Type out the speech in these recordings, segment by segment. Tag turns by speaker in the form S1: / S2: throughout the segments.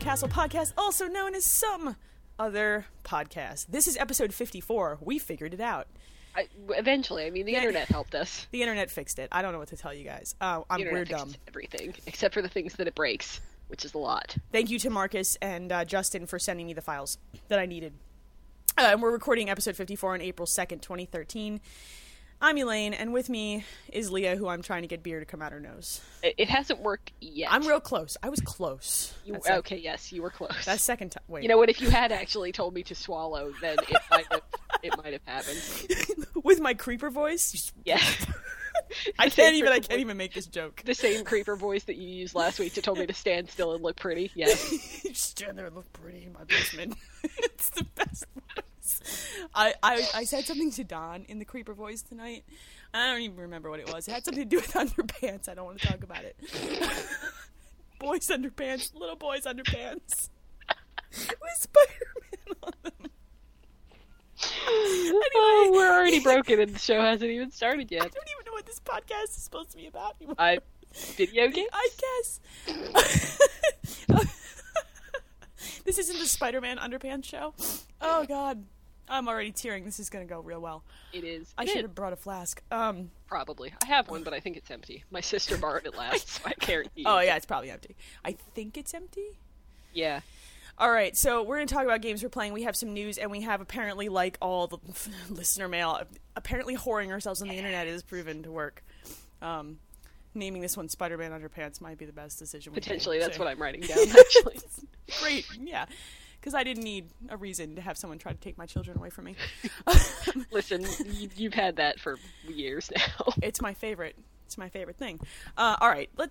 S1: Castle podcast, also known as some other podcast. This is episode 54. We figured it out.
S2: I, eventually, I mean, the internet helped us.
S1: The internet fixed it. I don't know what to tell you guys. Uh, I'm,
S2: The internet
S1: we're dumb.
S2: fixes everything except for the things that it breaks, which is a lot.
S1: Thank you to Marcus and uh, Justin for sending me the files that I needed. Uh, and we're recording episode 54 on April 2nd, 2013. I'm Elaine, and with me is Leah, who I'm trying to get beer to come out her nose.
S2: It, it hasn't worked yet.
S1: I'm real close. I was close.
S2: You,
S1: That's like-
S2: okay, yes, you were close.
S1: That second time. Wait.
S2: you know what? If you had actually told me to swallow, then it might have, it might have happened.
S1: with my creeper voice,
S2: Yeah.
S1: I
S2: The same
S1: can't even. I
S2: creeper
S1: can't
S2: voice-
S1: even make this joke.
S2: The same creeper voice that you used last week to tell me to stand still and look pretty. Yes.
S1: you just stand there and look pretty in my basement. it's the best voice. I, I I said something to Don in the creeper voice tonight. I don't even remember what it was. It had something to do with underpants. I don't want to talk about it. boys underpants, little boys underpants. With Spider-Man on them.
S2: Oh, we're already broken, and the show hasn't even started
S1: I
S2: yet.
S1: don't even know what this podcast is supposed to be about. anymore.
S2: I video game.
S1: I guess. this isn't the Spider Man underpants show. Oh, God. I'm already tearing. This is going to go real well.
S2: It is.
S1: I
S2: it is,
S1: should have brought a flask. Um,
S2: probably. I have one, but I think it's empty. My sister borrowed it last, so I can't. use
S1: oh,
S2: it.
S1: yeah, it's probably empty. I think it's empty.
S2: Yeah.
S1: All right, so we're going to talk about games we're playing. We have some news, and we have apparently, like all the listener mail, apparently whoring ourselves on the internet is proven to work. Um, naming this one Spider Man Underpants might be the best decision we made.
S2: Potentially, that's
S1: So-
S2: what I'm writing down. Actually,
S1: great. Yeah. Because I didn't need a reason to have someone try to take my children away from me.
S2: listen, you, you've had that for years now.
S1: it's my favorite. It's my favorite thing. Uh, all right. Let.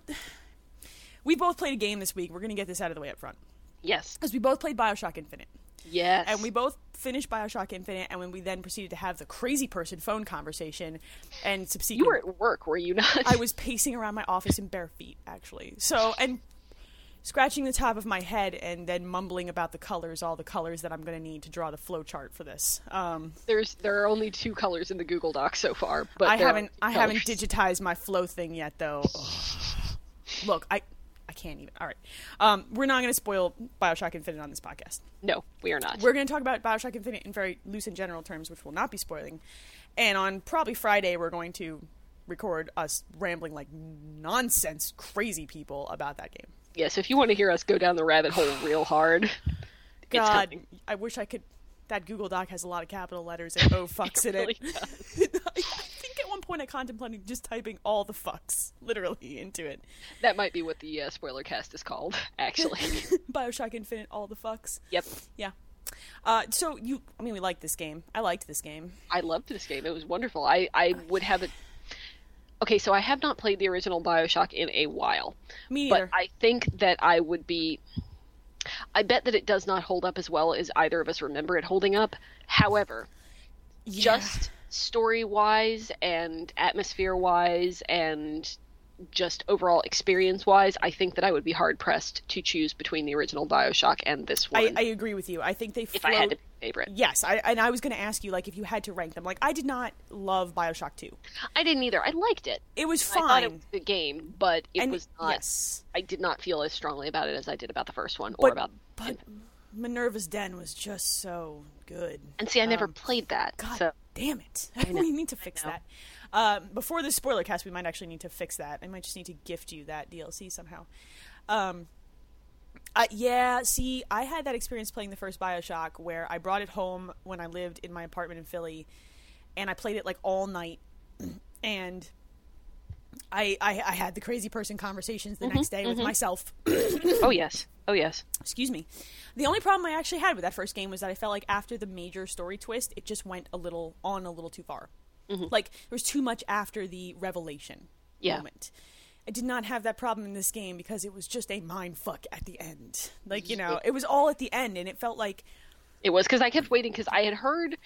S1: We both played a game this week. We're going to get this out of the way up front.
S2: Yes,
S1: Because we both played Bioshock Infinite.
S2: yes,
S1: And we both finished Bioshock Infinite, and when we then proceeded to have the crazy person phone conversation and subsequent.
S2: You were at work, were you not?
S1: I was pacing around my office in bare feet, actually. So, and scratching the top of my head and then mumbling about the colors, all the colors that I'm going to need to draw the flow chart for this. Um,
S2: There's there are only two colors in the Google Doc so far, but
S1: I
S2: there are
S1: haven't
S2: two
S1: I haven't
S2: colors.
S1: digitized my flow thing yet though. Look, I I can't even. All right. Um, we're not going to spoil BioShock Infinite on this podcast.
S2: No, we are not.
S1: We're going to talk about BioShock Infinite in very loose and general terms, which will not be spoiling. And on probably Friday we're going to record us rambling like nonsense crazy people about that game.
S2: Yes, if you want to hear us go down the rabbit hole real hard, it's
S1: God,
S2: coming.
S1: I wish I could that Google Doc has a lot of capital letters and oh fucks in
S2: really
S1: it. I think at one point I contemplated just typing all the fucks literally into it.
S2: that might be what the uh, spoiler cast is called. Actually,
S1: Bioshock Infinite, all the fucks.
S2: yep,
S1: Yeah. Uh, so you, I mean, we liked this game. I liked this game.
S2: I loved this game. It was wonderful. I I would have it. Okay, so I have not played the original Bioshock in a while.
S1: Me
S2: but
S1: neither.
S2: I think that I would be. I bet that it does not hold up as well as either of us remember it holding up. However,
S1: Yeah.
S2: just story wise and atmosphere wise and just overall experience wise, I think that I would be hard pressed to choose between the original Bioshock and this
S1: I,
S2: one
S1: I agree with you. I think they.
S2: if I
S1: float-
S2: had to pick a favorite.
S1: Yes, I, and I was going to ask you, like, if you had to rank them. Like, I did not love Bioshock Two.
S2: I didn't either. I liked it.
S1: It was
S2: I thought it
S1: fine.
S2: was a good game, but it
S1: and
S2: was not.
S1: yes,
S2: I did not feel as strongly about it as I did about the first one or
S1: But-
S2: about.
S1: but Minerva's Den was just so good.
S2: And see, I never played that.
S1: um, God
S2: so
S1: damn it! we need to fix
S2: know.
S1: that. Um, before the spoiler cast, we might actually need to fix that. I might just need to gift you that DLC somehow. Um, uh, yeah, see, I had that experience playing the first Bioshock where I brought it home when I lived in my apartment in Philly, and I played it like all night, and I I, I had the crazy person conversations the
S2: Mm-hmm,
S1: next day with myself.
S2: Oh yes. Oh yes.
S1: Excuse me. The only problem I actually had with that first game was that I felt like after the major story twist, it just went a little on a little too far. Like there was too much after the revelation
S2: Mm-hmm. Yeah.
S1: moment. I did not have that problem in this game because it was just a mind fuck at the end. Like you know, it was all at the end, and it felt like
S2: It was because I kept waiting because I had heard,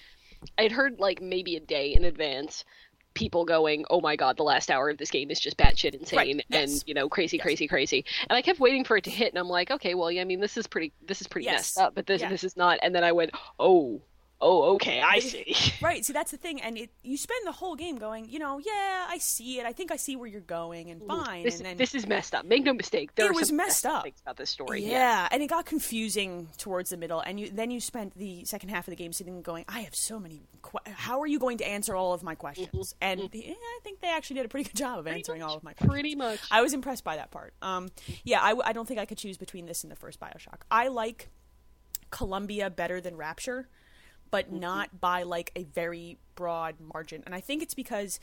S2: I had heard like maybe a day in advance, people going, "Oh my god, the last hour of this game is just batshit insane
S1: Right, yes.
S2: and you know crazy, crazy, crazy." And I kept waiting for it to hit, and I'm like, "Okay, well, yeah, I mean, this is pretty, this is pretty
S1: Yes,
S2: messed up, but this
S1: yeah.
S2: this is not." And then I went, "Oh, oh, okay, I see.
S1: Right. See, that's the thing, and it you spend the whole game going, you know, yeah, I see it. I think I see where you're going, and fine.
S2: This,
S1: and then
S2: this is messed up. Make no mistake. There
S1: It
S2: are
S1: was
S2: some
S1: messed up.
S2: things about this story.
S1: yeah, and it got confusing towards the middle, and you then you spent the second half of the game sitting and going, I have so many. Que- how are you going to answer all of my questions? And yeah, I think they actually did a Mm-hmm. pretty good job of answering all of my questions.
S2: Pretty much.
S1: I was impressed by that part. Um, yeah, I, w- I don't think I could choose between this and the first Bioshock. I like Columbia better than Rapture, but
S2: Mm-hmm.
S1: not by like a very broad margin. And I think it's because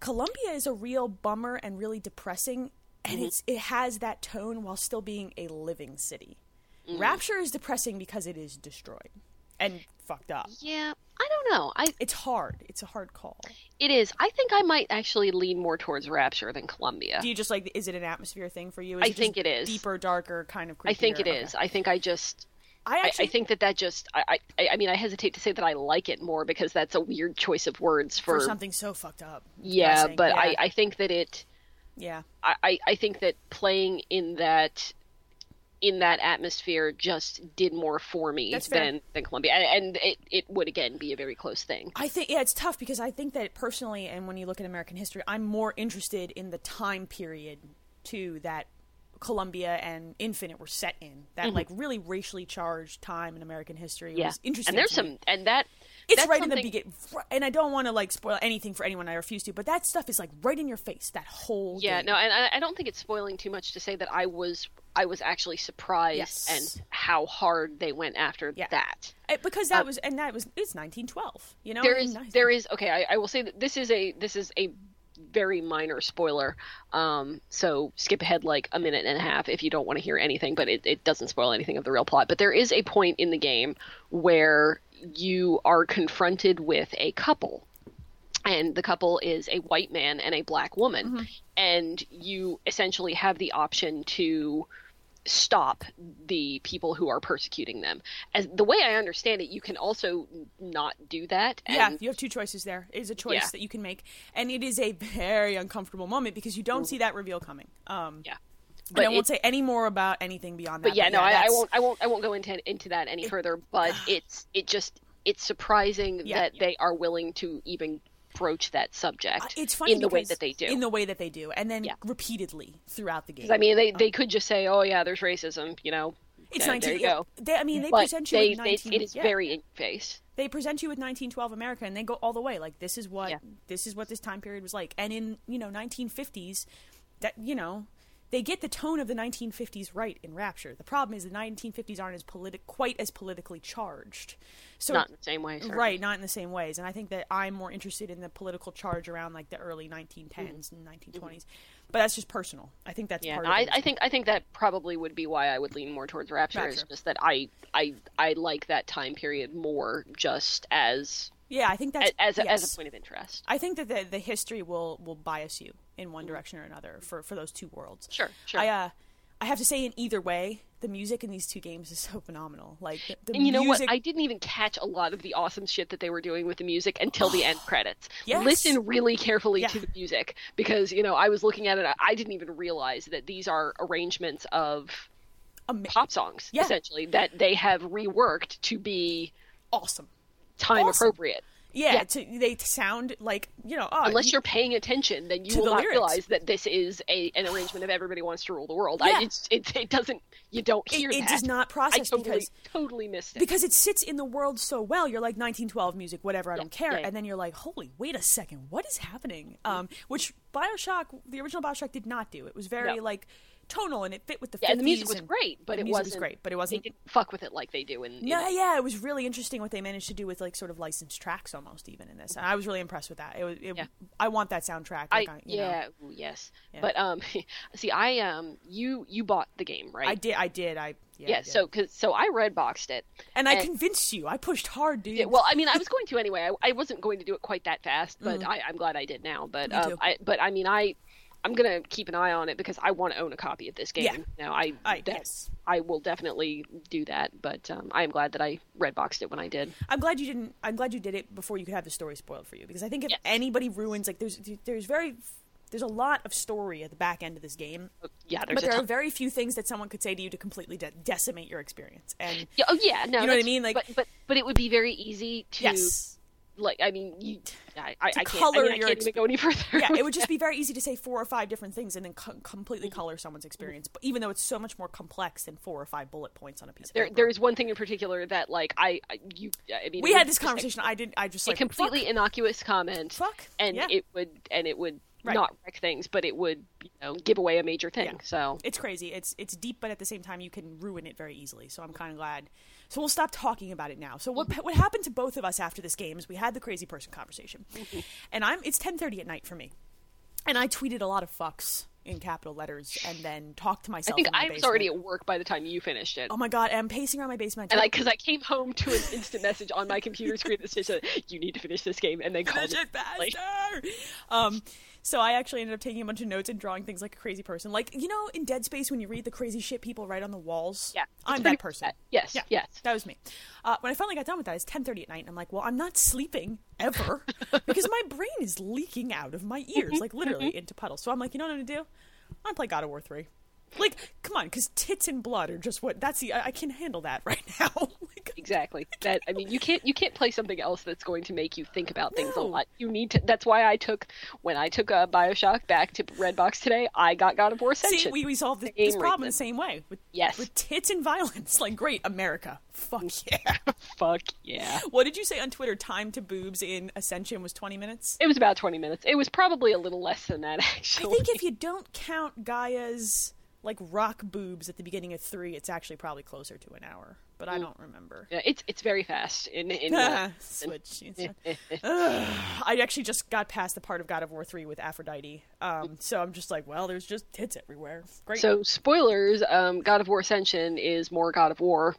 S1: Columbia is a real bummer and really depressing, and
S2: Mm-hmm.
S1: it's it has that tone while still being a living city.
S2: Mm-hmm.
S1: Rapture is depressing because it is destroyed and fucked up.
S2: yeah, I don't know. I
S1: It's hard. It's a hard call.
S2: it is. I think I might actually lean more towards Rapture than Columbia.
S1: Do you just like? Is it an atmosphere thing for you? Is
S2: I
S1: it just
S2: think it is.
S1: deeper, darker, kind of. Creepier?
S2: I think it
S1: Okay.
S2: is. I think I just.
S1: I
S2: I,
S1: actually
S2: I think that that just. I, I. I mean, I hesitate to say that I like it more because that's a weird choice of words for.
S1: for something so fucked up.
S2: yeah,
S1: depressing.
S2: but
S1: yeah,
S2: I. I think that it.
S1: yeah,
S2: I- I, I think that playing in that in that atmosphere just did more for me
S1: That's fair.
S2: than than Columbia, and, and it, it would again be a very close thing.
S1: I think yeah, it's tough because I think that personally, and when you look at American history, I'm more interested in the time period too that Columbia and Infinite were set in. That like really racially charged time in American history
S2: Mm-hmm. Yeah,
S1: was interesting.
S2: and there's
S1: to me.
S2: some and that
S1: It's
S2: that's
S1: right in the
S2: something-
S1: beginning, and I don't want to like spoil anything for anyone. I refuse to, but that stuff is like right in your face. That whole
S2: Yeah,
S1: game.
S2: no, and I, I don't think it's spoiling too much to say that I was I was actually surprised
S1: Yes.
S2: and how hard they went after
S1: Yeah.
S2: that.
S1: Eh, because that was and that was it's 1912. You know,
S2: uh There
S1: I mean,
S2: is
S1: Oh, nice.
S2: there is okay. I, I will say that this is a this is a very minor spoiler. Um, so skip ahead like a minute and a half if you don't want to hear anything, but it, it doesn't spoil anything of the real plot. But there is a point in the game where you are confronted with a couple. And the couple is a white man and a black woman.
S1: Mm-hmm.
S2: And you essentially have the option to stop the people who are persecuting them. As the way I understand it, you can also n- not do that.
S1: Yeah,
S2: And
S1: you have two choices there. It is a choice
S2: Yeah.
S1: that you can make, and it is a very uncomfortable moment because you don't see that reveal coming. Um,
S2: yeah.
S1: but I
S2: But
S1: won't
S2: it,
S1: say any more about anything beyond that.
S2: but yeah, no, I, I
S1: that's-
S2: won't. I won't. I won't go into into that any further. But it's it just it's surprising
S1: Yeah.
S2: that they are willing to even broach that subject.
S1: It's funny
S2: in the way
S1: because-
S2: that they do.
S1: In the way that they do, and then
S2: Yeah.
S1: repeatedly throughout the game.
S2: I mean, they they could just say, "Oh yeah, there's racism," you know.
S1: it's
S2: Yeah,
S1: nineteen.
S2: There you go.
S1: They, I mean, they
S2: But
S1: present you
S2: they,
S1: with
S2: they-
S1: nineteen.
S2: it is
S1: yeah.
S2: very in your face.
S1: they present you with 1912 America and they go all the way like this is what
S2: Yeah.
S1: this is what this time period was like and in you know 1950s that you know they get the tone of the 1950s right in Rapture the problem is the 1950s aren't as politi- quite as politically charged so
S2: Not in the same way. certainly.
S1: right not in the same ways and I think that I'm more interested in the political charge around like the early 1910s and 1920s but that's just personal I think that's
S2: Mm-hmm. Yeah,
S1: part
S2: no,
S1: of
S2: I,
S1: it.
S2: I think I think that probably would be why I would lean more towards Rapture. Is
S1: Rapture.
S2: just that I I I like that time period more, just as
S1: yeah I think that's
S2: as as a, as
S1: yes.
S2: a point of interest.
S1: I think that the, the history will will bias you in one direction or another for, for those two worlds.
S2: Mm-hmm. Sure, sure.
S1: I uh, I have to say, in either way, the music in these two games is so phenomenal. Like the, the
S2: And you know
S1: music,
S2: what? I didn't even catch a lot of the awesome shit that they were doing with the music until the end credits.
S1: Yes.
S2: Listen really carefully to
S1: Yeah.
S2: the music because you know I was looking at it. I- I didn't even realize that these are arrangements of
S1: Ama-
S2: pop songs,
S1: Yeah.
S2: essentially that they have reworked to be
S1: awesome.
S2: time
S1: Awesome.
S2: appropriate.
S1: Yeah,
S2: Yeah.
S1: To, they sound like you know. Oh,
S2: unless you're paying attention, then you
S1: To
S2: will
S1: the
S2: not
S1: lyrics.
S2: realize that this is a an arrangement of "Everybody Wants to Rule the World."
S1: Yeah.
S2: I, it's, it, it doesn't. You don't hear
S1: it
S2: that.
S1: does not
S2: I
S1: process
S2: totally,
S1: because-
S2: totally missed it.
S1: because it sits in the world so well. You're like 1912 music, whatever. I don't care.
S2: yeah, yeah.
S1: And then you're like, holy, wait a second, what is happening? Um, which Bioshock, the original Bioshock, did not do. It was very
S2: No.
S1: like tonal and it fit with the.
S2: yeah, and the music
S1: 50s
S2: was great, but
S1: the
S2: it
S1: music
S2: wasn't.
S1: was great, but it
S2: They
S1: wasn't
S2: didn't fuck with it like they do in. in-
S1: Yeah, yeah, it was really interesting what they managed to do with like sort of licensed tracks almost even in this. And I was really impressed with that. It was it,
S2: Yeah.
S1: I want that soundtrack.
S2: I,
S1: Like, I, you know.
S2: yeah, ooh, yes,
S1: Yeah.
S2: but um, see, I um, you you bought the game, right?
S1: I did I did. I yeah. I
S2: yeah,
S1: did.
S2: so cause, so I red boxed it.
S1: and I
S2: and-
S1: convinced you. I pushed hard, dude.
S2: Yeah, well, I mean, I was going to anyway. I, I wasn't going to do it quite that fast, but I, I'm glad I did now. But
S1: Mm-hmm. Me too.
S2: um, I, but I mean, I I'm gonna keep an eye on it because I want to own a copy of this game.
S1: Yeah.
S2: You know, I
S1: I-
S2: that-
S1: yes.
S2: I will definitely do that. But um, I am glad that I red boxed it when I did.
S1: I'm glad you didn't. I'm glad you did it before you could have the story spoiled for you because I think if
S2: Yes.
S1: anybody ruins like there's there's very There's a lot of story at the back end of this game,
S2: Yeah, Oh, there's
S1: but
S2: a
S1: there are
S2: ton.
S1: very few things that someone could say to you to completely de- decimate your experience. And
S2: Yeah, oh yeah,
S1: You know
S2: no,
S1: what I
S2: that's-
S1: mean? Like-
S2: but, but but it would be very easy to
S1: yes,
S2: like. I mean, you, I, I, I can't.
S1: color
S2: I, mean, I
S1: your
S2: can't even go any further.
S1: yeah, it would just be very easy to say four or five different things and then co- completely color someone's experience. But even though it's so much more complex than four or five bullet points on a piece of
S2: there,
S1: paper.
S2: there is one thing in particular that like I I- you. I mean,
S1: we
S2: it
S1: had
S2: would
S1: this
S2: just, like,
S1: conversation. I didn't. I just
S2: a
S1: like
S2: completely innocuous comment,
S1: Fuck,
S2: and
S1: yeah.
S2: it would and it would
S1: Right.
S2: not wreck things, but it would you know give away a major thing. So
S1: it's crazy. It's it's deep, but at the same time, you can ruin it very easily. So I'm kind of glad. So we'll stop talking about it now. So what
S2: Mm-hmm.
S1: what happened to both of us after this game is we had the crazy person conversation,
S2: Mm-hmm.
S1: and I'm it's 10:30 at night for me, and I tweeted a lot of fucks in capital letters, and then talked to myself.
S2: I think
S1: in my
S2: I was
S1: basement.
S2: already at work by the time you finished it.
S1: Oh my god! And I'm pacing around my basement.
S2: and I, because I came home to an instant message on my computer screen that said, "You need to finish this game," and then called
S1: finish it faster. Um, so I actually ended up taking a bunch of notes and drawing things like a crazy person. Like you know, in Dead Space, when you read the crazy shit people write on the walls.
S2: Yeah, it's
S1: I'm
S2: pretty
S1: that
S2: much
S1: person.
S2: that. Yes,
S1: Yeah,
S2: yes.
S1: that was me. Uh, when I finally got done with that, it's 10:30 at night, and I'm like, well, I'm not sleeping ever because my brain is leaking out of my
S2: Mm-hmm.
S1: ears, like literally into puddles. So I'm like, you know what I'm gonna do? I'm gonna play God of War three. Like, come on, because tits and blood are just what. That's the I, I can handle that right now. like,
S2: Exactly. That I mean, you can't you can't play something else that's going to make you think about things
S1: No.
S2: a lot. You need to. That's why I took when I took uh, Bioshock back to Redbox today. I got God of War Ascension.
S1: See, we, we solved this,
S2: Same
S1: this problem the
S2: reason.
S1: same way with
S2: Yes. Mm.
S1: with tits and violence. Like, great America, fuck yeah.
S2: Fuck yeah.
S1: what did you say on Twitter? Time to boobs in Ascension was twenty minutes.
S2: It was about twenty minutes. It was probably a little less than that
S1: I
S2: actually.
S1: think if you don't count Gaia's like rock boobs at the beginning of three, it's actually probably closer to an hour. But
S2: Mm.
S1: I don't remember.
S2: Yeah, it's it's very fast. In in uh,
S1: Ah, Switch. It's not- Ugh. I actually just got past the part of God of War three with Aphrodite, um, so I'm just like, well, there's just tits everywhere. Great.
S2: Mm. so spoilers. Um, God of War Ascension is more God of War.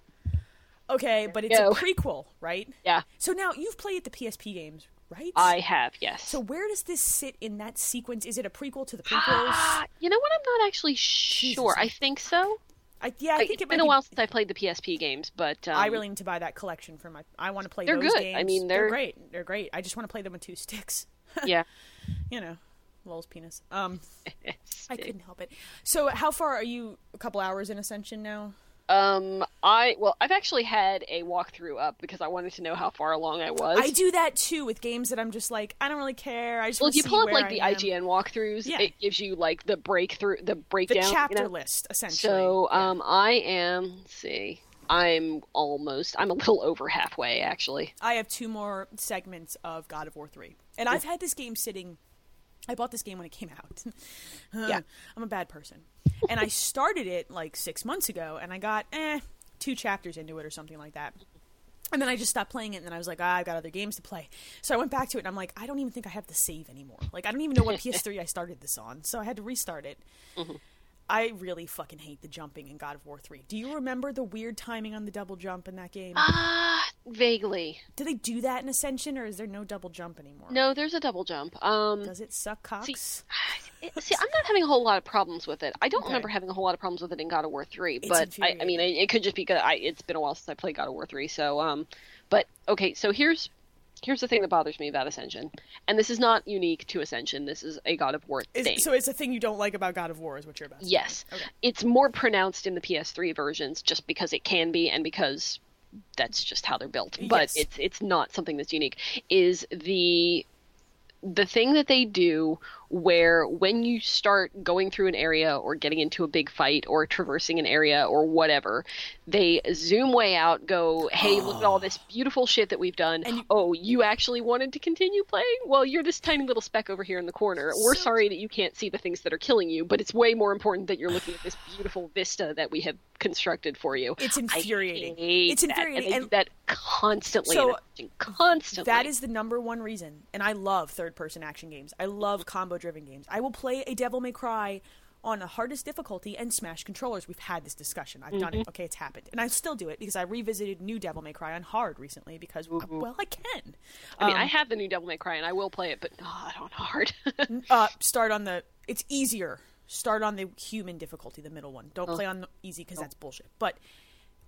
S1: okay, but it's
S2: go.
S1: a prequel, right?
S2: Yeah,
S1: So now you've played the PSP games, right?
S2: I have yes.
S1: So where does this sit in that sequence? Is it a prequel to the prequels?
S2: Uh, you know what? I'm not actually sure. I think so.
S1: I, yeah, I
S2: Like,
S1: think
S2: it's
S1: it might
S2: been a
S1: be-
S2: while since I played the PSP games, but um,
S1: I really need to buy that collection for my. I want to play
S2: They're
S1: those
S2: good. I
S1: games.
S2: mean,
S1: they're
S2: they're-
S1: great. They're great. I just want to play them with two sticks.
S2: yeah.
S1: You know, Lol's penis. Um, I
S2: Stick.
S1: couldn't help it. So how far are you? A couple hours in Ascension now.
S2: Um, I well, I've actually had a walkthrough up because I wanted to know how far along I was.
S1: I do that too with games that I'm just like I don't really care. I just
S2: Well,
S1: wanna
S2: if you
S1: see
S2: pull up
S1: where
S2: like
S1: I
S2: the
S1: am.
S2: IGN walkthroughs,
S1: Yeah.
S2: it gives you like the breakthrough, the
S1: the
S2: breakdown. you
S1: chapter
S2: know?
S1: list essentially.
S2: So, um, I am. Let's see, I'm almost. I'm a little over halfway actually.
S1: I have two more segments of God of War 3. And I've had this game sitting. I bought this game when it came out. yeah. I'm a bad person. And I started it like six months ago, and I got, eh, two chapters into it or something like that. And then I just stopped playing it, and then I was like, ah, I've got other games to play. So I went back to it, and I'm like, I don't even think I have the save anymore. Like, I don't even know what PS3 I started this on, so I had to restart it. I really fucking hate the jumping in God of War 3. Do you remember the weird timing on the double jump in that game?
S2: Ah, vaguely.
S1: Do they do that in Ascension, or is there no double jump anymore?
S2: No, there's a double jump. Um,
S1: Does it suck
S2: See,
S1: cocks?
S2: it- see, I'm not having a whole lot of problems with it. I don't remember having a whole lot of problems with it in God of War Three, but I, I mean, it, it could just be because I, it's been a while since I played God of War Three. So, um, but okay, so here's here's the thing that bothers me about Ascension, and this is not unique to Ascension. This is a God of War
S1: Is-
S2: thing.
S1: so it's a thing you don't like about God of War, is what you're about. to say.
S2: yes, it's more pronounced in the PS3 versions, just because it can be, and because that's just how they're built. But
S1: Yes.
S2: it's it's not something that's unique. Is the the thing that they do where when you start going through an area or getting into a big fight or traversing an area or whatever, they zoom way out, go, hey, look at all this beautiful shit that we've done. oh, you actually wanted to continue playing? Well, you're this tiny little speck over here in the corner. We're
S1: So-
S2: sorry that you can't see the things that are killing you, but it's way more important that you're looking at this beautiful vista that we have constructed for you.
S1: It's
S2: I
S1: infuriating.
S2: hate
S1: It's
S2: that,
S1: infuriating,
S2: And they
S1: and-
S2: do that constantly.
S1: So,
S2: in Ascension, constantly.
S1: That is the number one reason, and I love third-person action games. I love combo-driven games. I will play a Devil May Cry on the hardest difficulty and smash controllers. We've had this discussion. I've
S2: Mm-hmm.
S1: done it. Okay, it's happened, and I still do it because I revisited New Devil May Cry on hard recently because well, I can.
S2: Mm-hmm. I mean, I have the new Devil May Cry and I will play it, but not on hard.
S1: uh, start on the it's easier start on the human difficulty the middle one don't play on the easy because that's bullshit but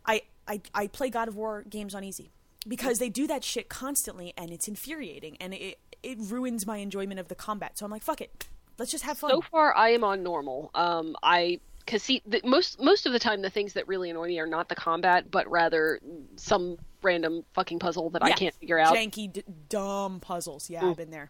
S1: I, I i play god of war games on easy because they do that shit constantly and it's infuriating and it it ruins my enjoyment of the combat so i'm like fuck it Let's just have fun.
S2: So far, I am on normal. Um, I because see, the, most most of the time, the things that really annoy me are not the combat, but rather some random fucking puzzle that I
S1: Yeah.
S2: can't figure out.
S1: Janky, d- dumb puzzles. Yeah, I've been there.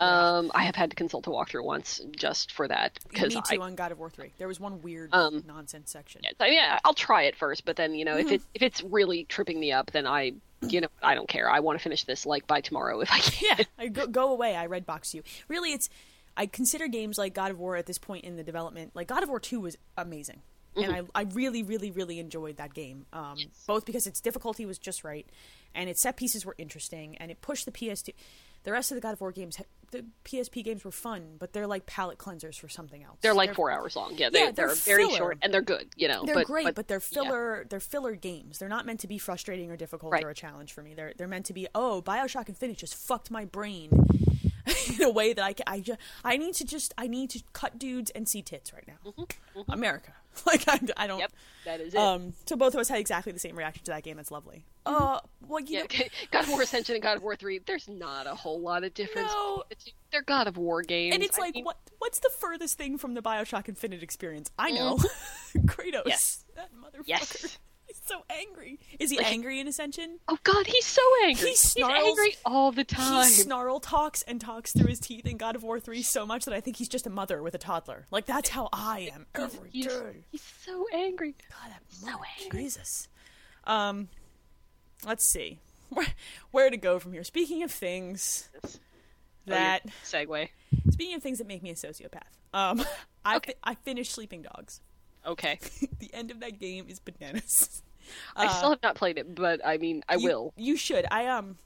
S2: Um, I have had to consult a walkthrough once just for that
S1: Me
S2: because
S1: too
S2: I Um,
S1: on God of War three. There was one weird nonsense section.
S2: I mean, I- I'll try it first, but then you know,
S1: Mm-hmm.
S2: if it if it's really tripping me up, then I, you know, I don't care. I want to finish this like by tomorrow if I can.
S1: yeah, I go, go away. I red box you. Really, it's I consider games like God of War at this point in the development. Like God of War Two was amazing,
S2: Mm-hmm.
S1: and I, I really, really, really enjoyed that game. Um, Both because its difficulty was just right, and its set pieces were interesting, and it pushed the PS2. The rest of the God of War games, ha- the PSP games, were fun, but they're like palate cleansers for something else.
S2: They're like four hours long. Yeah, they,
S1: Yeah,
S2: they're,
S1: they're
S2: very
S1: filler.
S2: short and they're good. You know,
S1: They're
S2: but,
S1: great, but, they're
S2: yeah.
S1: filler. They're filler games. They're not meant to be frustrating or difficult
S2: Right.
S1: or a challenge for me. They're they're meant to be. Oh, Bioshock Infinite just fucked my brain in a way that I ca- I ju- I need to just I need to cut dudes and see tits right now. America, like I, I don't.
S2: Mm-hmm, Yep, that is it.
S1: Um, so both of us had exactly the same reaction to that game. That's lovely. Uh, well, you
S2: Mm-hmm. yeah,
S1: know,
S2: God of War Ascension and God of War Three. There's not a whole lot of difference.
S1: No.
S2: between the two. They're God of War games,
S1: and it's
S2: I
S1: like
S2: mean,
S1: what what's the furthest thing from the Bioshock Infinite experience? I know, Kratos.
S2: Mm. Yes.
S1: That motherfucker.
S2: Yes.
S1: He's so angry. Is he
S2: Like-
S1: angry in Ascension?
S2: Oh God, he's so angry.
S1: He snarls-
S2: He's angry all the time.
S1: He snarl talks and talks through his teeth in God of War 3 so much that I think he's just a mother with a toddler. Like, that's how I am every day.
S2: he's, he's so angry.
S1: God, that
S2: so
S1: mother,
S2: angry.
S1: Jesus. Um, let's see. Where, where to go from here? Speaking of things
S2: Oh,
S1: that...
S2: segue.
S1: Speaking of things that make me a sociopath, um, I,
S2: Okay.
S1: fi- I finished Sleeping Dogs.
S2: Okay,
S1: the end of that game is bananas.
S2: I still have not played it, but I mean, I
S1: Uh, you,
S2: will.
S1: You should. I um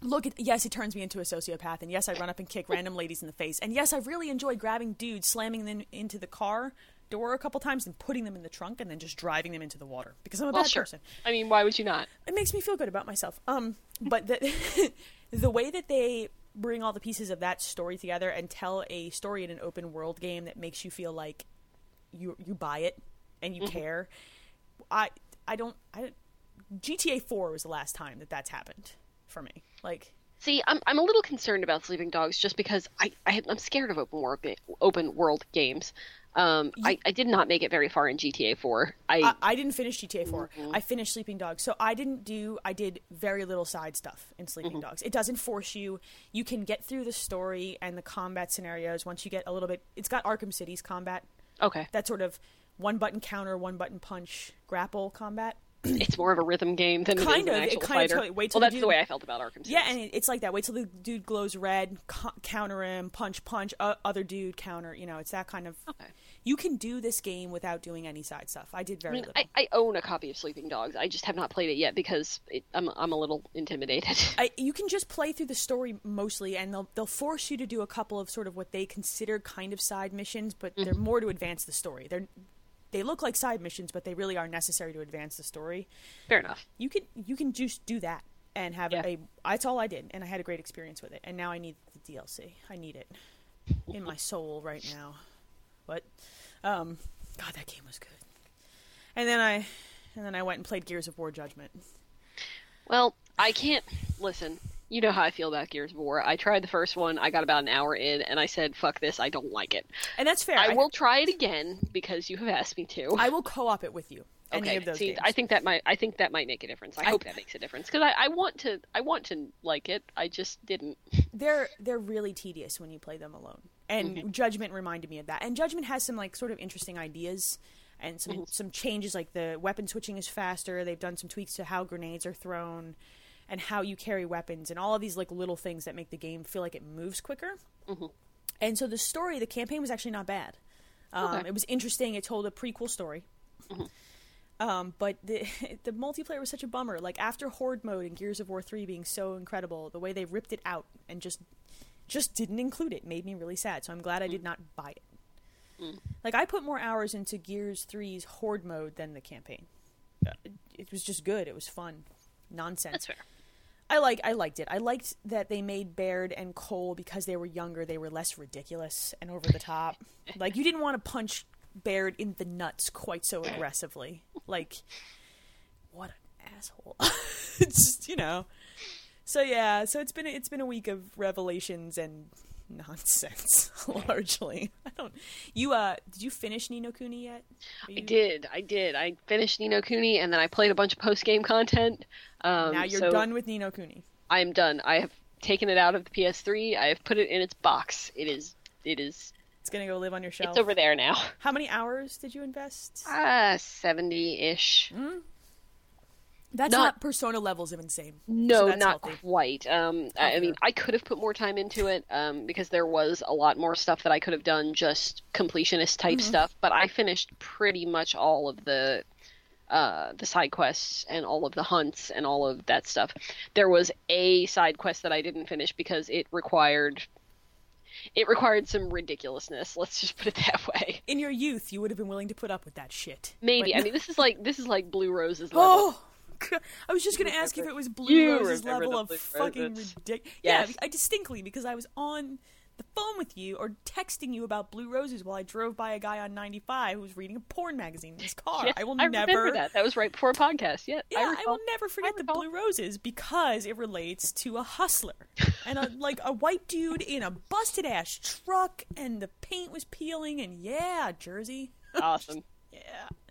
S1: look at yes, it turns me into a sociopath, and yes, I run up and kick random ladies in the face, and yes, I really enjoy grabbing dudes, slamming them into the car door a couple times, and putting them in the trunk, and then just driving them into the water because I'm a
S2: Well,
S1: bad
S2: sure.
S1: person.
S2: I mean, why would you not?
S1: It makes me feel good about myself. Um, but the the way that they bring all the pieces of that story together and tell a story in an open world game that makes you feel like you you buy it and you care. I I don't I don't- GTA 4 was the last time that that's happened for me. Like
S2: See, I'm I'm a little concerned about Sleeping Dogs just because I, I I'm scared of open world ga- open world games. Um, I, I did not make it very far in GTA 4. I,
S1: I, I didn't finish GTA 4.
S2: Mm-hmm.
S1: I finished Sleeping Dogs. So I didn't do I did very little side stuff in Sleeping
S2: Mm-hmm.
S1: Dogs. It doesn't force you. You can get through the story and the combat scenarios once you get a little bit it's got Arkham City's combat.
S2: okay,
S1: That sort of one button counter, one button punch, grapple combat.
S2: it's more of a rhythm game than it
S1: Kind
S2: is
S1: of, it
S2: an actual
S1: kind of
S2: fighter.
S1: totally- wait
S2: well,
S1: till
S2: that's
S1: you
S2: the
S1: do-
S2: way I felt about Arkham. City.
S1: Yeah, and it- it's like that. Wait till the dude glows red, co- counter him, punch, punch, uh, other dude, counter. You know, it's that kind of.
S2: Okay.
S1: You can do this game without doing any side stuff. I did very
S2: I, mean,
S1: little.
S2: I, I own a copy of Sleeping Dogs. I just have not played it yet because it, I'm I'm a little intimidated.
S1: I, you can just play through the story mostly, and they'll they'll force you to do a couple of sort of what they consider kind of side missions, but they're
S2: Mm-hmm.
S1: more to advance the story. They're they look like side missions, but they really are necessary to advance the story.
S2: Fair enough.
S1: You can you can just do that and have
S2: Yeah.
S1: a. That's all I did, and I had a great experience with it. And now I need the DLC. I need it in my soul right now. What? Um, God, that game was good. And then I, and then I went and played Gears of War Judgment.
S2: Well, I can't listen. You know how I feel about Gears of War. I tried the first one. I got about an hour in, and I said, "Fuck this! I don't like it."
S1: And that's fair.
S2: I will try it again because you have asked me to.
S1: I will co-op it with you. Any
S2: okay.
S1: of those
S2: See,
S1: games.
S2: I think that might. I think that might make a difference. I, hope that makes a difference because I, I want to. I want to like it. I just didn't.
S1: they're they're really tedious when you play them alone. And
S2: Mm-hmm.
S1: Judgment reminded me of that. And Judgment has some like sort of interesting ideas and
S2: Mm-hmm.
S1: some some changes like the weapon switching is faster. They've done some tweaks to how grenades are thrown and how you carry weapons and all of these like little things that make the game feel like it moves quicker. And so the story, the campaign was actually not bad. Um,
S2: Okay.
S1: It was interesting. It told a prequel story. Um, but the the multiplayer was such a bummer. Like after Horde mode and Gears of War three being so incredible, the way they ripped it out and just just didn't include it made me really sad. So I'm glad I did not buy it. Like I put more hours into Gears 3's Horde mode than the campaign. It, it was just good. It was fun. Nonsense.
S2: That's fair.
S1: I like I liked it. I liked that they made Baird and Cole because they were younger, they were less ridiculous and over the top. like you didn't want to punch Baird in the nuts quite so aggressively. Like what an asshole. it's just, you know. So yeah, so it's been it's been a week of revelations and nonsense largely. I don't. You uh, did you finish Nino Kuni yet? Are
S2: I
S1: you-
S2: did. I did. I finished Nino Cooney and then I played a bunch of post game content. Um,
S1: Now you're
S2: so
S1: done with Nino Kuni.
S2: I am done. I have taken it out of the PS3. I have put it in its box. It is. It is.
S1: It's gonna go live on your shelf.
S2: It's over there now.
S1: How many hours did you invest?
S2: Ah, seventy ish.
S1: that's
S2: not-
S1: not persona levels of insane. so
S2: No,
S1: that's
S2: not
S1: healthy.
S2: quite. Um, I, I mean, I could have put more time into it um, because there was a lot more stuff that I could have done, just completionist type
S1: Mm-hmm.
S2: stuff. But I finished pretty much all of the uh, the side quests and all of the hunts and all of that stuff. There was a side quest that I didn't finish because it required it required some ridiculousness. Let's just put it that way.
S1: In your youth, you would have been willing to put up with that shit.
S2: Maybe
S1: But-
S2: I mean this is like this is like Blue Rose's level.
S1: Oh, God. I was just going to ask if it was Blue
S2: you
S1: Rose's
S2: remember
S1: level
S2: the
S1: of
S2: Blue
S1: fucking
S2: Roses.
S1: ridiculous. Yeah,
S2: Yes.
S1: I distinctly because I was on the phone with you or texting you about Blue Roses while I drove by a guy on 95 who was reading a porn magazine in his car.
S2: Yes,
S1: I will
S2: remember
S1: never.
S2: that. That was right before a podcast. Yeah,
S1: Yeah, I,
S2: recall.
S1: will never forget the
S2: recall.
S1: Blue Roses because it relates to a hustler and a, like a white dude in a busted ass truck, and the paint was peeling, and yeah, Jersey,
S2: Awesome.
S1: yeah.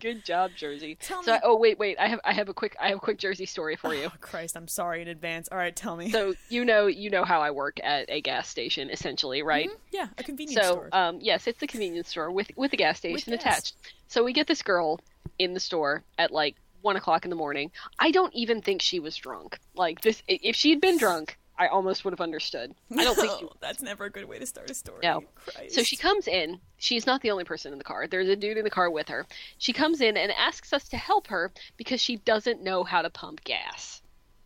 S2: Good job, Jersey.
S1: Tell
S2: so,
S1: me-
S2: oh wait, wait. I have I have a quick I have a quick Jersey story for you.
S1: Oh, Christ, I'm sorry in advance. All right, tell me.
S2: so you know you know how I work at a gas station, essentially, right?
S1: yeah, a convenience
S2: So
S1: store.
S2: um, yes, it's a convenience store with with a gas station
S1: gas.
S2: attached. So we get this girl in the store at like one o'clock in the morning. I don't even think she was drunk. Like this, i- if she'd been drunk, I almost would have understood. I don't think she
S1: No, that's never a good way to start a story.
S2: No.
S1: Christ.
S2: So she comes in. She's not the only person in the car. There's a dude in the car with her. She comes in and asks us to help her because she doesn't know how to pump gas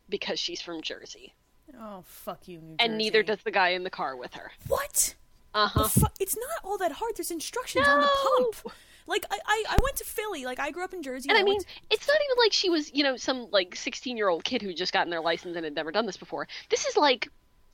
S2: because she's from Jersey.
S1: Oh fuck you, New
S2: And
S1: Jersey.
S2: neither does the guy in the car with her.
S1: what?
S2: Uh-huh.
S1: The fu- it's not all that hard. There's instructions on the
S2: No!
S1: pump. Like I, I, I went to Philly. Like I grew up in Jersey.
S2: And I
S1: went
S2: mean,
S1: to-
S2: it's not even like she was, you know, some like 16-year-old kid who just gotten their license and had never done this before. This is like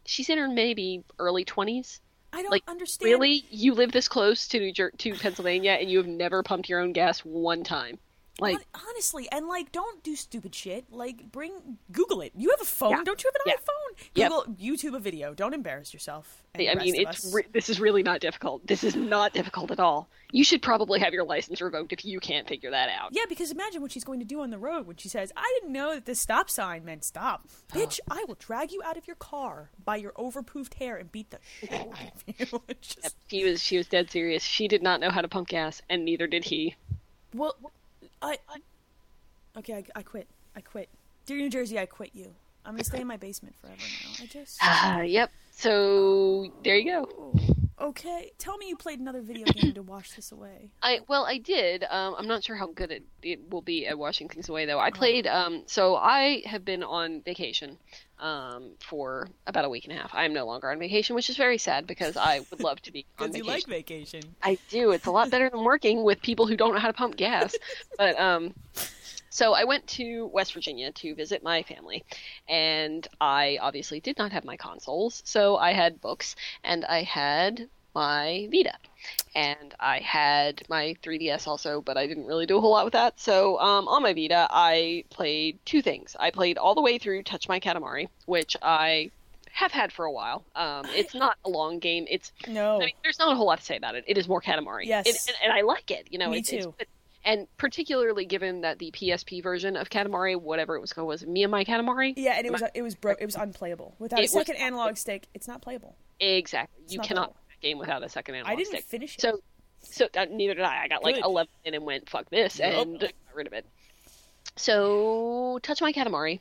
S2: she's in her maybe early 20s.
S1: I don't
S2: Like
S1: understand.
S2: really, you live this close to New Jer- to Pennsylvania and you have never pumped your own gas one time. Like
S1: Hon- honestly, and like, don't do stupid shit. Like, bring Google it. You have a phone,
S2: Yeah.
S1: don't you have
S2: Yeah.
S1: an iPhone?
S2: Yep.
S1: Google YouTube a video. Don't embarrass yourself. and
S2: I
S1: the
S2: mean,
S1: rest of
S2: it's
S1: us.
S2: re- this is really not difficult. This is not difficult at all. You should probably have your license revoked if you can't figure that out.
S1: yeah, because imagine what she's going to do on the road when she says, "I didn't know that this stop sign meant stop." Bitch, I will drag you out of your car by your overpoofed hair and beat the shit out of you. It's just-
S2: She was she was dead serious. She did not know how to pump gas, and neither did he.
S1: Well, I, I okay, I, I quit. I quit. Dear New Jersey, I quit you. I'm gonna stay in my basement forever now. I just
S2: Ah, yep. So there you go.
S1: okay. Tell me you played another video game to wash this away.
S2: I well, I did. Um, I'm not sure how good it, it will be at washing things away, though. I played. Um, so I have been on vacation um, for about a week and a half. I am no longer on vacation, which is very sad because I would love to be on
S1: Because you
S2: vacation.
S1: like vacation.
S2: I do. It's a lot better than working with people who don't know how to pump gas. But um, so I went to West Virginia to visit my family, and I obviously did not have my consoles, so I had books and I had my Vita, and I had my 3DS also, but I didn't really do a whole lot with that. So um, on my Vita, I played two things. I played all the way through Touch My Katamari, which I have had for a while. Um, it's not a long game. It's
S1: No.
S2: I mean, there's not a whole lot to say about it. It is more Katamari.
S1: Oh. Yes.
S2: It- and, and I like it. You know,
S1: Me
S2: it's, it's-
S1: too.
S2: but- and particularly given that the PSP version of Katamari, whatever it was called, was Me and My Katamari.
S1: Yeah, and it was uh, it was bro- it was unplayable without
S2: It
S1: a
S2: was-
S1: second analog stick. It's not playable.
S2: Exactly. you
S1: not
S2: cannot
S1: playable.
S2: play a game without a second analog
S1: I didn't
S2: stick.
S1: finish it.
S2: So, so uh, neither did I. I got like
S1: Good.
S2: 11 in and went fuck this and got rid of it. So, Touch My Katamari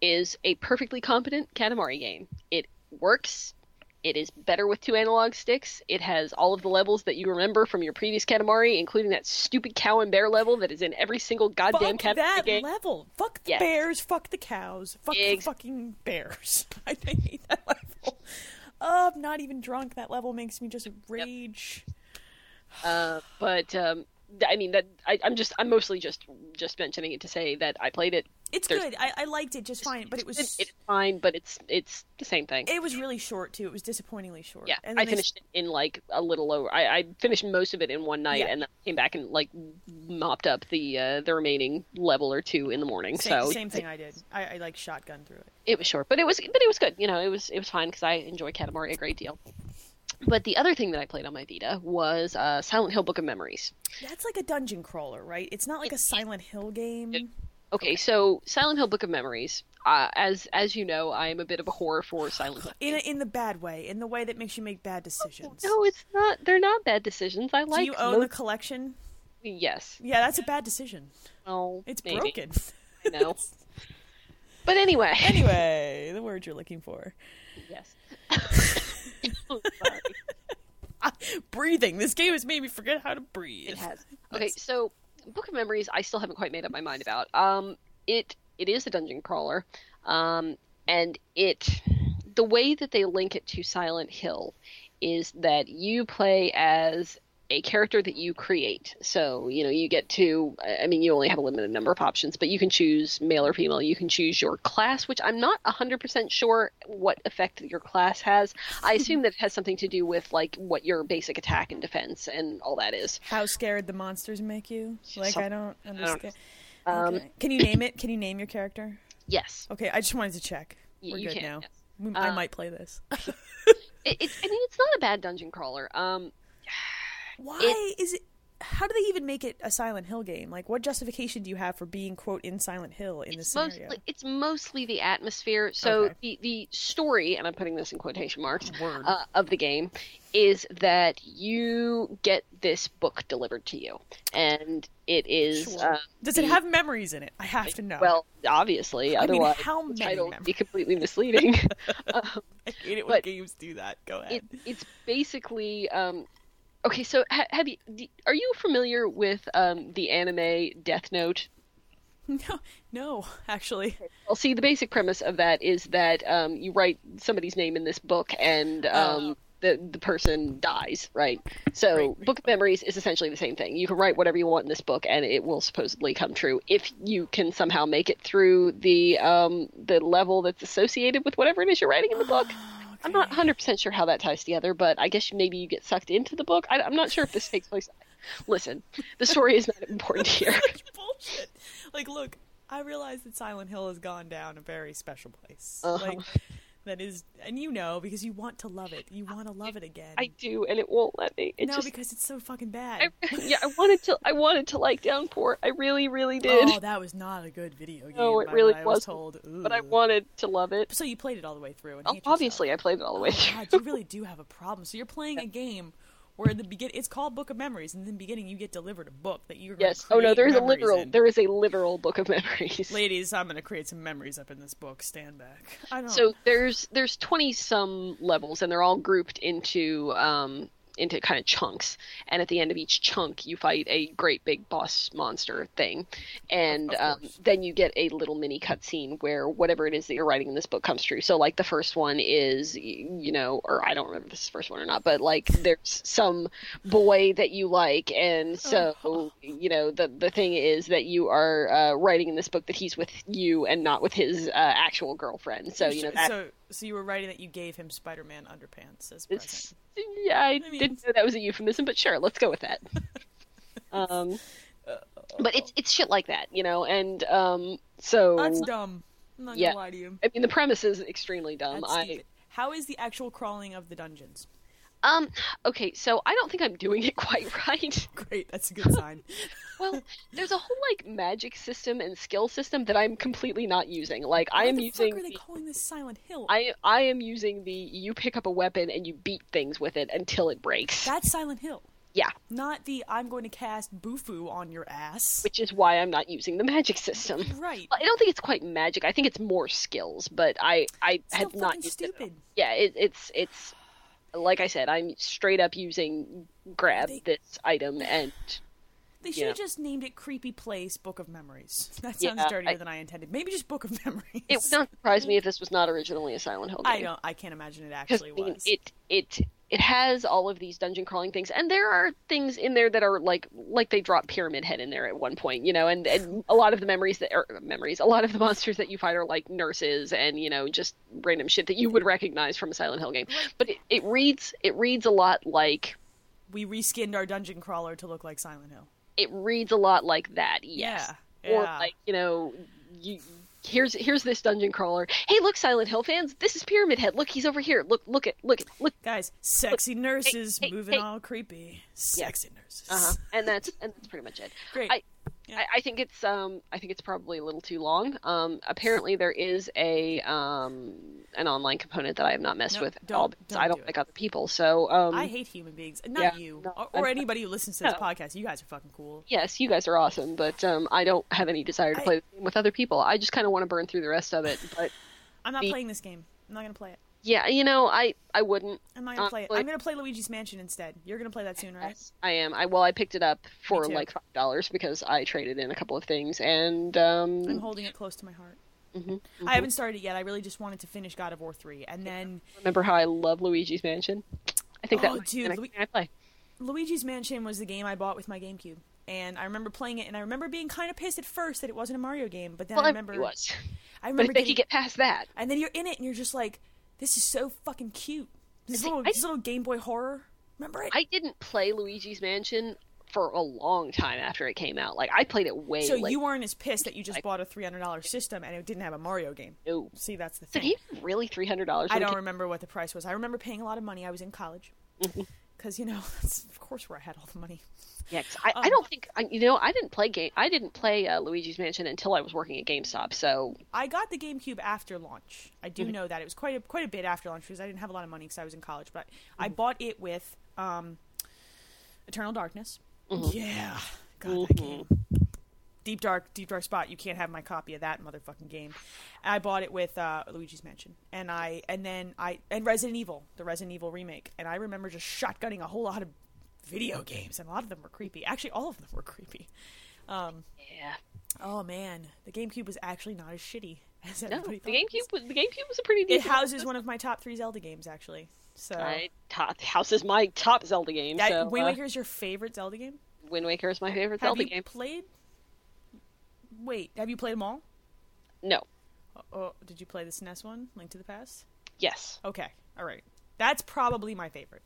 S2: is a perfectly competent Katamari game. It works. It is better with two analog sticks. It has all of the levels that you remember from your previous Katamari, including that stupid cow and bear level that is in every single goddamn
S1: fuck
S2: Katamari
S1: that
S2: game.
S1: level. Fuck the
S2: Yes.
S1: bears. Fuck the cows. Fuck the
S2: Ex-
S1: fucking bears. I hate that level. Uh, I'm not even drunk. That level makes me just rage.
S2: Uh, but um, th- I mean that I, I'm just I'm mostly just just mentioning it to say that I played it.
S1: It's
S2: There's-
S1: good. I, I liked it just fine, but it was
S2: It's
S1: it,
S2: fine, but it's it's the same thing.
S1: was really short too. It was disappointingly short.
S2: Yeah,
S1: and
S2: I
S1: then they-
S2: finished it in like a little over. I, I finished most of it in one night,
S1: Yeah.
S2: and then came back and like mopped up the uh, the remaining level or two in the morning.
S1: Same,
S2: so
S1: same thing I did. I, I like shotgun through it.
S2: It was short, but it was but it was good. You know, it was it was fine because I enjoy Katamari a great deal. But the other thing that I played on my Vita was uh, Silent Hill Book of Memories.
S1: That's like a dungeon crawler, right? It's not like a Silent Hill game.
S2: Okay, so Silent Hill Book of Memories. Uh, as as you know, I am a bit of a horror for Silent Hill.
S1: In, a, in the bad way, in the way that makes you make bad decisions.
S2: No, it's not. They're not bad decisions. I
S1: Do
S2: like.
S1: you own the
S2: most-
S1: collection?
S2: Yes.
S1: Yeah, that's a bad decision.
S2: Well,
S1: It's
S2: maybe.
S1: broken.
S2: I know. But anyway.
S1: anyway, the word you're looking for.
S2: Yes. Sorry.
S1: Breathing. This game has made me forget how to breathe.
S2: It has. Okay, so Book of Memories, I still haven't quite made up my mind about. Um, it it is a dungeon crawler, um, and it the way that they link it to Silent Hill is that you play as a character that you create. So you know you get to. I I mean, you only have a limited number of options, but you can choose male or female. You can choose your class, which I'm not hundred percent sure what effect your class has. I assume that it has something to do with like what your basic attack and defense and all that is.
S1: How scared the monsters make you? Like
S2: Some-
S1: I don't understand.
S2: Um,
S1: Okay. Can you name it? Can you name your character?
S2: Yes,
S1: Okay, I just wanted to check.
S2: Y-
S1: We're
S2: you
S1: good
S2: can,
S1: now.
S2: yes.
S1: We- I
S2: Uh,
S1: might play this.
S2: it, it's. I mean, it's not a bad dungeon crawler. Um,
S1: Why is it? How do they even make it a Silent Hill game? Like, what justification do you have for being quote in Silent Hill in this
S2: it's
S1: scenario?
S2: mostly it's mostly the atmosphere. So
S1: Okay.
S2: the the story, and I'm putting this in quotation marks,
S1: Word.
S2: uh, of the game is that you get this book delivered to you, and it is.
S1: Sure.
S2: uh,
S1: Does it
S2: the-
S1: have memories in it? I have to know.
S2: Well, obviously,
S1: I mean,
S2: otherwise
S1: how
S2: the
S1: many
S2: title would be
S1: members?
S2: completely misleading. um,
S1: I hate it
S2: when but-
S1: games do that. Go ahead.
S2: it, it's basically um, okay. So ha- have you? d are you familiar with um, the anime Death Note?
S1: no, no, actually.
S2: Well, see, the basic premise of that is that um, you write somebody's name in this book, and
S1: Oh.
S2: um, the the person dies, right? So,
S1: Right, right,
S2: book of memories is essentially the same thing. You can write whatever you want in this book, and it will supposedly come true if you can somehow make it through the um, the level that's associated with whatever it is you're writing in the book.
S1: Oh,
S2: I'm not 100% sure how that ties together, but I guess maybe you get sucked into the book. I, I'm not sure if this takes place. Listen, the story is not important here.
S1: bullshit. Like, look, I realize that Silent Hill has gone down a very special place.
S2: Uh-huh.
S1: Like, that is, and you know, because you want to love it. You want to love it again.
S2: I do, and it won't let me. It
S1: no,
S2: just
S1: because it's so fucking bad.
S2: I, yeah, I wanted to. I wanted to like Downpour. I really, really did.
S1: oh, that was not a good video game.
S2: No, it
S1: by
S2: really
S1: what I was
S2: wasn't,
S1: told.
S2: but I
S1: Ugh.
S2: wanted to love it.
S1: So you played it all the way through, and
S2: Oh,
S1: hate yourself.
S2: obviously, I played it all the way through.
S1: God, you really do have a problem. So you're playing a game where in the begin it's called Book of Memories, and in the beginning you get delivered a book that you're gonna
S2: Yes. Oh no,
S1: create
S2: there is a
S1: memories
S2: literal.
S1: in.
S2: There is a literal book of memories.
S1: Ladies, I'm gonna create some memories up in this book. Stand back. I don't.
S2: So there's there's twenty some levels, and they're all grouped into um into kind of chunks. And at the end of each chunk, you fight a great big boss monster thing, and
S1: Of
S2: um,
S1: course.
S2: then you get a little mini cutscene where whatever it is that you're writing in this book comes true. So like the first one is y- you know, or I don't remember if this is the first one or not, but like there's some boy that you like, and so you know the the thing is that you are uh, writing in this book that he's with you and not with his uh, actual girlfriend. So you know that
S1: so so you were writing that you gave him Spider-Man underpants as a present.
S2: it's, yeah, I,
S1: mean-
S2: didn't know that was a euphemism, but sure, let's go with that. um,
S1: Uh,
S2: but it's it's shit like that, you know, and um, so
S1: Oh, That's dumb. I'm not
S2: Yeah.
S1: gonna lie to you.
S2: I mean the premise is extremely dumb.
S1: That's
S2: I
S1: stupid. How is the actual crawling of the dungeons?
S2: um okay, so I don't think I'm doing it quite right.
S1: Great, that's a good sign.
S2: well, there's a whole like magic system and skill system that I'm completely not using. Like I
S1: Why
S2: am
S1: the
S2: using
S1: Fuck are they
S2: the-
S1: calling this Silent Hill?
S2: I I am using the you pick up a weapon and you beat things with it until it breaks.
S1: That's Silent Hill.
S2: yeah,
S1: Not the I'm going to cast Bufu on your ass.
S2: which is why I'm not using the magic system.
S1: right.
S2: Well, I don't think it's quite magic. I think it's more skills, but I I
S1: so
S2: had not
S1: fucking
S2: used it at all.
S1: stupid.
S2: Yeah, it, it's it's like I said, I'm straight up using grab
S1: They-
S2: this item and
S1: They should have
S2: Yeah.
S1: just named it Creepy Place Book of Memories. That
S2: Yeah,
S1: sounds dirtier
S2: I-
S1: than I intended. Maybe just Book of Memories.
S2: it would not surprise me if this was not originally a Silent Hill game.
S1: I don't I can't imagine it
S2: 'Cause,
S1: actually
S2: I mean,
S1: was.
S2: it it it has all of these dungeon crawling things, and there are things in there that are like like they drop Pyramid Head in there at one point, you know, and, and a lot of the memories that are memories, a lot of the monsters that you fight are like nurses and you know just random shit that you would recognize from a Silent Hill game. But it, it reads it reads a lot like
S1: we reskinned our dungeon crawler to look like Silent Hill.
S2: it reads a lot like that, yes,
S1: Yeah,
S2: or
S1: yeah.
S2: like you know you here's here's this dungeon crawler. Hey, look, Silent Hill fans, this is Pyramid Head. Look, he's over here. Look, look at look at look.
S1: Guys, sexy nurses
S2: hey,
S1: moving
S2: hey.
S1: all creepy. Sexy nurses.
S2: Uh-huh. And that's and that's pretty much it.
S1: Great.
S2: I,
S1: Yeah.
S2: I, I think it's um I think it's probably a little too long. Um, apparently there is a um an online component that I have not messed
S1: No,
S2: with at
S1: don't-
S2: all because
S1: don't
S2: I don't
S1: do it.
S2: like other people. So um,
S1: I hate human beings. Not
S2: Yeah,
S1: you.
S2: no,
S1: or, or
S2: I-
S1: anybody who listens to this
S2: no.
S1: podcast. You guys are fucking cool.
S2: yes, you guys are awesome, but um, I don't have any desire to
S1: I-
S2: play the game with other people. I just kind of want to burn through the rest of it. But
S1: I'm not
S2: Be-
S1: playing this game. I'm not gonna play it.
S2: yeah, you know, I I wouldn't.
S1: I'm not gonna play it.
S2: Honestly-
S1: I'm gonna play Luigi's Mansion instead. You're gonna play that soon, right?
S2: Yes, I am. I well, I picked it up for
S1: too.
S2: like five dollars because I traded in a couple of things, and
S1: I'm
S2: um,
S1: holding it close to my heart.
S2: Mm-hmm.
S1: I haven't started it yet. I really just wanted to finish God of War three, and then
S2: remember how I love Luigi's Mansion? I
S1: Oh,
S2: think that might be
S1: dude,
S2: the next
S1: Lu-
S2: thing I play.
S1: Luigi's Mansion was the game I bought with my GameCube, and I remember playing it, and I remember being kind of pissed at first that it wasn't a Mario game, but then
S2: Well,
S1: I
S2: I
S1: remember
S2: remember was,
S1: I
S2: but
S1: remember
S2: if they
S1: getting,
S2: could get past that,
S1: and then you're in it, and you're just like, this is so fucking cute. This
S2: See,
S1: little
S2: I-
S1: this little Game Boy horror. Remember it?
S2: I didn't play Luigi's Mansion for a long time after it came out. Like I played it way.
S1: so
S2: late.
S1: you weren't as pissed that you just bought a three hundred dollar system and it didn't have a Mario game.
S2: No.
S1: See, that's the
S2: the
S1: thing.
S2: game really three hundred dollars.
S1: I don't remember what the price was. I remember paying a lot of money. I was in college.
S2: Mm-hmm.
S1: Because, you know, that's of course where I had all the money.
S2: Yeah, 'cause I, I don't think I, you know. I didn't play game. I didn't play uh, Luigi's Mansion until I was working at GameStop. So
S1: I got the GameCube after launch. I
S2: Mm-hmm.
S1: do know that. It was quite a, quite a bit after launch because I didn't have a lot of money because I was in college. But
S2: Mm-hmm.
S1: I bought it with um, Eternal Darkness.
S2: Mm-hmm.
S1: Yeah. God, that game. Deep Dark, Deep Dark Spot. You can't have my copy of that motherfucking game. And I bought it with uh, Luigi's Mansion, and I and then I and Resident Evil, the Resident Evil remake, and I remember just shotgunning a whole lot of video games, and a lot of them were creepy. Actually, all of them were creepy.
S2: yeah,
S1: Oh man, the GameCube was actually not as shitty as
S2: no.
S1: everybody
S2: The
S1: thought. it was.
S2: GameCube was the GameCube was a pretty
S1: It
S2: decent.
S1: houses one of my top three Zelda games, actually. So,
S2: I top House is my top Zelda game.
S1: that,
S2: so
S1: Wind
S2: uh,
S1: Waker is your favorite Zelda game.
S2: Wind Waker is my favorite
S1: Have
S2: Zelda
S1: you
S2: game.
S1: played? Wait, have you played them all?
S2: No.
S1: Oh, did you play the SNES one, Link to the Past?
S2: Yes.
S1: Okay, all right. That's probably my favorite.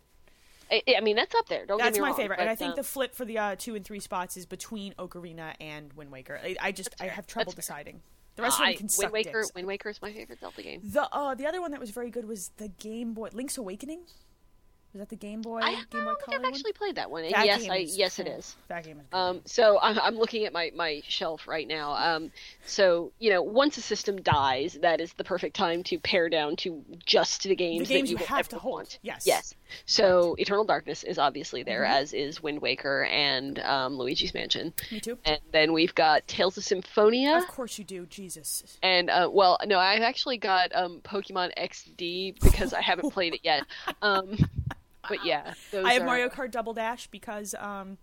S2: I, I mean that's up there. Don't get
S1: That's
S2: me
S1: my
S2: wrong,
S1: favorite, and
S2: but,
S1: I think
S2: um,
S1: the flip for the uh, two and three spots is between Ocarina and Wind Waker. I, I just I have trouble
S2: That's
S1: deciding. The rest of
S2: I-
S1: them can
S2: Wind
S1: suck
S2: Waker.
S1: dicks.
S2: Wind Waker is my favorite Zelda game.
S1: The uh, the other one that was very good was the Game Boy Link's Awakening. Was that the Game Boy
S2: I don't
S1: Game Boy
S2: think
S1: Color
S2: I've
S1: one?
S2: actually played that one. And
S1: That
S2: yes,
S1: game
S2: I
S1: is
S2: yes
S1: cool.
S2: it is.
S1: That game is good.
S2: Um, so I'm, I'm looking at my, my shelf right now. Um, so you know, once a system dies, that is the perfect time to pare down to just the games,
S1: games
S2: that
S1: you
S2: you, will
S1: have to
S2: ever
S1: hold.
S2: Want.
S1: Yes. Mm-hmm.
S2: Yes. So Eternal Darkness is obviously there, as is Wind Waker and um, Luigi's Mansion.
S1: Me too.
S2: And then we've got Tales of Symphonia.
S1: Of course you do, Jesus.
S2: And uh, well, no, I've actually got um, Pokemon XD because I haven't played it yet. Um, but yeah, those
S1: I have
S2: are-
S1: Mario Kart Double Dash because um,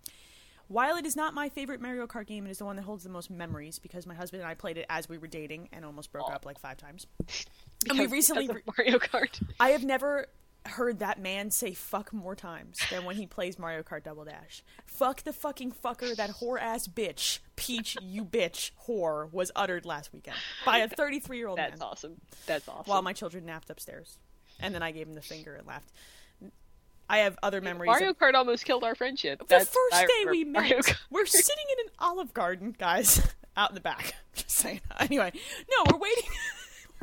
S1: while it is not my favorite Mario Kart game, it is the one that holds the most memories because my husband and I played it as we were dating and almost broke up like five times. and
S2: because-
S1: we
S2: Oh. because
S1: recently,
S2: of Mario Kart.
S1: I have never heard that man say fuck more times than when he plays Mario Kart Double Dash. Fuck the fucking fucker, that whore ass bitch, Peach, you bitch, whore, was uttered last weekend by a 33 year old man
S2: That's awesome. That's awesome.
S1: while my children napped upstairs. And then I gave him the finger and laughed. I have other memories.
S2: Mario
S1: of-
S2: Kart almost killed our friendship.
S1: the
S2: That's- I
S1: first day we
S2: remember Mario
S1: met,
S2: Kart.
S1: we're sitting in an Olive Garden, guys, out in the back. Just saying. Anyway, no, we're waiting.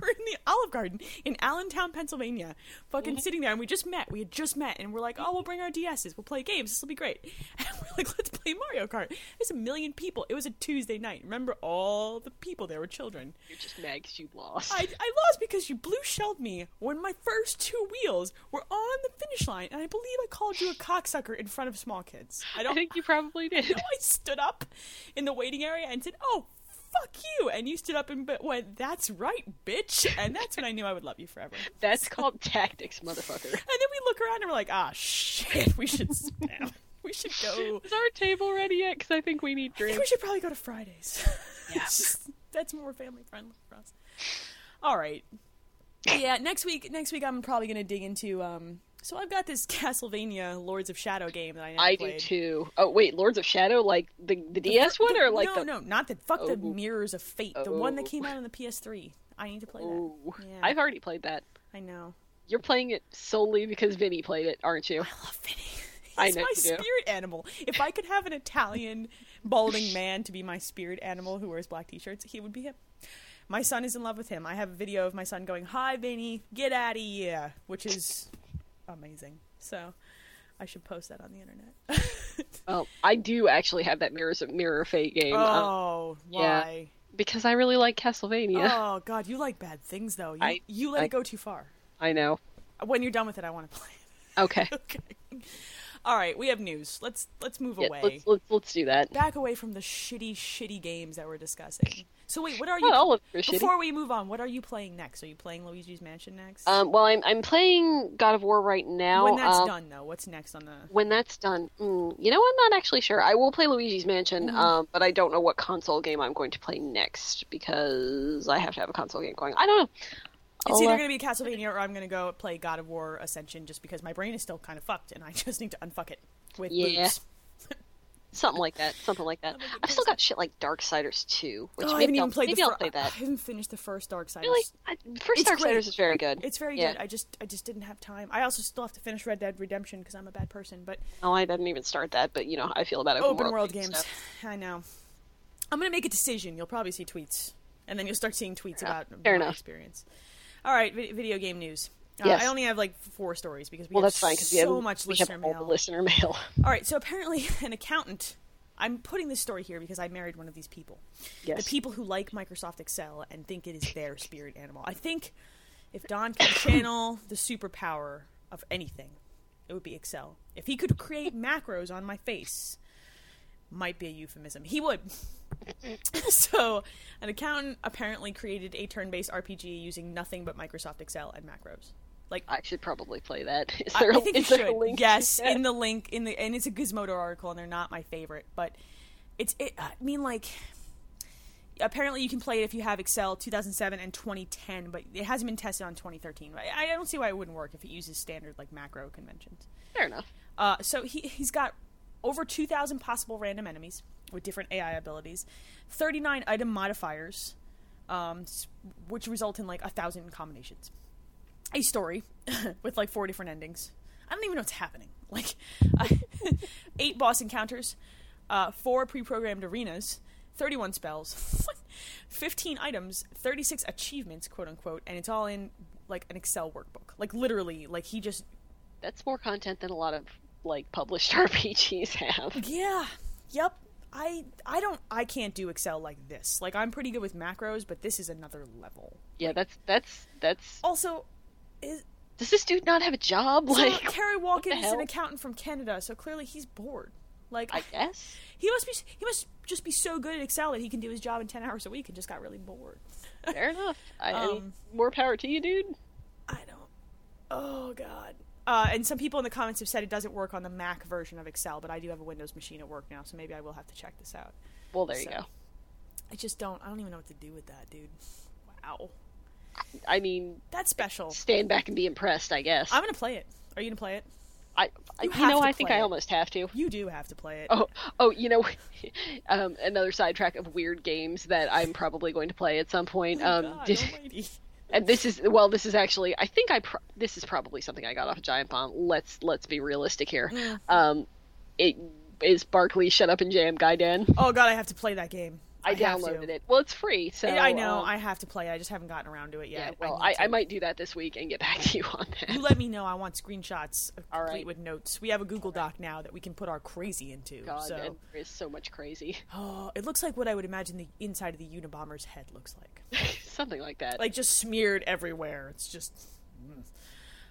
S1: we're in the Olive Garden in Allentown, Pennsylvania,
S2: Mm-hmm.
S1: fucking sitting there, and we just met. We had just met, and we're like, oh, we'll bring our DSs. We'll play games. This will be great. And we're like, let's play Mario Kart. There's a million people. It was a Tuesday night. Remember all the people? There were children.
S2: You're just mad 'cause you lost.
S1: I, I lost because you blue shelled me when my first two wheels were on the finish line, and I believe I called you a cocksucker in front of small kids. I
S2: I
S1: don't.
S2: think you probably did.
S1: I stood up in the waiting area and said, "Oh, fuck you!" And you stood up and b- went, "That's right, bitch!" And that's when I knew I would love you forever. And
S2: That's called tactics, motherfucker.
S1: then we look around and we're like, "Ah, shit, we should snap. we should go.
S2: Is our table ready yet? Because I think we need
S1: I think
S2: drinks.
S1: we should probably go to Fridays. It's just- that's more family friendly for us. All right. Yeah, next week. Next week, I'm probably going to dig into. um So I've got this Castlevania Lords of Shadow game that I never
S2: I do
S1: played.
S2: too. Oh wait, Lords of Shadow, like the the DS one, or like
S1: no,
S2: the
S1: no, not the fuck the
S2: Oh.
S1: Mirrors of Fate, the one that
S2: Oh.
S1: came out on the PS3. I need to play
S2: Ooh.
S1: that. Yeah,
S2: I've already played that.
S1: I know.
S2: You're playing it solely because Vinny played it, aren't you?
S1: I love Vinny.
S2: I
S1: He's
S2: know
S1: my
S2: you do.
S1: spirit animal. If I could have an Italian balding man to be my spirit animal who wears black t-shirts, he would be him. My son is in love with him. I have a video of my son going, "Hi, Vinny, get out of here," which is amazing. So I should post that on the internet.
S2: Well, Um, I do actually have that Mirror Mirror Fate game. um,
S1: oh,
S2: yeah.
S1: why?
S2: because I really like Castlevania.
S1: Oh God, you like bad things though. You,
S2: I-
S1: you let
S2: I-
S1: it go too far.
S2: I know.
S1: When you're done with it, I want to play.
S2: Okay.
S1: it. okay. All right, we have news. Let's let's move
S2: Yeah,
S1: away.
S2: let's, let's let's do that.
S1: Back away from the shitty, shitty games that we're discussing. So wait, what are you?
S2: Not all of them are shitty.
S1: before we move on, what are you playing next? Are you playing Luigi's Mansion next?
S2: Um, well, I'm I'm playing God of War right now.
S1: when that's
S2: um, oh,
S1: done, though, what's next on the?
S2: When that's done, mm, you know, I'm not actually sure. I will play Luigi's Mansion,
S1: Mm-hmm.
S2: um, but I don't know what console game I'm going to play next because I have to have a console game going. I don't know.
S1: It's
S2: I'll,
S1: either
S2: uh,
S1: going to be Castlevania or I'm going to go play God of War Ascension, just because my brain is still kind of fucked and I just need to unfuck it with
S2: Yeah.
S1: boots.
S2: something like that. Something like that. I've still got shit like Darksiders 2, which
S1: Oh, I haven't
S2: maybe, I'll,
S1: even played.
S2: maybe
S1: the fir-
S2: I'll play that.
S1: I haven't finished the first Dark Side.
S2: Really, I, first
S1: It's
S2: Darksiders
S1: great.
S2: is very good.
S1: It's very
S2: Yeah.
S1: good. I just I just didn't have time. I also still have to finish Red Dead Redemption because I'm a bad person. But
S2: Oh, I didn't even start that, but you know how I feel about open,
S1: open world games,
S2: stuff.
S1: I know. I'm gonna make a decision. You'll probably see tweets, and then you'll start seeing tweets
S2: enough.
S1: about
S2: Fair
S1: my
S2: enough.
S1: experience. All right, vi- video game news. Uh,
S2: Yes.
S1: I only have like four stories because we
S2: Well,
S1: have
S2: that's fine because we have
S1: so much
S2: we
S1: listener
S2: have all
S1: mail.
S2: the listener mail.
S1: All right, so apparently an accountant. I'm putting this story here because I married one of these people.
S2: Yes.
S1: The people who like Microsoft Excel and think it is their spirit animal. I think if Don could channel the superpower of anything, it would be Excel. If he could create macros on my face, might be a euphemism. He would. so, an accountant apparently created a turn-based RPG using nothing but Microsoft Excel and macros. Like
S2: I should probably play that. Is
S1: I-
S2: there,
S1: I think you
S2: is there
S1: should.
S2: a link?
S1: Yes,
S2: to that?
S1: in the link in the and it's a Gizmodo article, and they're not my favorite, but it's it. I mean, like apparently you can play it if you have Excel 2007 and 2010, but it hasn't been tested on 2013. I, I don't see why it wouldn't work if it uses standard like macro conventions.
S2: Fair enough.
S1: Uh, so he, he's got over 2,000 possible random enemies with different AI abilities, 39 item modifiers, um, s- which result in like a thousand combinations. A story with like four different endings. I don't even know what's happening. Like uh, eight boss encounters, uh, four pre-programmed arenas, 31 spells, 15 items, 36 achievements, quote unquote, and it's all in like an Excel workbook. Like literally, like he just
S2: That's more content than a lot of like published RPGs have.
S1: Yeah. Yep. I I don't I can't do Excel like this. Like I'm pretty good with macros, but this is another level.
S2: Yeah, that's that's that's.
S1: Also, is
S2: Does this dude not have a job?
S1: Oh. so
S2: Like,
S1: Kerry
S2: the
S1: Walken is
S2: hell?
S1: an accountant from Canada, so clearly he's bored. Like
S2: I guess.
S1: he must be he must just be so good at Excel that he can do his job in 10 hours a week and just got really bored.
S2: Fair enough. I, I mean,
S1: Um,
S2: more power to you, dude.
S1: I don't. Oh God. Uh, and some people in the comments have said it doesn't work on the Mac version of Excel, but I do have a Windows machine at work now, so maybe I will have to check this out.
S2: Well, there you
S1: so-
S2: go.
S1: I just don't. I don't even know what to do with that, dude. Wow.
S2: I mean,
S1: That's special.
S2: stand back and be impressed. I guess.
S1: I'm gonna play it. Are you gonna play it?
S2: I, I,
S1: you
S2: you
S1: have
S2: know,
S1: to
S2: I think
S1: play
S2: I
S1: it.
S2: almost have to.
S1: You do have to play it.
S2: Oh, oh, you know, um, another sidetrack of weird games that I'm probably going to play at some point. um,
S1: Oh God
S2: did-
S1: almighty.
S2: and this is well, this is actually, I think I pro- this is probably something I got off of Giant Bomb. Let's let's be realistic here.
S1: Mm.
S2: Um, it is Barkley Shut Up and Jam Gaiden.
S1: Oh God, I have to play that game.
S2: I,
S1: have
S2: downloaded
S1: to.
S2: it. Well, it's free, so
S1: I know.
S2: um,
S1: I have to play. it. I just haven't gotten around to it yet.
S2: yeah, well,
S1: need
S2: I,
S1: to.
S2: I might do that this week and get back to you on that.
S1: You let me know. I want screenshots, of-
S2: All
S1: complete
S2: right.
S1: with notes. We have a Google Doc now that we can put our crazy into.
S2: Oh God,
S1: so,
S2: and there is so much crazy,
S1: oh, it looks like what I would imagine the inside of the Unabomber's head looks like.
S2: something like that.
S1: like just smeared everywhere. It's just mm.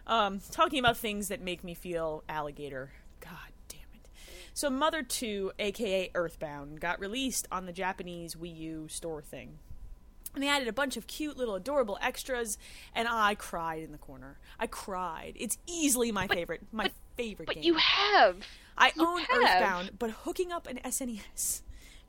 S1: um, talking about things that make me feel alligator. God damn it! So, Mother Two, aka Earthbound, got released on the Japanese Wii U store thing. And they added a bunch of cute little adorable extras, and I cried in the corner. I cried. It's easily my favorite, my favorite
S2: but
S1: game.
S2: you have
S1: I own
S2: have.
S1: Earthbound, but hooking up an SNES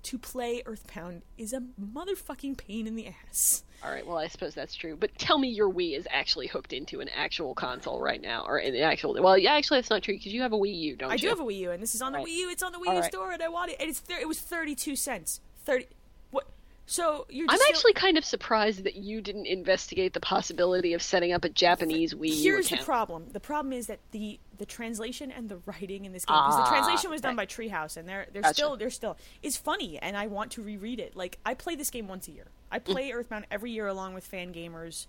S1: to play Earthbound is a motherfucking pain in the ass.
S2: All right, well, I suppose that's true. But tell me your Wii is actually hooked into an actual console right now, or an actual. Well, yeah, actually, that's not true because you have a Wii U, don't
S1: I
S2: you?
S1: do have a Wii U, and this is on the
S2: Alright.
S1: Wii U. It's on the Wii U
S2: Alright.
S1: store, and I want it. And it's thir- it was thirty two cents. Thirty. What? So you're.
S2: I'm
S1: Just
S2: actually kind of surprised that you didn't investigate the possibility of setting up a Japanese Wii U
S1: Here's
S2: account.
S1: the problem. The problem is that the the translation and the writing in this game, because the
S2: Ah,
S1: translation was done
S2: right.
S1: by Treehouse, and they're they're
S2: Gotcha.
S1: still they're still is funny, and I want to reread it. Like I play this game once a year. I play Earthbound every year along with fan gamers,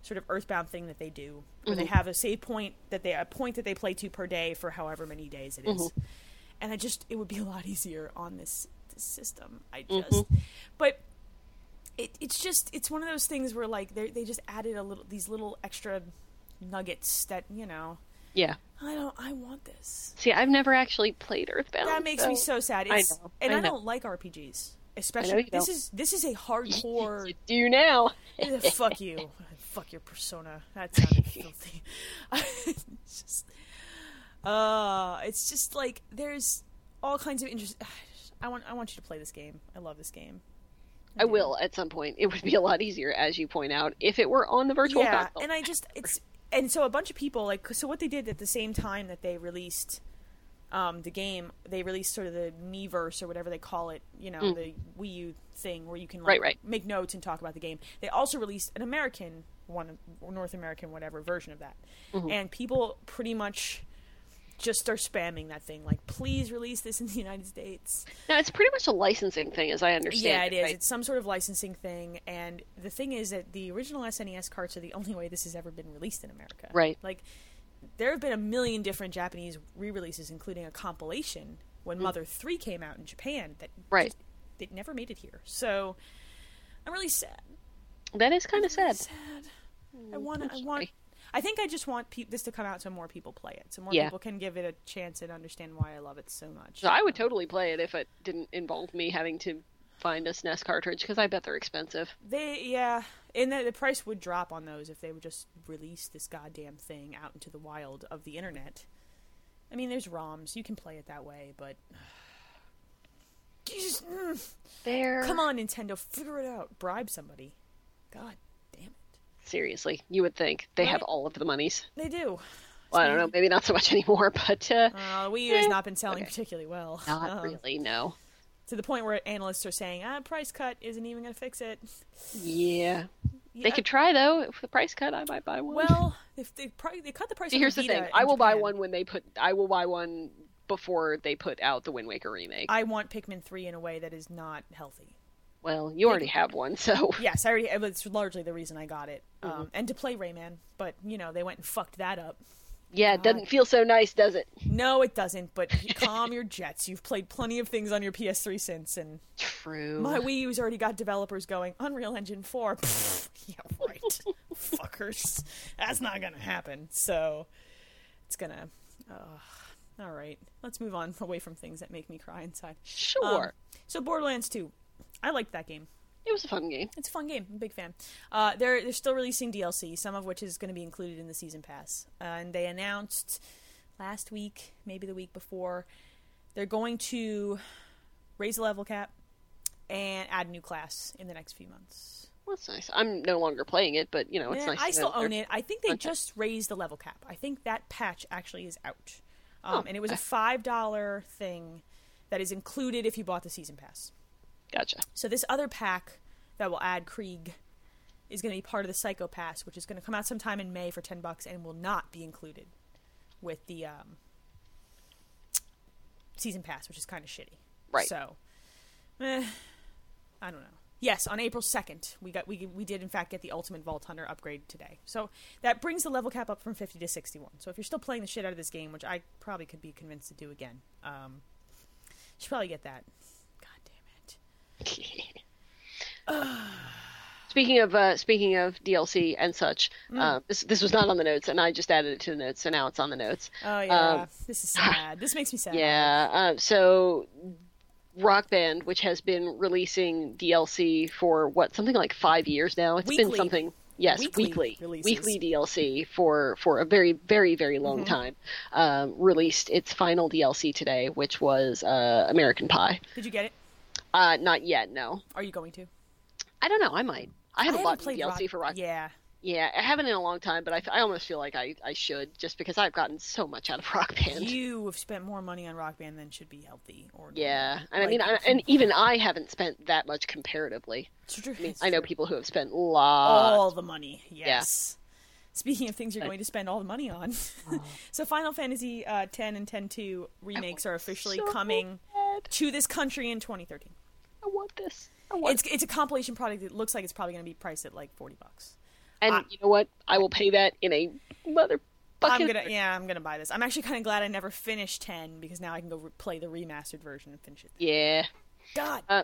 S1: sort of Earthbound thing that they do, where they have a save point that they a point that they play to per day for however many days it is. And I just it would be a lot easier on this, this system. I just but it, it's just it's one of those things where like they they just added a little these little extra nuggets that you know
S2: Yeah.
S1: I don't I want this.
S2: See, I've never actually played Earthbound.
S1: That makes me so sad.
S2: I
S1: It's,
S2: know,
S1: and
S2: I
S1: I,
S2: know.
S1: don't like RPGs, especially
S2: you
S1: this
S2: don't.
S1: is this is a hardcore.
S2: You do now.
S1: Ugh, fuck you, fuck your persona. That sounded filthy. it's just, uh, it's just like there's all kinds of interest. I want I want you to play this game. I love this game.
S2: I will at some point. It would be a lot easier, as you point out, if it were on the virtual
S1: yeah
S2: console.
S1: and i just it's and so a bunch of people like so what they did at the same time that they released um, the game they released sort of the meverse or whatever they call it you know the wii u thing where you can like,
S2: Mm. Right, right.
S1: make notes and talk about the game they also released an american one north american whatever version of that
S2: Mm-hmm.
S1: and people pretty much just are spamming that thing like please release this in the united states
S2: Now it's pretty much a licensing thing, as I understand.
S1: yeah, it is.
S2: right?
S1: It's some sort of licensing thing, and the thing is that the original SNES carts are the only way this has ever been released in America.
S2: Right.
S1: Like, there have been a million different Japanese re-releases, including a compilation when Mother Three came out in Japan that
S2: Mm. Right.
S1: just- it never made it here. So I'm really sad.
S2: That is kind of sad. Mm,
S1: Sad. I want. I want.
S2: I'm sorry.
S1: I think I just want peop this to come out so more people play it, so more
S2: Yeah.
S1: people can give it a chance and understand why I love it so much.
S2: So I would totally play it if it didn't involve me having to find a SNES cartridge because I bet they're expensive.
S1: They yeah, and the, the price would drop on those if they would just release this goddamn thing out into the wild of the internet. I mean, there's ROMs you can play it that way, but you just mm.
S2: There.
S1: come on, Nintendo, figure it out. Bribe somebody. God damn it,
S2: Seriously, you would think they have
S1: Right.
S2: all of the monies.
S1: they do.
S2: Well, I don't know. Maybe not so much anymore, but uh,
S1: Uh, Wii U has
S2: Eh,
S1: not been selling
S2: okay.
S1: particularly well,
S2: not
S1: Um,
S2: really. No.
S1: to the point where analysts are saying, "Ah, price cut isn't even going to fix it."
S2: Yeah. They
S1: Yeah,
S2: could try though. If the price cut, I might buy one.
S1: well, if they pri- they cut the price.
S2: See,
S1: on
S2: here's the
S1: Vita
S2: thing.
S1: in
S2: I will buy
S1: Japan.
S2: one when they put. I will buy one before they put out the Wind Waker remake.
S1: I want Pikmin three in a way that is not healthy.
S2: Well, you already have one, so
S1: Yes, I already. it was largely the reason I got it, um, and to play Rayman. But you know, they went and fucked that up.
S2: yeah, it doesn't feel so nice, does it?
S1: No, it doesn't. But calm your jets. You've played plenty of things on your PS3 since, and
S2: True.
S1: my Wii U's already got developers going Unreal Engine four. Pfft, yeah, right. Fuckers. That's not gonna happen. So it's gonna. Uh, all right, let's move on away from things that make me cry inside. Um,
S2: Sure.
S1: so Borderlands two, I liked that game.
S2: it was a fun game.
S1: It's a fun game. I'm a big fan. Uh, they're they're still releasing DLC, some of which is going to be included in the season pass. Uh, and they announced last week, maybe the week before, they're going to raise the level cap and add a new class in the next few months.
S2: Well, it's nice. I'm no longer playing it, but you know, it's
S1: Yeah,
S2: nice.
S1: I still own
S2: it.
S1: it. I think they just raised the level cap. I think that patch actually is out, um, and it was a five dollar thing that is included if you bought the season pass.
S2: Gotcha.
S1: So this other pack that will add Krieg is going to be part of the Psycho Pass, which is going to come out sometime in May for ten bucks and will not be included with the um, season pass, which is kind of shitty.
S2: Right.
S1: So, eh, I don't know. Yes, on April second, we got we we did in fact get the Ultimate Vault Hunter upgrade today. So that brings the level cap up from fifty to sixty one. So if you're still playing the shit out of this game, which I probably could be convinced to do again, um, you should probably get that. God damn it.
S2: speaking of uh, speaking of DLC and such,
S1: Mm.
S2: uh, this this was not on the notes, and I just added it to the notes, so now it's on the notes.
S1: Oh yeah, this is sad. This makes me sad.
S2: Um, Yeah. Uh, so, Rock Band, which has been releasing DLC for what something like five years now. It's been
S1: Weekly.
S2: something. Yes,
S1: Weekly
S2: weekly,
S1: releases.
S2: weekly DLC for for a very very very long
S1: Mm-hmm.
S2: time. Um, released its final DLC today, which was uh, American Pie.
S1: Did you get it?
S2: Uh, not yet, no.
S1: Are you going to?
S2: I don't know. I might. I haven't,
S1: haven't
S2: bought
S1: played
S2: DLC
S1: Rock-
S2: for Rock.
S1: Yeah,
S2: Yeah, I haven't in a long time, but I, I almost feel like I, I should just because I've gotten so much out of Rock Band.
S1: You have spent more money on Rock Band than should be healthy. Or
S2: yeah, and I mean, I, and even I haven't spent that much comparatively.
S1: It's true.
S2: I mean,
S1: It's
S2: I know
S1: true.
S2: people who have spent lots.
S1: all the money. Yes. Speaking of things you're going to spend all the money on,
S2: Oh.
S1: so Final Fantasy uh, 10 and 10-2 remakes are officially
S2: so
S1: coming
S2: bad.
S1: to this country in 2013.
S2: I want this. I want
S1: It's it's a compilation product. It looks like it's probably going to be priced at like 40 bucks.
S2: And
S1: I-
S2: you know what? I will pay that in a motherfucking.
S1: I'm gonna yeah, I'm gonna buy this. I'm actually kind of glad I never finished 10 because now I can go re- play the remastered version and finish it.
S2: Yeah.
S1: God,
S2: Uh,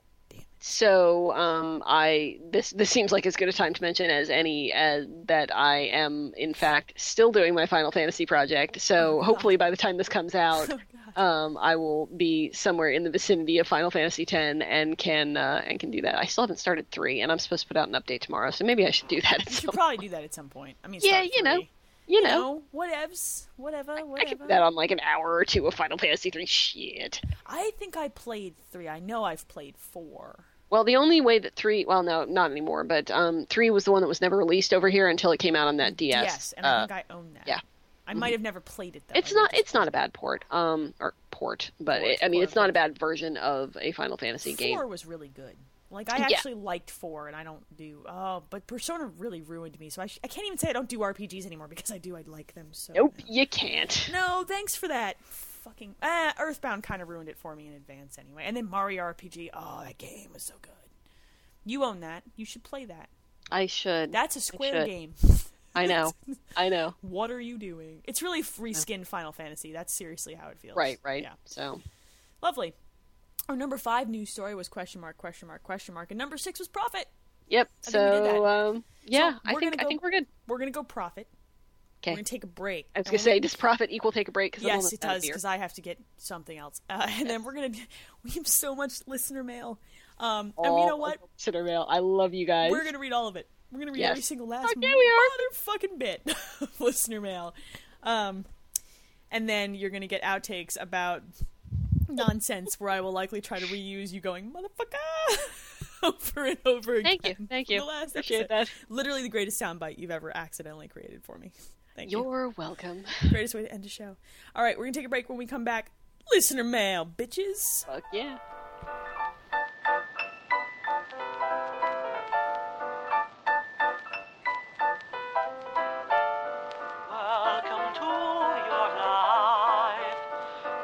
S2: So um, I this this seems like as good a time to mention as any as that I am in fact still doing my Final Fantasy project.
S1: Oh
S2: So hopefully by the time this comes out, um, I will be somewhere in the vicinity of Final Fantasy X and can uh, and can do that. I still haven't started three, and I'm supposed to put out an update tomorrow. So maybe I should do that. At
S1: you
S2: some,
S1: should probably do that at some point. I mean,
S2: Yeah,
S1: start
S2: you know,
S1: three.
S2: you
S1: you
S2: know,
S1: know, whatevs, whatever,
S2: I can do
S1: whatever.
S2: that on like an hour or two of Final Fantasy three. Shit.
S1: I think I played three. I know I've played four.
S2: Well, the only way that three, well, no, not anymore, but um, three was the one that was never released over here until it came out on that DS.
S1: Yes, and
S2: Uh,
S1: I think I own that.
S2: yeah. Mm-hmm.
S1: I might have never played it though.
S2: it's
S1: I might
S2: not,
S1: just-
S2: it's not a bad port, um, or port, but it, I mean,
S1: port,
S2: it's not a
S1: port.
S2: bad version of a Final Fantasy game.
S1: Four was really good. Like I
S2: Yeah.
S1: actually liked four, and I don't do. Oh, but Persona really ruined me, so I, sh- I can't even say I don't do RPGs anymore because I do. I like them so.
S2: Nope, you can't.
S1: No, thanks for that. Fucking eh, Earthbound kind of ruined it for me in advance anyway. And then Mario RPG. Oh, that game was so good. You own that. You should play that.
S2: I should.
S1: That's a
S2: should.
S1: Square game.
S2: I know. I know.
S1: What are you doing? It's really reskinned Final Fantasy. That's seriously how it feels.
S2: Right, right.
S1: Yeah.
S2: So,
S1: Lovely. Our number five news story was question mark, question mark, question mark, and number six was profit.
S2: yep.
S1: I think we did
S2: so,
S1: that.
S2: um, yeah, I
S1: we're
S2: think,
S1: gonna
S2: I
S1: go-
S2: think we're good.
S1: We're gonna go profit.
S2: Okay.
S1: We're gonna take a break.
S2: I
S1: And
S2: was going
S1: we're
S2: to say, does profit equal take a break? Cause I'm
S1: Yes,
S2: almost
S1: it
S2: out of
S1: does
S2: beer.
S1: because I have to get something else, uh, and then we're gonna. We have so much listener mail, um, and you know
S2: All
S1: what?
S2: of Consider mail. Oh, I love you guys.
S1: We're gonna read all of it. We're gonna read
S2: Yes.
S1: every single last
S2: Okay, we are.
S1: motherfucking bit of listener mail, um, and then you're gonna get outtakes about nonsense where I will likely try to reuse you going motherfucker over and over again.
S2: Thank you. Thank
S1: from
S2: you.
S1: The last
S2: Appreciate
S1: episode.
S2: that.
S1: Literally the greatest soundbite you've ever accidentally created for me. Thank you.
S2: You're welcome.
S1: Greatest way to end a show. All right, we're gonna take a break. When we come back, listener mail, bitches.
S2: Fuck yeah.
S3: Welcome to your life.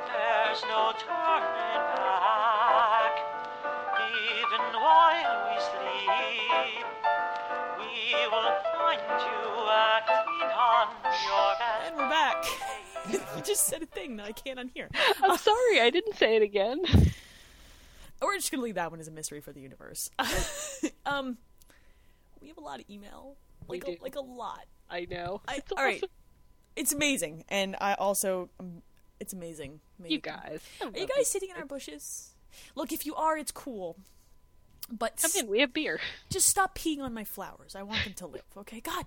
S3: There's no turning back. Even while we sleep, we will find you acting on your best.
S1: And we're back. you just said a thing that I can't unhear.
S2: I'm sorry, I didn't say it again.
S1: We're just gonna leave that one as a mystery for the universe. um, we have a lot of email,
S2: We
S1: like a,
S2: do.
S1: like a lot.
S2: I know.
S1: I,
S2: It's
S1: all right,
S2: awesome.
S1: it's amazing, and I also, um, it's amazing. Amazing.
S2: You guys.
S1: are you guys sitting in our bushes? Look, if you are, it's cool. But
S2: Come in, we have beer.
S1: just stop peeing on my flowers. I want them to live. Okay, God.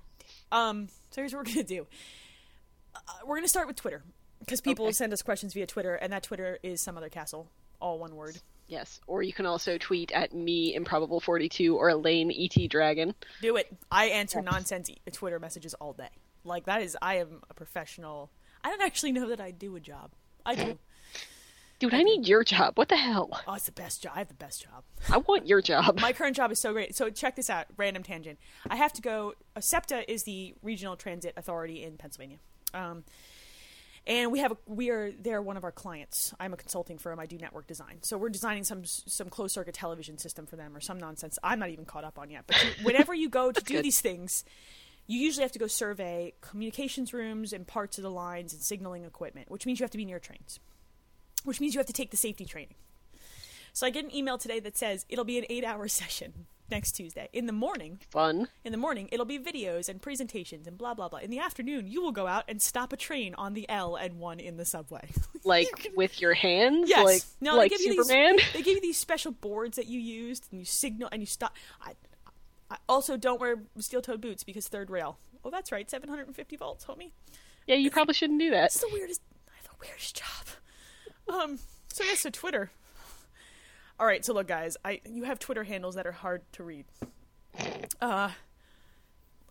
S1: Um, so here's what we're gonna do. Uh, we're gonna start with Twitter because people
S2: Okay.
S1: send us questions via Twitter, and that Twitter is some other castle, all one word.
S2: Yes. Or you can also tweet at me improbable42 or Elaine ET Dragon.
S1: Do it. I answer nonsense e- Twitter messages all day. Like that is, I am a professional. I don't actually know that I do a job. I do.
S2: Dude, I need your job. What the hell?
S1: Oh, it's the best job. I have the best job.
S2: I want your job.
S1: my current job is so great. So check this out. Random tangent. I have to go. uh, SEPTA is the regional transit authority in Pennsylvania. Um, and we have a, we are they're one of our clients. I'm a consulting firm. I do network design. So we're designing some some closed circuit television system for them or some nonsense. I'm not even caught up on yet. But you- whenever you go to do
S2: good.
S1: these things, you usually have to go survey communications rooms and parts of the lines and signaling equipment, which means you have to be near trains, which means you have to take the safety training. So I get an email today that says it'll be an eight hour session next Tuesday. In the morning,
S2: Fun.
S1: in the morning, it'll be videos and presentations and blah, blah, blah. In the afternoon, you will go out and stop a train on the L and one in the subway.
S2: Like with your hands?
S1: yes.
S2: Like,
S1: no,
S2: like
S1: they give
S2: Superman?
S1: You these, they give you these special boards that you used and you signal and you stop. I, I also don't wear steel toed boots because third rail. Oh, that's right. 750 volts, homie.
S2: Yeah, you probably shouldn't do that.
S1: It's the weirdest. I have the weirdest job. Um. So yeah. So Twitter. All right. So look, guys. I you have Twitter handles that are hard to read. Uh.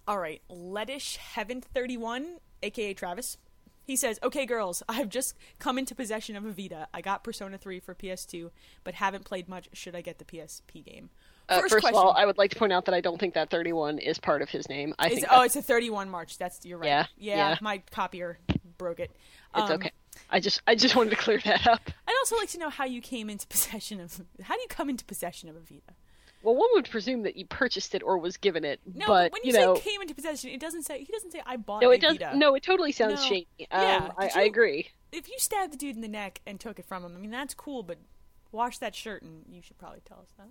S1: All right, Lettish Heaven 31, aka Travis. He says, "Okay, girls, I have just come into possession of a Vita. I got Persona 3 for PS2, but haven't played much. Should I get the PSP game?"
S2: Uh, first of all, I would like to point out that I don't think that 31 is part of his name. I
S1: It's-
S2: think
S1: oh,
S2: that's-
S1: it's a 31 March. That's you're right.
S2: Yeah, yeah.
S1: my copier broke it. Um,
S2: it's okay. I just I just wanted to clear that up.
S1: I'd also like to know how you came into possession of. How do you come into possession of a Vita?
S2: Well, one would presume that you purchased it or was given it,
S1: No,
S2: but
S1: when
S2: you
S1: you,
S2: know,
S1: say came into possession, it doesn't say. He doesn't say I bought
S2: no,
S1: a
S2: it does.
S1: Vita.
S2: No, it totally sounds
S1: No.
S2: shady. Um,
S1: Yeah,
S2: I,
S1: did
S2: I
S1: you-
S2: agree.
S1: If you stabbed the dude in the neck and took it from him, I mean that's cool, but wash that shirt and you should probably tell us that.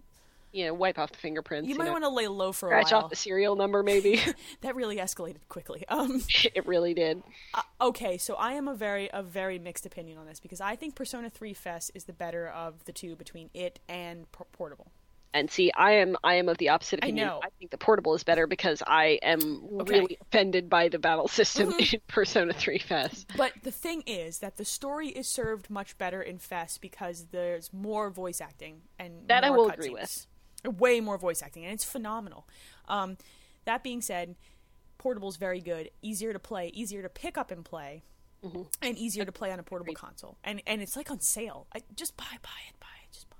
S2: You know, wipe off the fingerprints.
S1: You might
S2: know,
S1: want to lay low for a
S2: scratch
S1: while.
S2: off the serial number, maybe.
S1: That really escalated quickly. Um. uh,
S2: it really did.
S1: okay, so I am a very a very mixed opinion on this because I think Persona 3 Fest is the better of the two between it and P- Portable.
S2: And see, I am I am of the opposite
S1: I
S2: opinion.
S1: know.
S2: think the portable is better because I am
S1: Okay. Mm-hmm.
S2: really offended by the battle system in Persona 3 Fest.
S1: But the thing is that the story is served much better in Fest because there's more voice acting and
S2: That I
S1: more
S2: will agree
S1: cutscenes. Way more voice acting, and it's phenomenal. Um, that being said, Portable's very good, easier to play, easier to pick up and play,
S2: Mm-hmm.
S1: and easier to play on a portable console. And and it's like on sale. I, just buy, buy it, buy it, just buy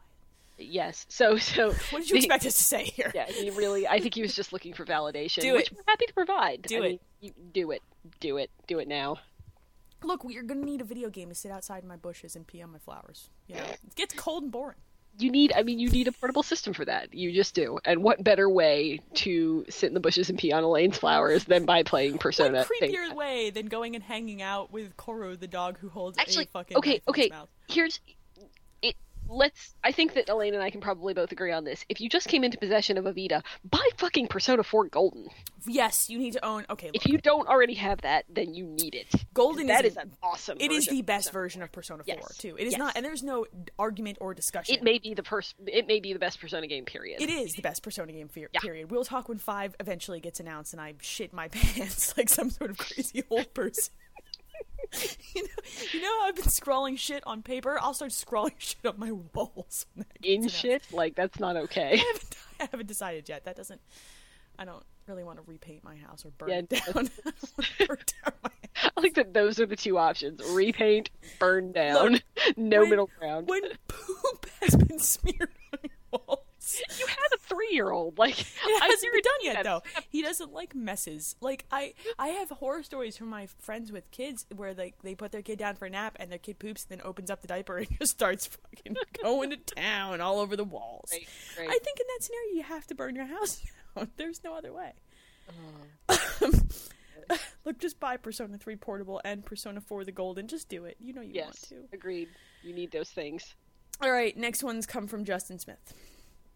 S1: it.
S2: Yes. So so
S1: What did you
S2: the-
S1: expect us to say here?
S2: Yeah, he really. I think he was just looking for validation,
S1: Do
S2: which
S1: it.
S2: we're happy to provide.
S1: Do
S2: I
S1: it.
S2: mean, you, do it. Do it. Do it now.
S1: look, we are going to need a video game to sit outside my bushes and pee on my flowers. You know, it gets cold and boring.
S2: You need. I mean, you need a portable system for that. You just do. And what better way to sit in the bushes and pee on Elaine's flowers than by playing
S1: What
S2: Persona? thing?
S1: creepier way than going and hanging out with Koro the dog who holds a
S2: Actually,
S1: fucking
S2: okay,
S1: knife in
S2: okay.
S1: his mouth?
S2: Here's it. Let's. I think that Elaine and I can probably both agree on this. If you just came into possession of a Vita, buy fucking Persona 4 Golden.
S1: Yes, you need to own. Okay, look,
S2: If you don't already have that, then you need it.
S1: Golden
S2: That
S1: is,
S2: is
S1: a-
S2: an awesome.
S1: It is
S2: version
S1: the
S2: of
S1: best
S2: Persona.
S1: version of Persona Four
S2: Yes,
S1: too. It is
S2: yes.
S1: not, and there's no argument or discussion.
S2: It may be the first. It may be the best Persona game. Period.
S1: It is the best Persona game. Fe-
S2: Yeah.
S1: Period. We'll talk when five eventually gets announced, and I shit my pants like some sort of crazy old person. you know, you know, I've been scrawling shit on paper. I'll start scrawling shit up my walls. when that
S2: in
S1: gets announced.
S2: shit. Like that's not okay.
S1: I haven't, I haven't decided yet. That doesn't. I don't really want to repaint my house or burn
S2: Yeah,
S1: it down. I don't want to burn down my house.
S2: I think that those are the two options: repaint, burn down, no
S1: When-
S2: middle ground.
S1: When poop has been smeared on your walls.
S2: you had a three-year-old. Like
S1: It
S2: I
S1: hasn't been done
S2: guarantee
S1: yet,
S2: that-
S1: though. He doesn't like messes. Like I, I have horror stories from my friends with kids where like they put their kid down for a nap and their kid poops, and then opens up the diaper and just starts fucking going to town all over the walls.
S2: Great, great.
S1: I think in that scenario you have to burn your house down. There's no other way. Um, Look, just buy Persona 3 Portable and Persona 4 the Golden. Just do it. You know you want
S2: Yes,
S1: to.
S2: agreed. You need those things.
S1: All right, next one's come from Justin Smith.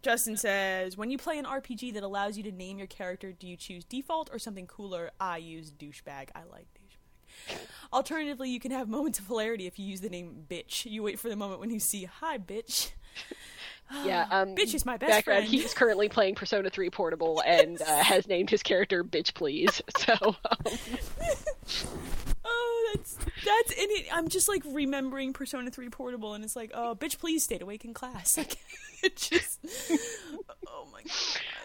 S1: Justin says, "When you play an RPG that allows you to name your character, do you choose default or something cooler? I use douchebag. I like douchebag. Alternatively, you can have moments of hilarity if you use the name bitch. You wait for the moment when you see hi bitch.
S2: Yeah, um,
S1: Bitch is my best
S2: background.
S1: friend.
S2: He is currently playing Persona Three Portable and uh, has named his character Bitch Please. So um,
S1: Oh, that's that's and it, I'm just like remembering Persona 3 Portable, and it's like, oh, bitch, please stayed awake in class. Like, it just, oh my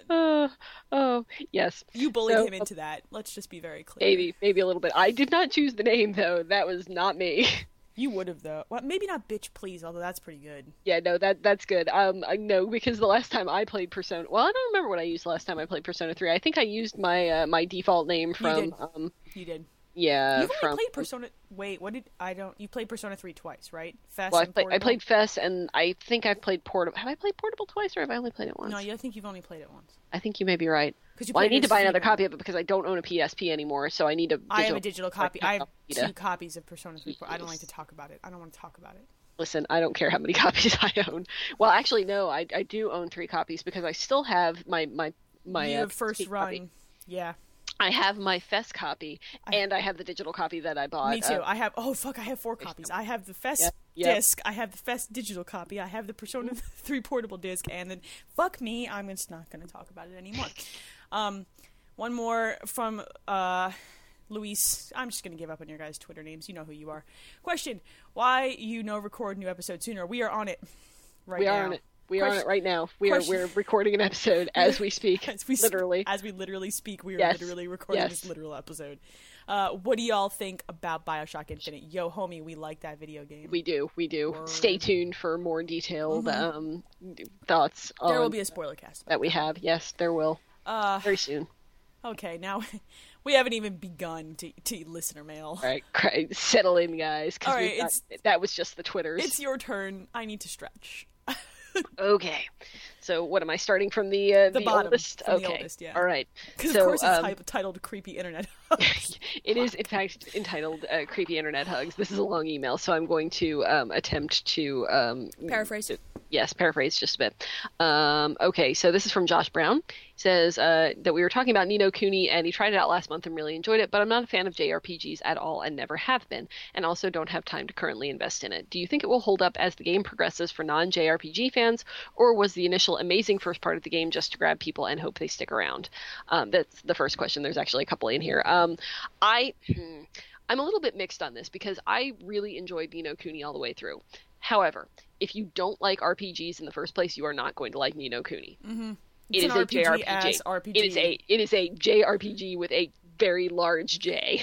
S1: god,
S2: uh, oh yes,
S1: you bullied
S2: So-
S1: him into that. Let's just be very clear.
S2: maybe maybe a little bit. I did not choose the name though. That was not me.
S1: You would have though. Well, maybe not bitch please, although that's pretty good.
S2: Yeah, no, that that's good. Um, I no, because the last time I played Persona, well, I don't remember what I used the last time I played Persona Three. I think I used my uh, my default name
S1: did.
S2: from um,
S1: You did.
S2: yeah,
S1: You've only
S2: Uh, from.
S1: played Persona. Wait, what did I don't? You played Persona three twice, right? Fest.
S2: well, I,
S1: and
S2: played, I
S1: Portable?
S2: played Fest, and I think I've played Portable. Have I played Portable twice, or have I only played it once?
S1: No, you- I think you've only played it once.
S2: I think you may be right.
S1: 'Cause you
S2: well, I
S1: played it
S2: need to
S1: as
S2: buy another
S1: Female.
S2: copy of it because I don't own a PSP anymore, so I need a.
S1: I have a digital copy. I have
S2: Vita.
S1: two copies of Persona three. I don't like
S2: Yes.
S1: to talk about it. I don't want to talk about it.
S2: Listen, I don't care how many copies I own. Well, actually, no, I, I do own three copies because I still have my my my
S1: you
S2: uh,
S1: have first
S2: PSP
S1: run.
S2: copy.
S1: Yeah,
S2: I have my Fest copy, and I have the digital copy that I bought.
S1: me too.
S2: uh,
S1: I have. Oh fuck! I have four copies. I have the Fest
S2: Yep, yep.
S1: disc. I have the Fest digital copy. I have the Persona three portable disc, and then fuck me, I'm just not going to talk about it anymore. Um, one more from uh, Luis. I'm just going to give up on your guys' Twitter names. You know who you are. Question: Why you no record new episode sooner? We are on it right
S2: we
S1: now.
S2: are on it. We are on
S1: Question-
S2: it right now. We are
S1: question-
S2: we're recording an episode as we speak.
S1: as we sp-
S2: literally.
S1: as we literally speak, we are
S2: Yes.
S1: literally recording this
S2: Yes.
S1: literal episode. Uh, what do y'all think about Bioshock Infinite? Yo, homie, we like that video game.
S2: we do. We do. Stay tuned for more detailed um, thoughts
S1: Mm-hmm. there will
S2: on
S1: be a spoiler cast.
S2: that we have. Yes, there will.
S1: Uh,
S2: Very soon.
S1: okay, now we haven't even begun to, to listener mail.
S2: All right, cra- settle in, guys. 'cause
S1: All
S2: we've
S1: right,
S2: got- that was just the twitters.
S1: It's your turn. I need to stretch.
S2: Okay, so what am I starting from the uh, the,
S1: bottom,
S2: oldest?
S1: from
S2: okay,
S1: the oldest, yeah.
S2: all right.
S1: Because
S2: so
S1: of course it's
S2: um,
S1: type- titled "Creepy Internet."
S2: it is in fact entitled uh, "Creepy Internet Hugs." This is a long email, so I'm going to um, attempt to um,
S1: Paraphrase.
S2: yes, paraphrase just a bit. Um, okay, so this is from Josh Brown. He says uh, that we were talking about Nino Cooney, and he tried it out last month and really enjoyed it, but I'm not a fan of JRPGs at all and never have been, and also don't have time to currently invest in it. Do you think it will hold up as the game progresses for non JRPG fans, or was the initial amazing first part of the game just to grab people and hope they stick around? Um, that's the first question. There's actually a couple in here. Um, I. hmm, I'm a little bit mixed on this because I really enjoyed Nino Cooney all the way through. However, if you don't like RPGs in the first place, you are not going to like Nino Cooney. Mm-hmm.
S1: Mm, It's an RPG as RPG.
S2: It is a it is a JRPG with a very large J.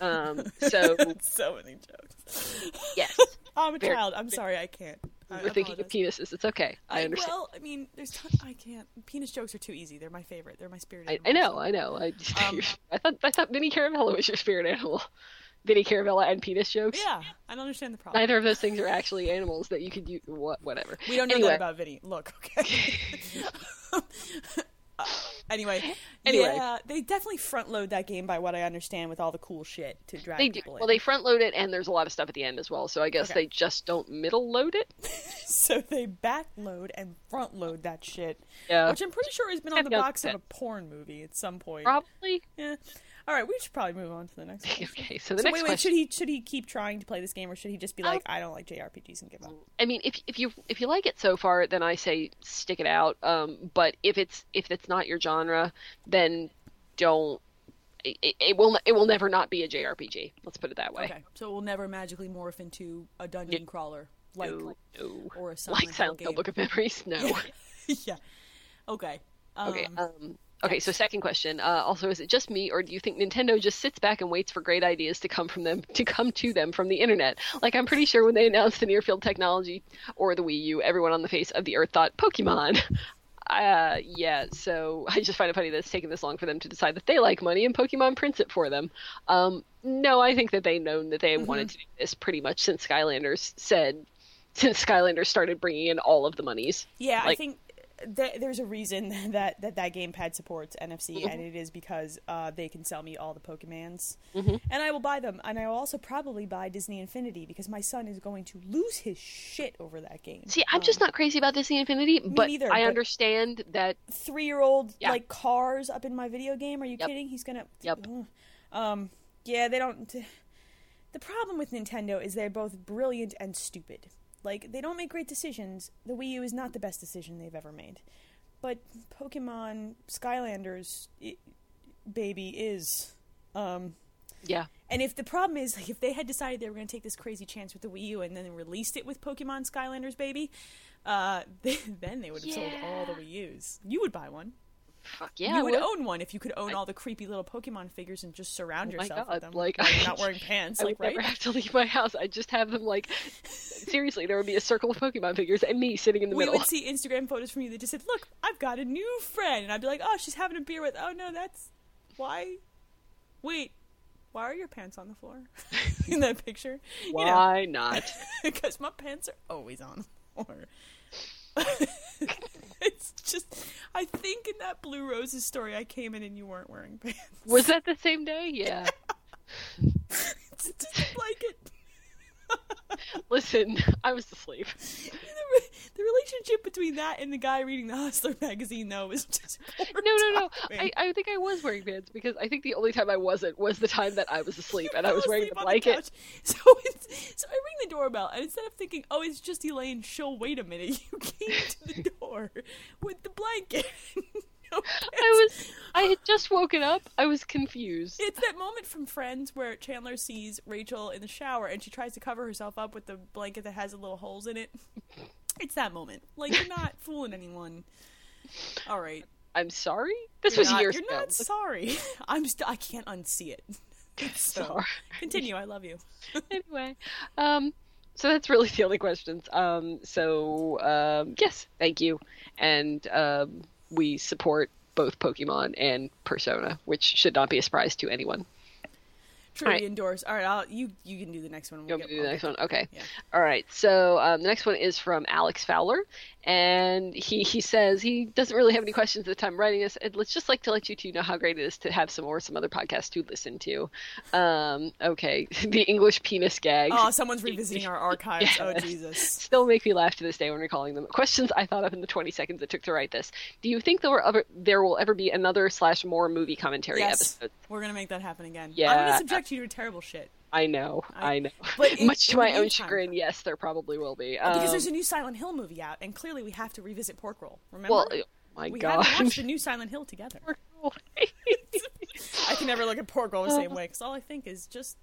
S2: Um, so
S1: so many jokes.
S2: yes,
S1: I'm a
S2: Very-
S1: child. I'm sorry, I can't. I,
S2: we're thinking of
S1: apologize.
S2: penises. It's okay. I understand.
S1: Well, I mean, there's ton- I can't. Penis jokes are too easy. They're my favorite. They're my spirit.
S2: I,
S1: animal.
S2: I know, I know. I, just,
S1: Um,
S2: I thought I thought Vinnie Caravella was your spirit animal. Vinnie Caravella and penis jokes.
S1: Yeah, I don't understand the problem.
S2: Neither of those things are actually animals that you could use. What, whatever.
S1: We don't know
S2: Anyway.
S1: that about Vinny. Look, okay. Uh, anyway,
S2: Anyway.
S1: yeah, they definitely front load that game by what I understand with all the cool shit to drag
S2: They do.
S1: people in.
S2: Well, they front load it, and there's a lot of stuff at the end as well. So I guess
S1: Okay.
S2: they just don't middle load it.
S1: so they back load and front load that shit,
S2: Yeah.
S1: which I'm pretty sure has been on the
S2: Have no
S1: box of a
S2: sense.
S1: porn movie at some point.
S2: Probably.
S1: Yeah. All right, we should probably move on to the next. One.
S2: Okay. So the
S1: So
S2: next
S1: wait, wait,
S2: question.
S1: should he should he keep trying to play this game, or should he just be like, I don't like JRPGs and give up?
S2: I mean, if if you if you like it so far, then I say stick it out. Um, but if it's if it's not your genre, then don't. It, it- it will it will never not be a JRPG. Let's put it that way.
S1: Okay, so it will never magically morph into a dungeon crawler like
S2: No, no.
S1: or a Silent
S2: Like
S1: Hill
S2: Silent Hill
S1: game.
S2: Book of Memories. No.
S1: yeah. Okay. Um,
S2: Okay. Um, okay. So, second question. Uh, also, is it just me, or do you think Nintendo just sits back and waits for great ideas to come from them to come to them from the internet? Like, I'm pretty sure when they announced the near field technology or the Wii U, everyone on the face of the earth thought Pokemon. Uh, yeah. So I just find it funny that it's taken this long for them to decide that they like money and Pokemon prints it for them. Um, no, I think that they known that they wanted to do this pretty much since Skylanders said. Since Skylanders started bringing in all of the monies,
S1: Yeah, I
S2: Like-
S1: think th- there's a reason that that, that gamepad supports NFC,
S2: Mm-hmm.
S1: and it is because uh, they can sell me all the Pokemans,
S2: Mm-hmm.
S1: and I will buy them, and I will also probably buy Disney Infinity because my son is going to lose his shit over that game.
S2: See, I'm just not crazy about Disney Infinity, but
S1: Um, neither,
S2: I
S1: but-
S2: understand that.
S1: Three-year-old
S2: Yeah.
S1: like cars up in my video game? Are you
S2: Yep.
S1: kidding? He's gonna.
S2: Yep.
S1: Ugh. Um. Yeah, they don't. The problem with Nintendo is they're both brilliant and stupid. Like they don't make great decisions. The Wii U is not the best decision they've ever made, but Pokemon Skylanders, i baby, is. Um,
S2: Yeah,
S1: and if the problem is, like, if they had decided they were going to take this crazy chance with the Wii U and then released it with Pokemon Skylanders, baby, uh, then they would have sold all the Wii U's. You would buy one.
S2: fuck yeah, I
S1: you would,
S2: would.
S1: own one if you could own all the creepy little Pokemon figures and just surround
S2: Oh my
S1: yourself with
S2: God,
S1: them.
S2: like,
S1: you're
S2: I-
S1: not wearing pants,
S2: I
S1: like
S2: would
S1: right?
S2: never have to leave my house. I'd just have them like, seriously, there would be a circle of Pokemon figures and me sitting in the
S1: We
S2: middle.
S1: would see Instagram photos from you that just said, "Look, I've got a new friend," and I'd be like, "Oh, she's having a beer with." Oh no, that's why. Wait, why are your pants on the floor in that picture?
S2: Why not?
S1: because my pants are always on the floor. it's just, I think in that Blue Roses story, I came in and you weren't wearing pants.
S2: Was that the same day? Yeah.
S1: it's just like it.
S2: Listen, I was asleep.
S1: the, re- the relationship between that and the guy reading the Hustler magazine, though, is just
S2: No, no, no. I, I think I was wearing pants because I think the only time I wasn't was the time that I was asleep and I was wearing the
S1: asleep on
S2: blanket.
S1: couch. so it's, so I ring the doorbell, and instead of thinking, "Oh, it's just Elaine," she'll wait a minute. You came to the door with the blanket. No
S2: I
S1: pants.
S2: was. I had just woken up. I was confused.
S1: It's that moment from Friends where Chandler sees Rachel in the shower and she tries to cover herself up with the blanket that has the little holes in it. It's that moment. Like you're not fooling anyone. All right.
S2: I'm sorry. This
S1: You're
S2: was
S1: not,
S2: years
S1: You're
S2: ago.
S1: not sorry. I'm st- I can't unsee it. So,
S2: Sorry.
S1: Continue. I love you.
S2: anyway, um, so that's really the only questions. Um, so um, yes, thank you, and um, we support both Pokemon and Persona, which should not be a surprise to anyone.
S1: Truly
S2: right.
S1: endorse. All right. I'll, you you can do the next one.
S2: You
S1: We'll
S2: want
S1: get
S2: me to do the
S1: one.
S2: next one? Okay.
S1: Yeah.
S2: All right. So um, the next one is from Alex Fowler, and he, he says he doesn't really have any questions at the time writing this. And let's just like to let you two know how great it is to have some or some other podcasts to listen to. Um, okay, the English penis gag.
S1: Oh, someone's revisiting our archives. Oh
S2: Yes.
S1: Jesus.
S2: Still make me laugh to this day when recalling them. Questions I thought of in the 20 seconds it took to write this. Do you think there, were ever, there will ever be another slash more movie commentary
S1: Yes.
S2: episodes?
S1: We're gonna make that happen again. I'm gonna
S2: Yeah.
S1: subject you to terrible shit.
S2: I know,
S1: I-
S2: I, know.
S1: but in-
S2: Much
S1: in
S2: to
S1: the
S2: my own
S1: meantime-
S2: chagrin, yes, there probably will be.
S1: Because
S2: Um,
S1: there's a new Silent Hill movie out, and clearly we have to revisit Pork Roll. Remember?
S2: Well, oh my
S1: we
S2: god.
S1: haven't watched the new Silent Hill together. I can never look at Pork Roll the same way because all I think is just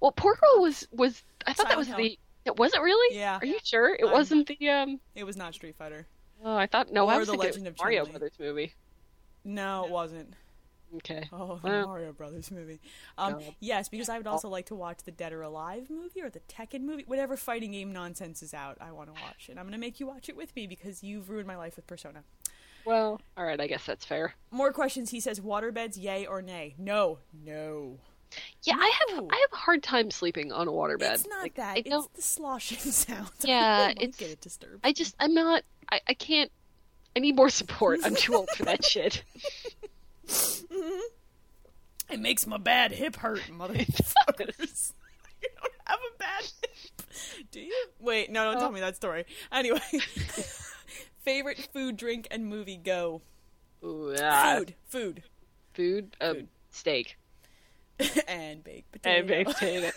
S2: well, Poor Girl was was I thought that was
S1: Silent Hill.
S2: the it wasn't really?
S1: Yeah.
S2: Are you sure? It
S1: I'm-
S2: wasn't the um
S1: it was not Street Fighter.
S2: oh, I thought no,
S1: Or
S2: I was
S1: The
S2: thinking it
S1: Legend
S2: was
S1: of
S2: Mario
S1: Chun-Li.
S2: Brothers movie.
S1: No, it wasn't.
S2: Okay.
S1: Oh, the
S2: Well.
S1: Mario Brothers movie. Um,
S2: God. Oh.
S1: yes, because I would also like to watch the Dead or Alive movie or the Tekken movie, whatever fighting game nonsense is out. I want to watch, and I'm gonna make you watch it with me because you've ruined my life with Persona.
S2: Well, all right, I guess that's fair.
S1: More questions. He says waterbeds, yay or nay? No, no.
S2: Yeah, I have
S1: No.
S2: I have a hard time sleeping on a waterbed.
S1: It's not
S2: Like,
S1: that.
S2: I
S1: It's
S2: don't
S1: the sloshing sound. I
S2: Yeah,
S1: don't
S2: it's-
S1: get it disturbed.
S2: I just I'm not I, I can't I need more support. I'm too old for that shit.
S1: It makes my bad hip hurt, motherfuckers. you don't have a bad hip, do you? Oh. Wait, no, don't tell me that story. Anyway, favorite food, drink, and movie go.
S2: Ooh, ah,
S1: Food, food,
S2: food, um,
S1: Food.
S2: steak,
S1: and baked potato.
S2: and baked potato.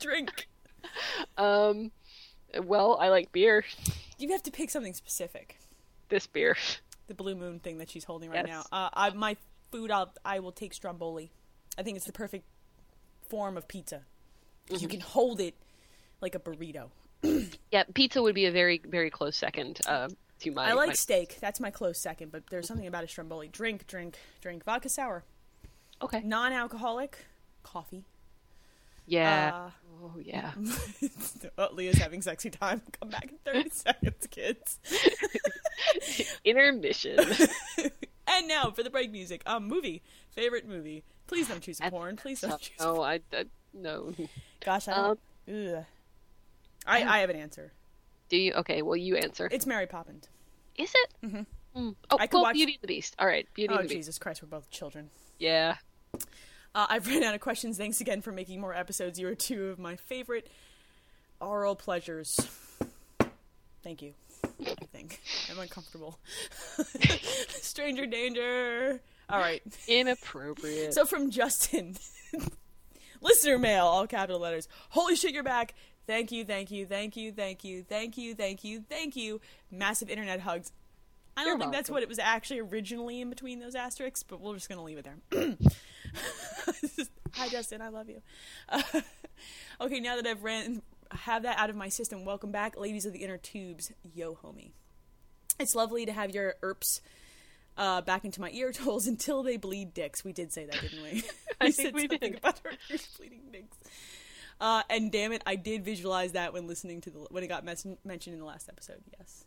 S1: drink.
S2: um, well, I like beer.
S1: You have to pick something specific.
S2: This beer.
S1: The blue moon thing that she's holding right
S2: Yes.
S1: now. Uh, I, my food, I'll, I will take stromboli. I think it's the perfect form of pizza. You can hold it like a burrito.
S2: Yeah, pizza would be a very, very close second uh, to my.
S1: I like
S2: my-
S1: steak. That's my close second, but there's something about a Stromboli. Drink, drink, drink. Vodka sour.
S2: okay.
S1: Non alcoholic. Coffee. uh,
S2: Yeah. oh yeah.
S1: oh, Leah's having sexy time. Come back in 30 seconds, kids.
S2: Intermission.
S1: And now for the break music. Um, movie. Favorite movie. Please don't choose porn. Please don't choose.
S2: no, I, I no.
S1: Gosh, I don't. ugh. I, I have an answer.
S2: Do you? Okay. Well, you answer.
S1: It's Mary Poppins.
S2: Is it? Mm-hmm. Oh,
S1: I could
S2: well,
S1: watch-
S2: Beauty and the Beast. All right, Beauty
S1: Oh,
S2: and the Beast.
S1: Jesus Christ, we're both children.
S2: Yeah.
S1: Uh, I've run out of questions. Thanks again for making more episodes. You are two of my favorite oral pleasures. Thank you. I think I'm uncomfortable. Stranger danger. All right.
S2: Inappropriate.
S1: So from Justin, listener mail, all capital letters. Holy shit, you're back. Thank you, thank you, thank you, thank you, thank you, thank you, thank you. Massive internet hugs. I don't
S2: You're
S1: think that's
S2: welcome.
S1: what it was actually originally in between those asterisks, but we're just going to leave it there. Hi, Justin. I love you. Uh, okay, now that I've ran, have that out of my system, welcome back, ladies of the inner tubes. Yo, homie. It's lovely to have your erps uh, back into my ear holes until they bleed dicks. We did say that, didn't we?
S2: I
S1: we
S2: think we
S1: something
S2: did.
S1: about her ears bleeding dicks. Uh, and damn it, I did visualize that when listening to the when it got mes- mentioned in the last episode. Yes,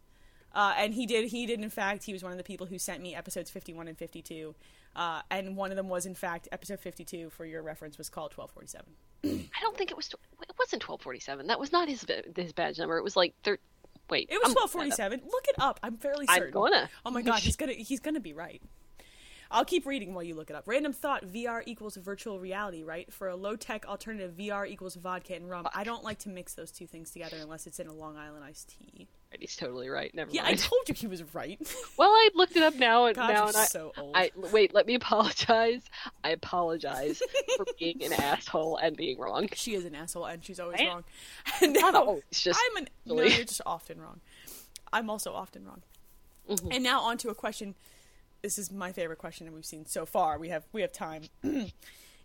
S1: uh, and he did. He did. In fact, he was one of the people who sent me episodes fifty-one and fifty-two, uh, and one of them was in fact episode fifty-two. For your reference, was called twelve forty-seven.
S2: I don't think it was. tw- It wasn't twelve forty-seven. That was not his ba- his badge number. It was like thir- Wait.
S1: It was
S2: I'm-
S1: twelve forty-seven. Look it up. I'm fairly
S2: I'm
S1: certain.
S2: gonna.
S1: Oh my god, he's gonna he's gonna be right. I'll keep reading while you look it up. Random thought: VR equals virtual reality, right? For a low-tech alternative, VR equals vodka and rum. I don't like to mix those two things together unless it's in a Long Island iced tea.
S2: He's totally right. Never
S1: Yeah, I
S2: mind.
S1: told you he was right.
S2: Well, I looked it up now, and
S1: God,
S2: now
S1: you're
S2: and I,
S1: so old.
S2: I wait. Let me apologize. I apologize for being an asshole and being wrong.
S1: she is an asshole, and she's always
S2: I am.
S1: wrong. And now,
S2: always, Oh, just
S1: I'm an no,
S2: really.
S1: you're just often wrong. I'm also often wrong.
S2: Mm-hmm.
S1: And now on to a question. This is my favorite question that we've seen so far. We have we have time. is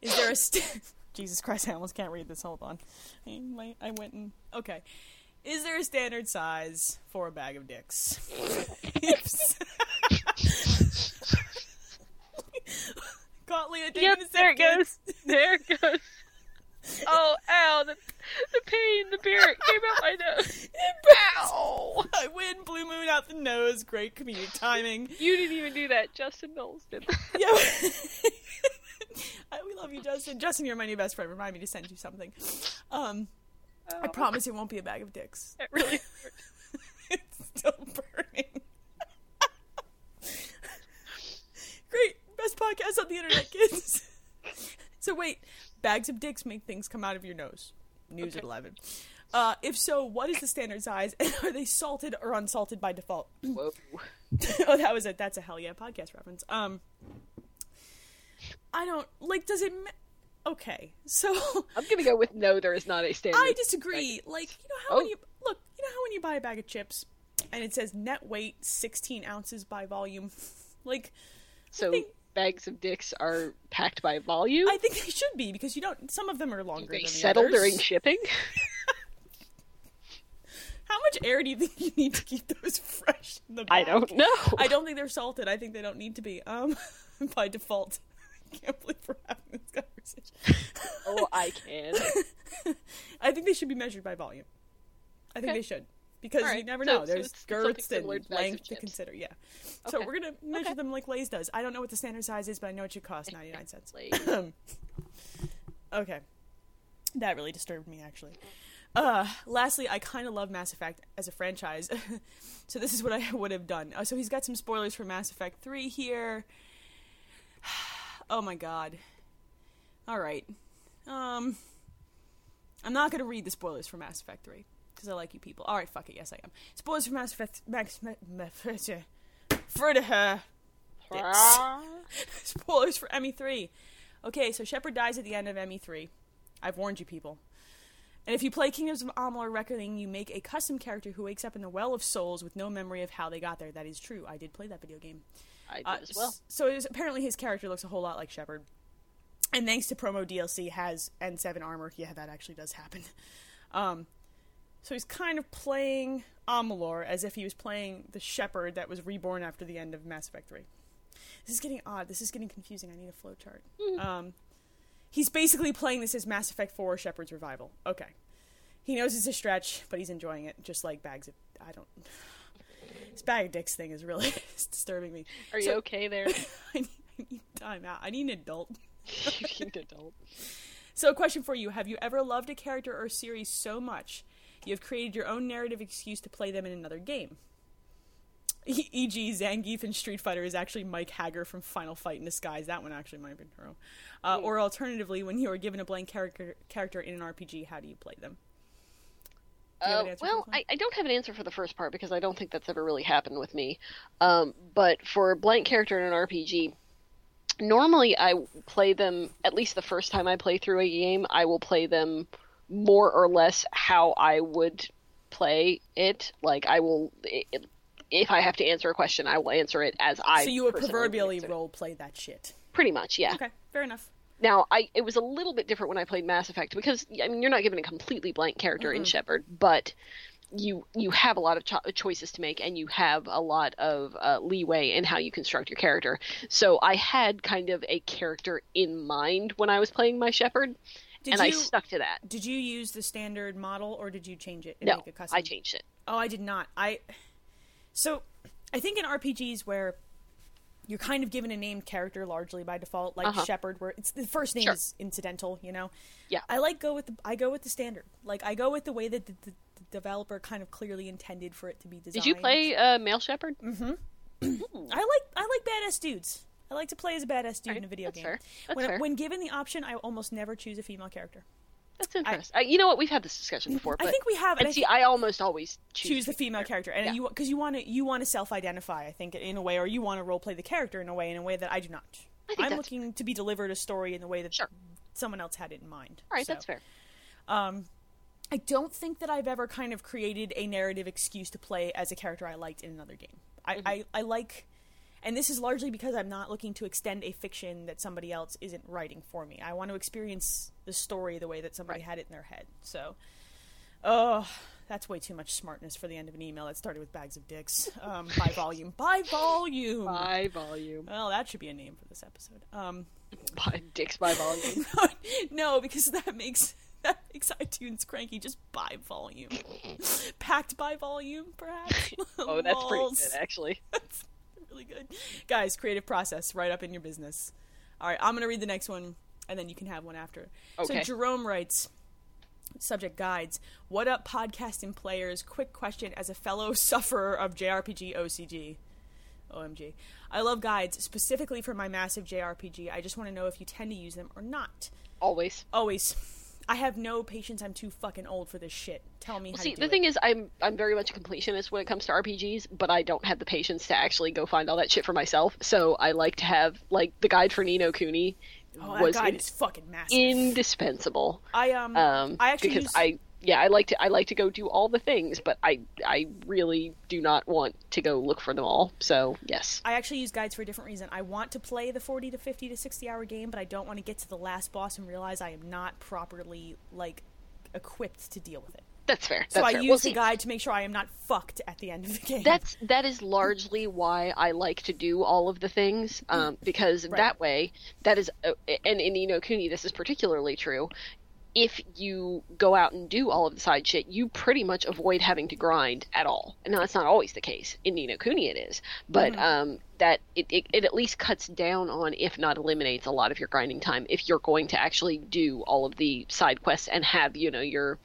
S1: there a st- Jesus Christ? I almost can't read this. Hold on. I, my- I went and okay. Is there a standard size for a bag of dicks? Yes. Caught Leah taking
S2: Yep,
S1: a sip,
S2: there it
S1: kids.
S2: goes. There it goes. Oh, ow! The, the pain, the beer it came out my nose. Ow!
S1: I win blue moon out the nose. Great comedic timing.
S2: You didn't even do that. Justin Knowles did. that.
S1: Yeah. I- we love you, Justin. Justin, you're my new best friend. Remind me to send you something. Um, I
S2: Oh,
S1: promise it won't be a bag of dicks.
S2: It really hurt.
S1: It's still burning. Great. Best podcast on the internet, kids. so, wait. Bags of dicks make things come out of your nose. News at 11. Uh, if so, what is the standard size? And are they salted or unsalted by default?
S2: Whoa.
S1: oh, that was a that's a hell yeah podcast reference. Um, I don't like. Does it? Ma- okay, so
S2: I'm gonna go with no. There is not a standard.
S1: I disagree. Like, you know how
S2: Oh.
S1: when you look, you know how when you buy a bag of chips and it says net weight sixteen ounces by volume. Like,
S2: so
S1: think-
S2: bags of dicks are packed by volume.
S1: I think they should be because you don't. Some of them are longer.
S2: they
S1: than
S2: settle
S1: the others.
S2: during shipping.
S1: How much air do you think you need to keep those fresh in the bag?
S2: I don't know.
S1: I don't think they're salted. I think they don't need to be. Um, by default. I can't believe we're having this conversation.
S2: oh, I can.
S1: I think they should be measured by volume. I think
S2: Okay.
S1: they should because
S2: All
S1: you
S2: right.
S1: never
S2: So-
S1: know.
S2: so
S1: There's
S2: it's- it's something
S1: skirts and
S2: similar to bags of
S1: length to
S2: chips.
S1: consider. Yeah. So
S2: Okay.
S1: we're gonna measure
S2: Okay.
S1: them like Lay's does. I don't know what the standard size is, but I know it should cost ninety nine cents.
S2: Like,
S1: okay, that really disturbed me actually. Uh, lastly, I kind of love Mass Effect as a franchise, so this is what I would have done. Uh, so he's got some spoilers for Mass Effect Three here. oh my god. All right. Um, I'm not gonna read the spoilers for Mass Effect Three because I like you people. All right, fuck it. Yes, I am. Spoilers for Mass Effect. Max. Ma- Ma- for her. Spoilers for ME3. Okay, so Shepard dies at the end of ME3. I've warned you people. And if you play Kingdoms of Amalur Reckoning, you make a custom character who wakes up in the Well of Souls with no memory of how they got there. That is true. I did play that video game.
S2: I did
S1: Uh,
S2: as well.
S1: s- So it is, apparently his character looks a whole lot like Shepard. And thanks to promo DLC, has N7 armor. Yeah, that actually does happen. Um, so he's kind of playing Amalur as if he was playing the Shepard that was reborn after the end of Mass Effect 3. This is getting odd. This is getting confusing. I need a
S2: Hmm.
S1: flowchart. Um, he's basically playing this as Mass Effect 4 Shepard's Revival. Okay. He knows it's a stretch, but he's enjoying it, just like bags of. I don't. This bag of dicks thing is really it's disturbing me.
S2: Are you
S1: so-
S2: okay there?
S1: I need, I need time out. I need an adult.
S2: you need adult.
S1: So, a question for you Have you ever loved a character or series so much you have created your own narrative excuse to play them in another game? E- E.g., Zangief in Street Fighter is actually Mike Hager from Final Fight in Disguise. That one actually might have been true. Uh,
S2: Hmm.
S1: or alternatively, when you are given a blank character character in an RPG, how do you play them? Do you have
S2: Uh,
S1: an answer for
S2: well,
S1: this one?
S2: I, I don't have an answer for the first part because I don't think that's ever really happened with me. Um, but for a blank character in an RPG, normally I play them, at least the first time I play through a game, I will play them more or less how I would play it. Like, I will. i i- if I have to answer a question, I will answer it as I.
S1: so, you would
S2: personally
S1: proverbially
S2: answer it.
S1: role play that shit.
S2: Pretty much, yeah.
S1: Okay, fair enough.
S2: Now, I it was a little bit different when I played Mass Effect because I mean you're not given a completely blank character
S1: Mm-hmm.
S2: in Shepard, but you you have a lot of cho- choices to make and you have a lot of uh, leeway in how you construct your character. So I had kind of a character in mind when I was playing my Shepard,
S1: Did
S2: and
S1: you
S2: I stuck to that.
S1: did you use the standard model or did you change it and
S2: No,
S1: make a custom?
S2: I changed it.
S1: Oh, I did not. I so I think in RPGs where you're kind of given a named character largely by default, like
S2: Uh-huh.
S1: Shepard, where it's the first name
S2: Sure.
S1: is incidental. You know.
S2: Yeah.
S1: I like go with the I go with the standard. Like I go with the way that the, the, the developer kind of clearly intended for it to be designed.
S2: Did you play uh, male Shepard?
S1: Mm-hmm. I like I like badass dudes. I like to play as a badass dude in a video
S2: that's
S1: game.
S2: fair. That's
S1: when,
S2: fair.
S1: when given the option, I almost never choose a female character.
S2: That's interesting. I, you know what? We've had this discussion before.
S1: Mm-hmm. I
S2: But,
S1: think we have, and
S2: And
S1: I
S2: see, I almost always choose,
S1: choose the female character, and
S2: Yeah.
S1: you because you want to you want to self-identify, I think, in a way, or you want to role-play the character in a way, in a way that I do not.
S2: I think
S1: I'm
S2: that's
S1: looking to be delivered a story in the way that
S2: Sure.
S1: someone else had it in mind.
S2: All right,
S1: So,
S2: that's fair.
S1: I don't think that I've ever kind of created a narrative excuse to play as a character I liked in another game. I, I, I like, and this is largely because I'm not looking to extend a fiction that somebody else isn't writing for me. I want to experience the story the way that somebody
S2: Right.
S1: had it in their head. So, oh, That's way too much smartness for the end of an email that started with bags of dicks. Um, by volume. By volume.
S2: By volume.
S1: Well, that should be a name for this episode. Um,
S2: By dicks by volume.
S1: no, because that makes that makes iTunes cranky. Just by volume, packed by volume, perhaps.
S2: Oh, that's pretty
S1: Lols.
S2: good actually.
S1: That's really good, guys. Creative process, right up in your business. All right, I'm gonna read the next one, and then you can have one after.
S2: Okay.
S1: So Jerome writes. Subject guides. What up, podcasting players? Quick question as a fellow sufferer of JRPG OCG. OMG. I love guides, specifically for my massive JRPG. I just want to know if you tend to use them or not.
S2: Always.
S1: Always. I have no patience. I'm too fucking old for this shit. Tell me how
S2: See,
S1: to do
S2: the
S1: it.
S2: thing is, I'm I'm very much a completionist when it comes to RPGs, but I don't have the patience to actually go find all that shit for myself. So I like to have like the guide for Nino Cooney
S1: oh, that
S2: was
S1: guide
S2: in-
S1: is fucking massive.
S2: indispensable.
S1: I um,
S2: Um,
S1: I actually
S2: because
S1: use-
S2: I yeah I like to I like to go do all the things, but I I really do not want to go look for them all. So yes,
S1: I actually use guides for a different reason. I want to play the 40 to 50 to 60 hour game, but I don't want to get to the last boss and realize I am not properly like equipped to deal with it.
S2: that's fair.
S1: So
S2: that's
S1: I
S2: fair.
S1: use
S2: Well,
S1: the
S2: see,
S1: guide to make sure I am not fucked at the end of the game.
S2: that's that is largely why I like to do all of the things um, because that way that is uh, and in Ino Kuni this is particularly true. If you go out and do all of the side shit, you pretty much avoid having to grind at all. Now that's not always the case. In Nino Kuni it is, but um, that it, it, it at least cuts down on, if not eliminates, a lot of your grinding time. If you're going to actually do all of the side quests and have you know your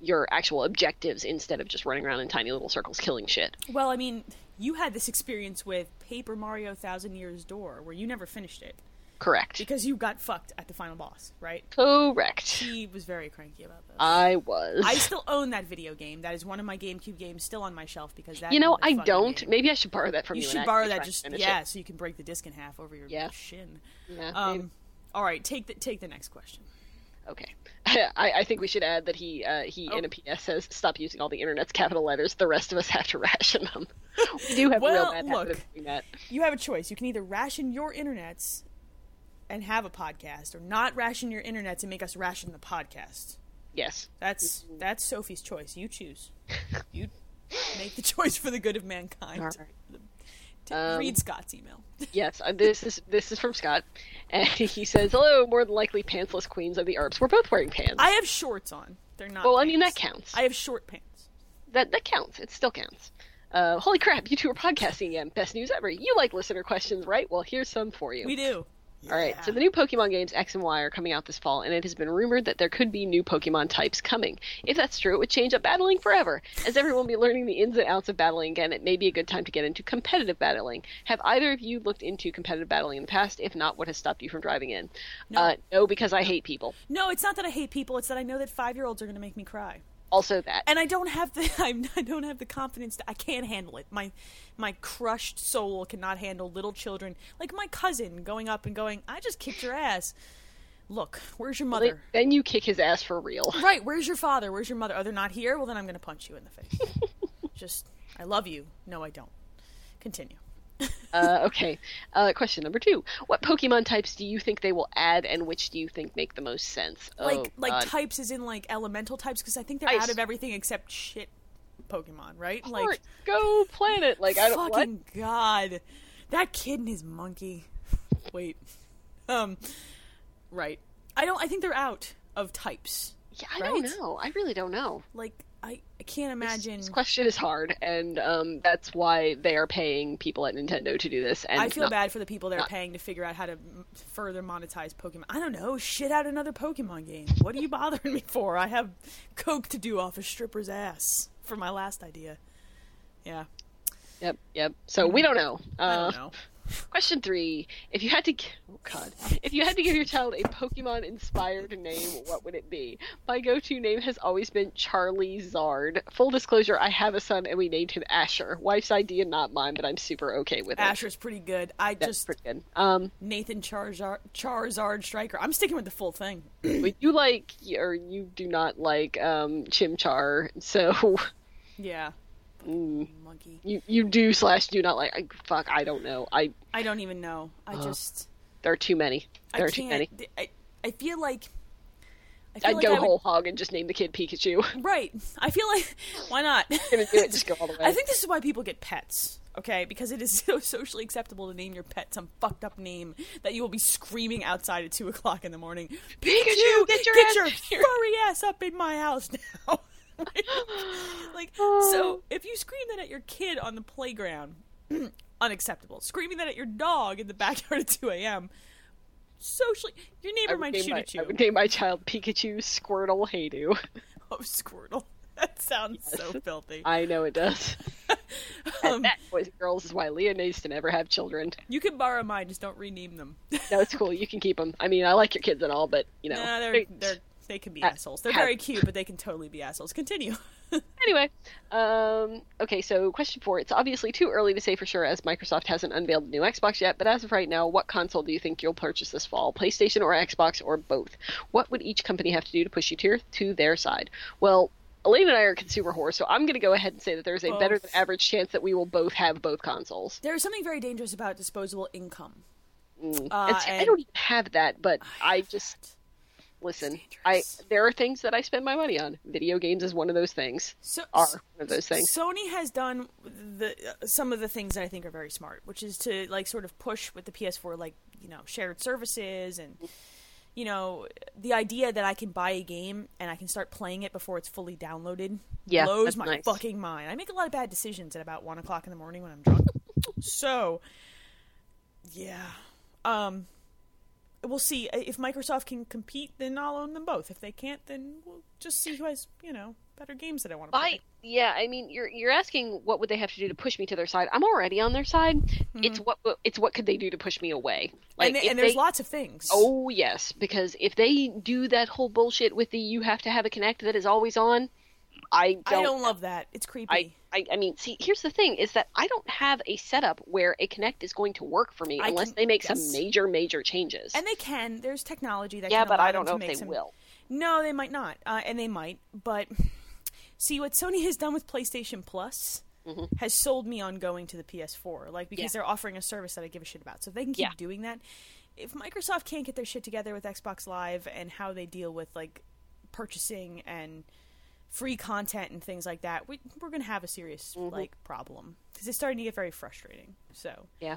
S2: your actual objectives instead of just running around in tiny little circles killing shit.
S1: well, I mean, you had this experience with Paper Mario Thousand Years Door where you never finished it
S2: Correct.
S1: because you got fucked at the final boss, right?
S2: Correct.
S1: He was very cranky about this.
S2: I was.
S1: I still own that video game. That is one of my GameCube games still on my shelf because that.
S2: you know, I
S1: motherfucking
S2: don't.
S1: game-
S2: Maybe I should borrow that from you.
S1: You
S2: and
S1: should
S2: actually
S1: borrow
S2: try
S1: that
S2: and
S1: just
S2: finish it.
S1: yeah, so you can break the disc in half over your
S2: Yeah.
S1: shin.
S2: Yeah, maybe.
S1: Um, all right, take the take the next question.
S2: Okay. I, I think we should add that he uh, he
S1: Oh.
S2: in a PS says stop using all the internet's capital letters. The rest of us have to ration them. we do have
S1: Well,
S2: a real bad habit
S1: look.
S2: of doing that.
S1: You have a choice. You can either ration your internets and have a podcast, or not ration your internets and make us ration the podcast.
S2: Yes.
S1: That's
S2: Mm-hmm.
S1: that's Sophie's choice. You choose. You make the choice for the good of mankind.
S2: All Um,
S1: T- Read Scott's email.
S2: Yes, uh, this is this is from Scott, and he says, "Hello, more than likely pantsless queens of the Arps. We're both wearing pants.
S1: I have shorts on. They're not.
S2: well, I mean that
S1: pants.
S2: counts.
S1: I have short pants.
S2: that that counts. It still counts. Uh, holy crap! You two are podcasting again. Best news ever. You like listener questions, right? Well, here's some for you.
S1: We do.
S2: All right, so the new Pokemon games X and Y are coming out this fall, and it has been rumored that there could be new Pokemon types coming. If that's true, it would change up battling forever. As everyone will be learning the ins and outs of battling again, it may be a good time to get into competitive battling. Have either of you looked into competitive battling in the past? If not, what has stopped you from driving in? No, uh, no because I hate people.
S1: No, it's not that I hate people. It's that I know that five year olds are going to make me cry.
S2: Also, that.
S1: and I don't have the I'm, I don't have the confidence. To, I can't handle it. My my crushed soul cannot handle little children like my cousin going up and going. I just kicked your ass. Look, where's your
S2: Like,
S1: mother?
S2: then you kick his ass for real.
S1: right, where's your father? Where's your mother? Oh, they're not here. Well, then I'm going to punch you in the face. just I love you. No, I don't. Continue.
S2: Uh, okay. Uh, question number two: What Pokemon types do you think they will add, and which do you think make the most sense?
S1: Like
S2: oh,
S1: like
S2: God.
S1: types is in like elemental types because I think they're
S2: Ice.
S1: out of everything except shit Pokemon, right?
S2: Heart,
S1: Like
S2: go planet. Like I don't. What?
S1: fucking god, that kid and his monkey. Wait, um, right. I don't. I think they're out of types.
S2: Yeah, I don't
S1: right?
S2: know. I really don't know.
S1: Like I, I can't imagine.
S2: This question is hard, and um, that's why they are paying people at Nintendo to do this. And
S1: I feel
S2: not-
S1: bad for the people they're paying to figure out how to m- further monetize Pokemon. I don't know. Shit out another Pokemon game. What are you bothering me for? I have coke to do off a stripper's ass for my last idea. Yeah,
S2: Yep, yep. So we don't know. Uh,
S1: I don't know.
S2: Question three: If you had to, gi- oh god, if you had to give your child a Pokemon-inspired name, what would it be? My go-to name has always been Charlie Zard. Full disclosure: I have a son, and we named him Asher. Wife's idea, not mine, but I'm super okay with it.
S1: Asher's pretty good. I
S2: That's
S1: just
S2: pretty good. Um,
S1: Nathan Charizard, Charizard Striker. I'm sticking with the full thing.
S2: but you like, or you do not like, um, Chimchar, so
S1: Yeah. Monkey.
S2: you you do slash do not like. I, fuck, I don't know. I
S1: I don't even know. I just
S2: Uh-huh. there are too many. There
S1: I
S2: are too many.
S1: can't. I, I feel like I feel
S2: I'd
S1: like
S2: go
S1: I would-
S2: whole hog and just name the kid Pikachu.
S1: Right. I feel like why not?
S2: gonna do it, just go all the way.
S1: I think this is why people get pets. Okay, because it is so socially acceptable to name your pet some fucked up name that you will be screaming outside at two o'clock in the morning.
S2: Pikachu, get your ass
S1: your
S2: here."
S1: furry ass up in my house now. like so, if you scream that at your kid on the playground, unacceptable. Screaming that at your dog in the backyard at two a.m. Socially, your neighbor
S2: I would
S1: might
S2: name
S1: shoot
S2: my,
S1: at you.
S2: I would name my child Pikachu, Squirtle, Haydu.
S1: Oh, Squirtle. That sounds so filthy.
S2: I know it does.
S1: Um,
S2: and that, boys and girls, is why Leah needs to never have children.
S1: You can borrow mine, just don't rename them.
S2: No, it's cool. You can keep them. I mean, I like your kids and all, but you know.
S1: Nah, they're,
S2: they-
S1: they're, they can be
S2: Uh,
S1: assholes. They're
S2: how-
S1: very cute, but they can totally be assholes. Continue.
S2: Anyway, um, okay. So, question four. It's obviously too early to say for sure, as Microsoft hasn't unveiled the new Xbox yet. But as of right now, what console do you think you'll purchase this fall? PlayStation or Xbox or both? What would each company have to do to push you to, your, to their side? Well. Elaine and I are consumer whores, so I'm going to go ahead and say that there's a
S1: Both.
S2: better than average chance that we will both have both consoles.
S1: there is something very dangerous about disposable income.
S2: And
S1: Uh,
S2: see, Mm. I
S1: and-
S2: don't even have that, but I, just listen. I
S1: dangerous.
S2: there are things that I spend my money on. Video games is one of those things.
S1: So,
S2: Are one of those things.
S1: Sony has done the uh, some of the things that I think are very smart, which is to like sort of push with the PS4, like you know, shared services and you know, the idea that I can buy a game and I can start playing it before it's fully downloaded
S2: Yeah,
S1: blows
S2: that's
S1: my
S2: nice.
S1: fucking mind. I make a lot of bad decisions at about one o'clock in the morning when I'm drunk. so, yeah, um, we'll see if Microsoft can compete. Then I'll own them both. If they can't, then we'll just see who has you know better games that I want to play.
S2: I yeah, I mean, you're you're asking what would they have to do to push me to their side? I'm already on their side. It's what it's what could they do to push me away?
S1: Mm-hmm. and, they,
S2: if
S1: and there's
S2: they-
S1: lots of things.
S2: Oh yes, because if they do that whole bullshit with the you have to have a connect that is always on, I don't.
S1: I don't love that. It's creepy.
S2: I, I, I mean, see, here's the thing: is that I don't have a setup where a Connect is going to work for me
S1: I
S2: unless
S1: can-
S2: they make some
S1: yes.
S2: major, major changes.
S1: and they can. There's technology that
S2: yeah,
S1: can
S2: but
S1: allow
S2: I don't
S1: them
S2: know
S1: to
S2: if
S1: make
S2: they
S1: some-
S2: will.
S1: No, they might not, uh, and they might. But see, what Sony has done with PlayStation Plus has sold me on going to the PS4, like because
S2: Mm-hmm. Yeah.
S1: they're offering a service that I give a shit about. So if they can keep
S2: Yeah.
S1: doing that, if Microsoft can't get their shit together with Xbox Live and how they deal with like purchasing and free content and things like that, we, we're gonna have a serious
S2: Mm-hmm.
S1: like problem because it's starting to get very frustrating. So.
S2: Yeah.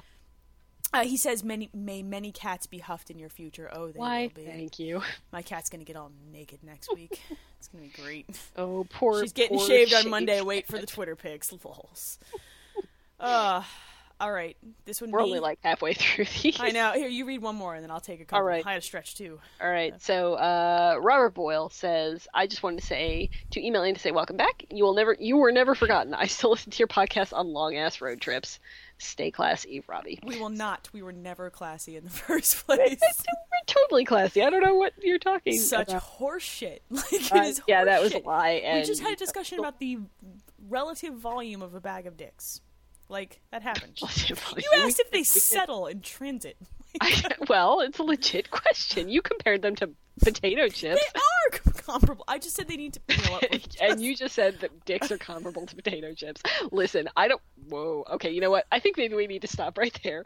S1: Uh, he says, "Many may many cats be huffed in your future. Oh, they
S2: Why?
S1: will be.
S2: Thank you.
S1: My cat's gonna get all naked next week. it's gonna be great.
S2: Oh, poor.
S1: She's getting
S2: poor
S1: shaved
S2: shitty
S1: on Monday.
S2: cat.
S1: Wait for the Twitter pics. Lols. Uh, all right. This one.
S2: We're
S1: me.
S2: only like halfway through these.
S1: I know. Here, you read one more, and then I'll take a couple.
S2: All right.
S1: I had a stretch too.
S2: All right. So uh, Robert Boyle says, "I just wanted to say to email in to say welcome back. You will never, you were never forgotten. I still listen to your podcast on long ass road trips. Stay class, Eve Robbie.
S1: We will not. We were never classy in the first place.
S2: We're totally classy. I don't know what you're talking
S1: Such
S2: about.
S1: horseshit. Like it is.
S2: Uh, yeah, that was a
S1: horseshit.
S2: lie. And
S1: We just had a discussion about the relative volume of a bag of dicks. Like that happened. You asked if they settle in transit.
S2: well, it's a legit question. You compared them to potato
S1: They
S2: chips,
S1: are com- comparable. I just said they need to. You know what? we're-
S2: and you just said that dicks are comparable to potato chips. Listen, I don't. Whoa. Okay, you know what? I think maybe we need to stop right there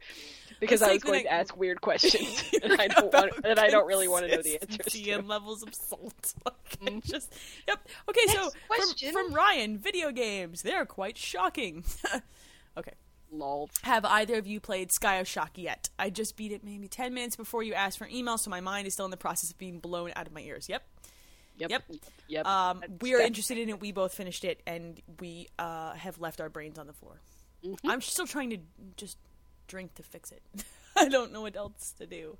S2: because
S1: Let's
S2: I
S1: take
S2: was
S1: the
S2: going to
S1: next-
S2: ask weird questions, and I don't want,
S1: About
S2: and I don't really want to know the Mm-hmm. answers.
S1: consistency
S2: To.
S1: and levels of salt. Like, I just yep. Okay, so
S2: Next
S1: from,
S2: question.
S1: from Ryan, video games they're quite shocking. okay.
S2: Lol.
S1: Have either of you played Sky of Shock yet? I just beat it maybe 10 minutes before you asked for an email, so my mind is still in the process of being blown out of my ears. Yep.
S2: Yep.
S1: Yep.
S2: Yep.
S1: Um,
S2: That's-
S1: we are
S2: that's-
S1: interested in it. We both finished it, and we uh, have left our brains on the floor. I'm still trying to just drink to fix it. I don't know what else to do.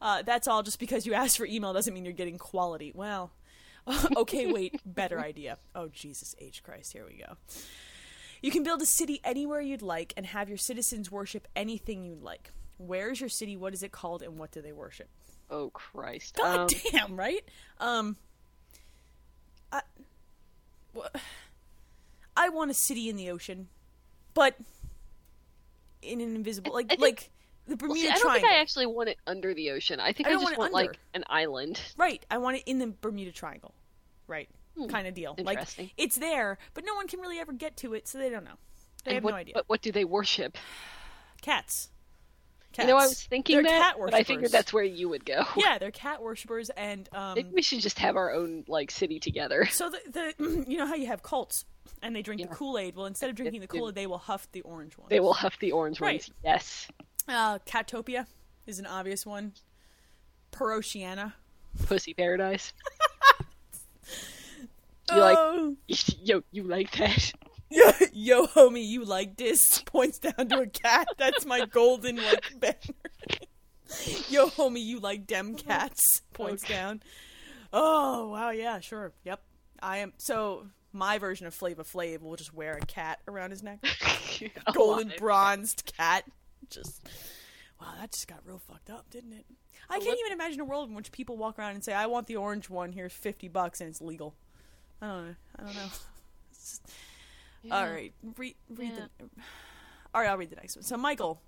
S1: Uh, that's all. Just because you asked for email doesn't mean you're getting quality. Well, okay, wait, better idea. Oh Jesus H Christ, here we go. You can build a city anywhere you'd like and have your citizens worship anything you'd like. Where is your city? What is it called? And what do they worship?
S2: Oh Christ.
S1: God
S2: Um,
S1: damn, right? Um, I, wha- I want a city in the ocean, but in an invisible, like
S2: I think-
S1: like the Bermuda
S2: See, I don't
S1: Triangle.
S2: think I actually want it under the ocean. I think
S1: I
S2: I,
S1: don't
S2: just
S1: want
S2: want,
S1: it under.
S2: like an island.
S1: Right, I want it in the Bermuda Triangle, right? Kind of deal. Like
S2: Hmm, Interesting.
S1: it's there, but no one can really ever get to it, so they don't know. They
S2: And
S1: have
S2: what,
S1: no idea.
S2: What, what do they worship?
S1: Cats. Cats.
S2: You know, I was thinking
S1: They're
S2: that,
S1: cat
S2: but I figured
S1: worshippers.
S2: that's where you would go.
S1: yeah, they're cat worshippers, and um,
S2: Maybe we should just have our own like city together.
S1: so the, the you know how you have cults and they drink
S2: Yeah.
S1: the Kool Aid. Well, instead of drinking the
S2: they-
S1: Kool Aid, they will huff the orange one.
S2: They will huff the orange ones.
S1: Right.
S2: Yes,
S1: Uh, Catopia is an obvious one. Perotiana.
S2: pussy paradise. You like-
S1: Oh.
S2: Yo, you like that?
S1: Yo, yo, homie, you like this? Points down to a cat. That's my golden like banner. yo, homie, you like dem cats? Points
S2: Okay.
S1: down. Oh wow, yeah, sure, yep. I am so my version of Flava Flav will just wear a cat around his neck,
S2: A
S1: golden
S2: lot.
S1: bronzed cat. Just wow, that just got real fucked up, didn't it? I can't even imagine a world in which people walk around and say, "I want the orange one. Here's fifty bucks, and it's legal." I don't know. I don't know. All right, read read the. All right, I'll read the next one. So Michael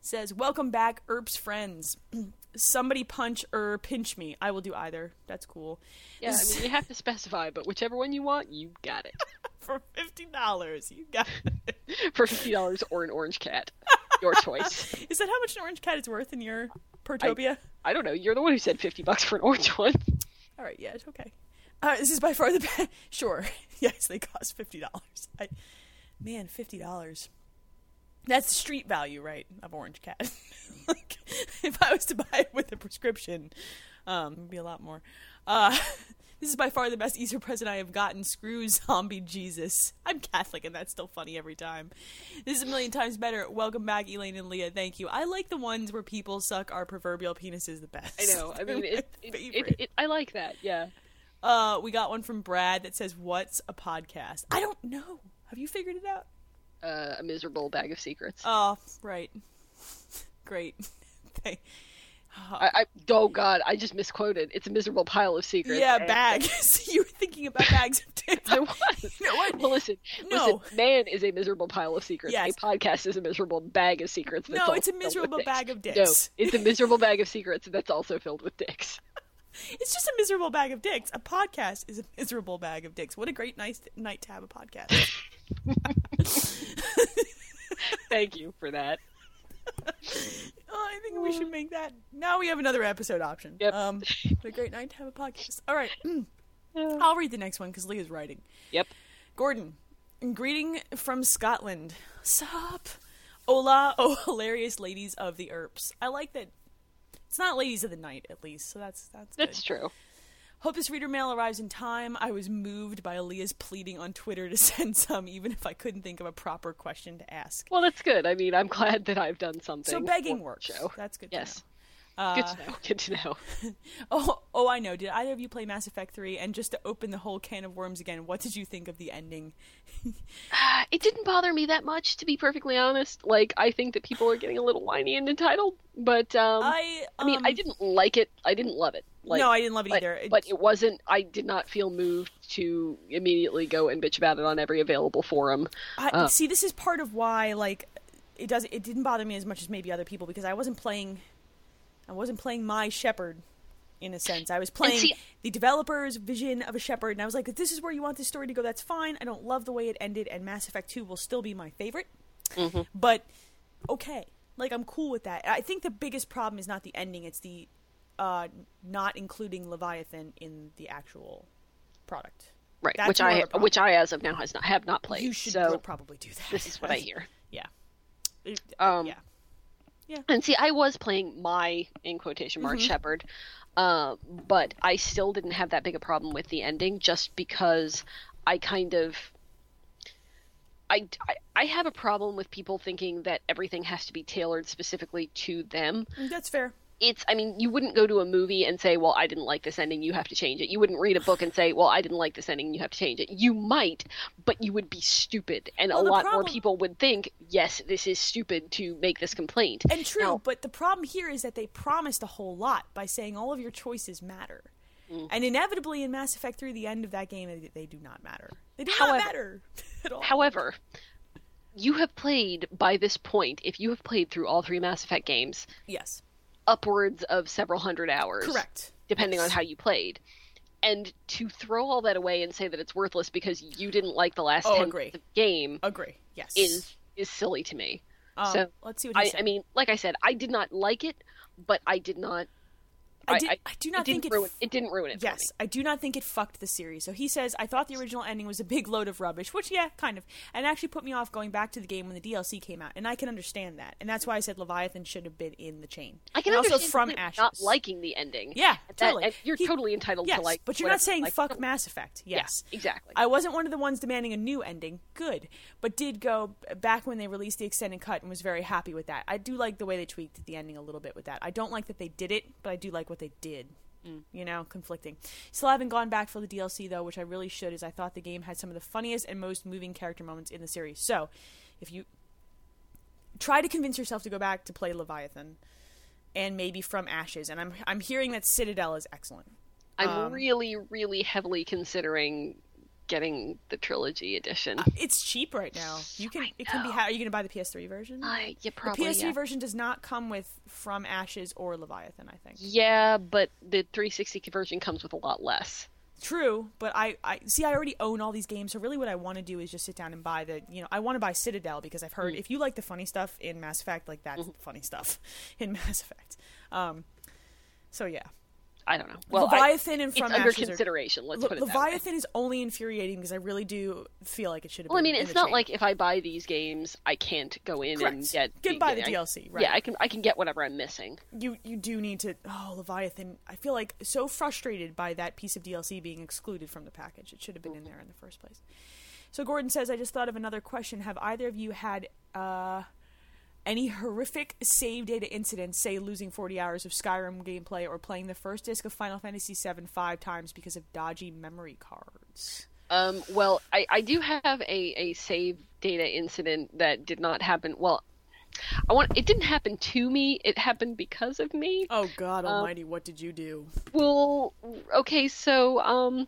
S1: says, "Welcome back, Erp's friends. Somebody punch or pinch me. I will do either. That's cool.
S2: Yeah, I mean, you have to specify, but whichever one you want, you got it
S1: For fifty dollars, you got. It.
S2: for fifty dollars or an orange cat. Your choice.
S1: Is that how much an orange cat is worth in your Pertopia?
S2: I don't know. You're the one who said fifty bucks for an orange one.
S1: All right, yeah, it's okay. Uh, this is by far the best. Sure, yes, they cost fifty dollars. I, man, fifty dollars. That's the street value, right, of orange cat. like, if I was to buy it with a prescription, um, it'd be a lot more. Uh, this is by far the best Easter present I have gotten. Screw zombie Jesus. I'm Catholic, and that's still funny every time. This is a million times better. Welcome back, Elaine and Leah. Thank you. I like the ones where people suck our proverbial penises the best.
S2: I know. I
S1: They're
S2: mean,
S1: my
S2: it, it, it,
S1: favorite.
S2: it- I like that. Yeah.
S1: Uh, we got one from Brad that says, "What's a podcast?" I don't know. Have you figured it out?
S2: Uh, a miserable bag of secrets.
S1: Oh, right. Great. Thank- Uh-huh.
S2: I, I, oh God, I just misquoted. It's a miserable pile of secrets.
S1: yeah,
S2: And-
S1: bags. you were thinking about bags of dicks.
S2: I was.
S1: You know what?
S2: Well, listen,
S1: No.
S2: listen. Man is a miserable pile of secrets.
S1: Yes.
S2: A podcast is a miserable bag of secrets. That's
S1: No,
S2: all
S1: it's a
S2: filled with
S1: miserable
S2: dicks.
S1: bag of
S2: No,
S1: dicks.
S2: it's a miserable bag of secrets that's also filled with dicks.
S1: It's just a miserable bag of dicks. A podcast is a miserable bag of dicks. What a great nice night to have a podcast.
S2: Thank you for that.
S1: oh, I think we should make that. Now we have another episode option.
S2: Yep.
S1: Um, what a great night to have a podcast. All right. Mm. I'll read the next one because Leah's writing.
S2: Yep.
S1: Gordon, greeting from Scotland. Sup? Hola, oh hilarious ladies of the Erps. I like that. It's not ladies of the night, at least, so that's that's good.
S2: That's true.
S1: Hope this reader mail arrives in time. I was moved by Aaliyah's pleading on Twitter to send some, even if I couldn't think of a proper question to ask.
S2: Well, that's good. I mean, I'm glad that I've done something.
S1: So
S2: for
S1: begging
S2: the
S1: works.
S2: Show.
S1: That's good. to
S2: Yes.
S1: know. Uh,
S2: good to know. Good to know.
S1: Oh, oh, I know. Did either of you play Mass Effect three? And just to open the whole can of worms again, what did you think of the ending?
S2: Uh, It didn't bother me that much, to be perfectly honest. Like, I think that people are getting a little whiny and entitled, but um,
S1: I,
S2: I mean,
S1: um,
S2: I didn't like it. I didn't love it. Like,
S1: no, I didn't love it
S2: but,
S1: either. It-
S2: But it wasn't. I did not feel moved to immediately go and bitch about it on every available forum.
S1: I,
S2: Uh,
S1: see, this is part of why like it does it didn't bother me as much as maybe other people because I wasn't playing, I wasn't playing my shepherd, in a sense. I was playing
S2: see-
S1: the developer's vision of a shepherd, and I was like, if this is where you want this story to go, that's fine. I don't love the way it ended, and Mass Effect Two will still be my favorite,
S2: Mm-hmm.
S1: but okay, like I'm cool with that. I think the biggest problem is not the ending; it's the uh, not including Leviathan in the actual product.
S2: Right,
S1: That's
S2: which
S1: more
S2: I
S1: of a problem.
S2: which I as of now has not have not played.
S1: You should
S2: so
S1: probably do that.
S2: this is what I hear.
S1: Yeah. It-
S2: Um,
S1: yeah.
S2: And see, I was playing my in quotation
S1: Mm-hmm.
S2: mark shepherd, uh, but I still didn't have that big a problem with the ending, just because I kind of. I, I, I have a problem with people thinking that everything has to be tailored specifically to them.
S1: That's fair.
S2: it's i mean you wouldn't go to a movie and say well i didn't like this ending you have to change it you wouldn't read a book and say well i didn't like this ending you have to change it you might but you would be stupid and
S1: Well,
S2: a
S1: the
S2: lot more
S1: problem-
S2: people would think yes this is stupid to make this complaint
S1: And true,
S2: Now-
S1: but the problem here is that they promised a whole lot by saying all of your choices matter.
S2: Mm.
S1: And inevitably in Mass Effect 3, the end of that game, they- they do not matter. They do
S2: However-
S1: not matter at all.
S2: however you have played by this point if you have played through all three mass effect games
S1: yes.
S2: upwards of several hundred hours
S1: Correct.
S2: depending on how you played and to throw all that away and say that it's worthless because you didn't like the last
S1: Oh,
S2: 10
S1: agree.
S2: minutes of the game
S1: Agree. Yes.
S2: is is silly to me.
S1: Um,
S2: So,
S1: let's see what he
S2: I,
S1: said.
S2: I mean, like I said, I did not like it, but I did not.
S1: I, did, I, do not
S2: it didn't
S1: think it
S2: ruin it. Didn't ruin it. for
S1: Yes,
S2: me.
S1: I do not think it fucked the series. So he says, I thought the original ending was a big load of rubbish, which, yeah, kind of, and actually put me off going back to the game when the DLC came out, and I can understand that. And that's why I said Leviathan should have been in the chain.
S2: I can
S1: and also
S2: understand
S1: from
S2: people
S1: Ashes.
S2: not liking the ending.
S1: Yeah,
S2: And that-
S1: totally.
S2: and you're
S1: He-
S2: totally entitled
S1: yes,
S2: to like.
S1: but you're not
S2: whatever,
S1: saying
S2: like,
S1: fuck Mass Effect. Yes,
S2: exactly.
S1: I wasn't one of the ones demanding a new ending. Good, but did go back when they released the extended cut and was very happy with that. I do like the way they tweaked the ending a little bit with that. I don't like that they did it, but I do like what they did.
S2: Mm.
S1: You know, conflicting. Still haven't gone back for the DLC though, which I really should, as I thought the game had some of the funniest and most moving character moments in the series. So, if you try to convince yourself to go back to play Leviathan and maybe From Ashes, and I'm I'm hearing that Citadel is excellent.
S2: I'm
S1: um,
S2: really, really heavily considering getting the trilogy edition.
S1: It's cheap right now. You can
S2: I
S1: it can be.
S2: know.
S1: ha- Are you going to buy the PS3 version?
S2: I,
S1: the
S2: yeah, Uh, probably.
S1: PS3
S2: yeah.
S1: version does not come with From Ashes or Leviathan. I think
S2: yeah, but the 360 version comes with a lot less.
S1: true, but I, I see. I already own all these games, so really, what I want to do is just sit down and buy the. You know, I want to buy Citadel because I've
S2: Mm.
S1: heard if you like the funny stuff in Mass Effect, like that's
S2: Mm-hmm.
S1: the funny stuff in Mass Effect. Um, so yeah,
S2: I don't know. Well, I-
S1: Leviathan and
S2: it's
S1: From
S2: under
S1: Ashes are-
S2: consideration. Let's
S1: Le-
S2: put it that way.
S1: Leviathan is only infuriating because I really do feel like it should have.
S2: Well, I
S1: been
S2: mean,
S1: in
S2: it's
S1: the
S2: not
S1: chain.
S2: like if I buy these games, I can't go in and
S1: Correct.
S2: get
S1: Can buy the
S2: I-
S1: DLC, right.
S2: Yeah, I can. I can get whatever I'm missing.
S1: you you do need to oh leviathan i feel like so frustrated by that piece of dlc being excluded from the package it should have been
S2: Mm-hmm.
S1: in there in the first place so gordon says i just thought of another question have either of you had uh any horrific save data incidents, say losing 40 hours of Skyrim gameplay or playing the first disc of Final Fantasy VII five times because of dodgy memory cards?
S2: Um, well, I, I do have a, a save data incident that did not happen. Well, I want it didn't happen to me. It happened because of me.
S1: Oh, God
S2: Um,
S1: Almighty, what did you do?
S2: Well, okay, so um,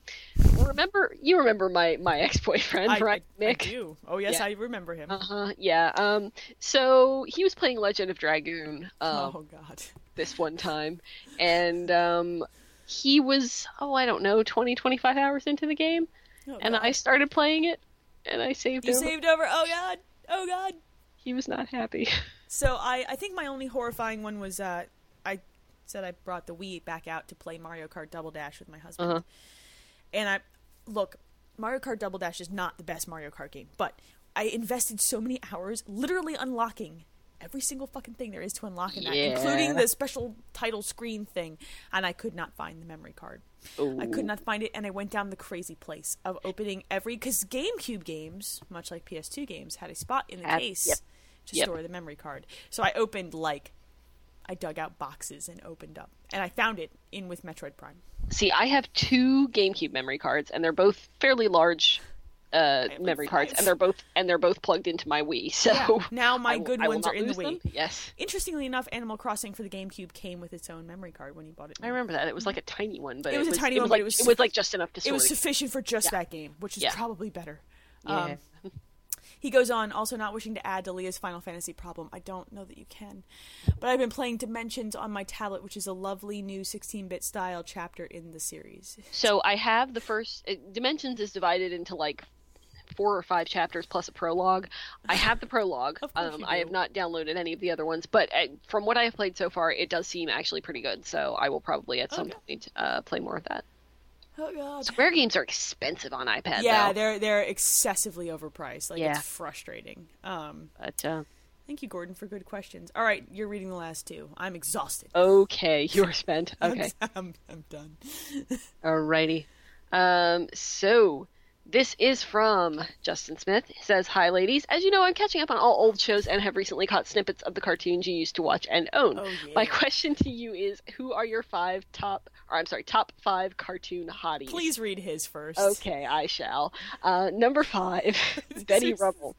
S2: remember you remember my my ex boyfriend, right,
S1: I,
S2: Nick?
S1: do. Oh, yes,
S2: Yeah.
S1: I remember him.
S2: Uh-huh, yeah. Um, so he was playing Legend of Dragoon. Um,
S1: oh, God.
S2: this one time and um he was oh i don't know 20 25 hours into the game
S1: Oh,
S2: and
S1: God.
S2: i started playing it and i saved
S1: You
S2: him
S1: saved over. Oh, God. Oh, God.
S2: he was not happy
S1: So I, I think my only horrifying one was uh, I said I brought the Wii back out to play Mario Kart Double Dash with my husband.
S2: Uh-huh.
S1: And I look, Mario Kart Double Dash is not the best Mario Kart game, but I invested so many hours literally unlocking every single fucking thing there is to unlock in that, including
S2: Yeah.
S1: the special title screen thing, and I could not find the memory card. I could not find it, and I went down the crazy place of opening every because GameCube games, much like PS2 games, had a spot in the
S2: Had-
S1: case
S2: yep.
S1: to
S2: Yep.
S1: store the memory card. So I opened like I dug out boxes and opened up, and I found it in with Metroid Prime.
S2: see i have two gamecube memory cards and they're both fairly large uh,
S1: like
S2: memory cards
S1: five.
S2: and they're both and they're both plugged into my wii so
S1: Yeah. Now my
S2: I will-
S1: good
S2: I will
S1: ones are
S2: not
S1: in the
S2: lose them.
S1: Wii.
S2: yes
S1: Interestingly enough, Animal Crossing for the GameCube came with its own memory card when you bought it.
S2: i remember that it was like a tiny one but
S1: It was a tiny one,
S2: was
S1: but
S2: like,
S1: it was
S2: it was like just enough to
S1: it
S2: sort
S1: was sufficient for just that game, which is
S2: Yeah.
S1: probably better.
S2: yeah.
S1: Um, He goes on, also not wishing to add to Leah's Final Fantasy problem. I don't know that you can. But I've been playing Dimensions on my tablet, which is a lovely new 16 bit style chapter in the series.
S2: So I have the first uh, Dimensions is divided into like four or five chapters plus a prologue. I have the prologue.
S1: Of course
S2: um,
S1: you
S2: I have
S1: do.
S2: not downloaded any of the other ones, but uh, from what I have played so far, it does seem actually pretty good. So I will probably at some point uh, play more of that.
S1: Oh, God.
S2: Square games are expensive on iPad.
S1: Yeah,
S2: though,
S1: they're they're excessively overpriced. Like
S2: Yeah.
S1: it's frustrating. Um,
S2: but uh,
S1: thank you, Gordon, for good questions. All right, you're reading the last two. I'm exhausted.
S2: Oh. okay, you are spent. Okay,
S1: I'm, I'm done.
S2: alrighty. Um, so. This is from Justin Smith. He says, Hi, ladies. As you know, I'm catching up on all old shows and have recently caught snippets of the cartoons you used to watch and own.
S1: Oh, yeah.
S2: My question to you is who are your five top, or I'm sorry, top five cartoon hotties?
S1: Please read his first.
S2: Okay, I shall. Uh, number five, Betty
S1: Seriously?
S2: Rubble.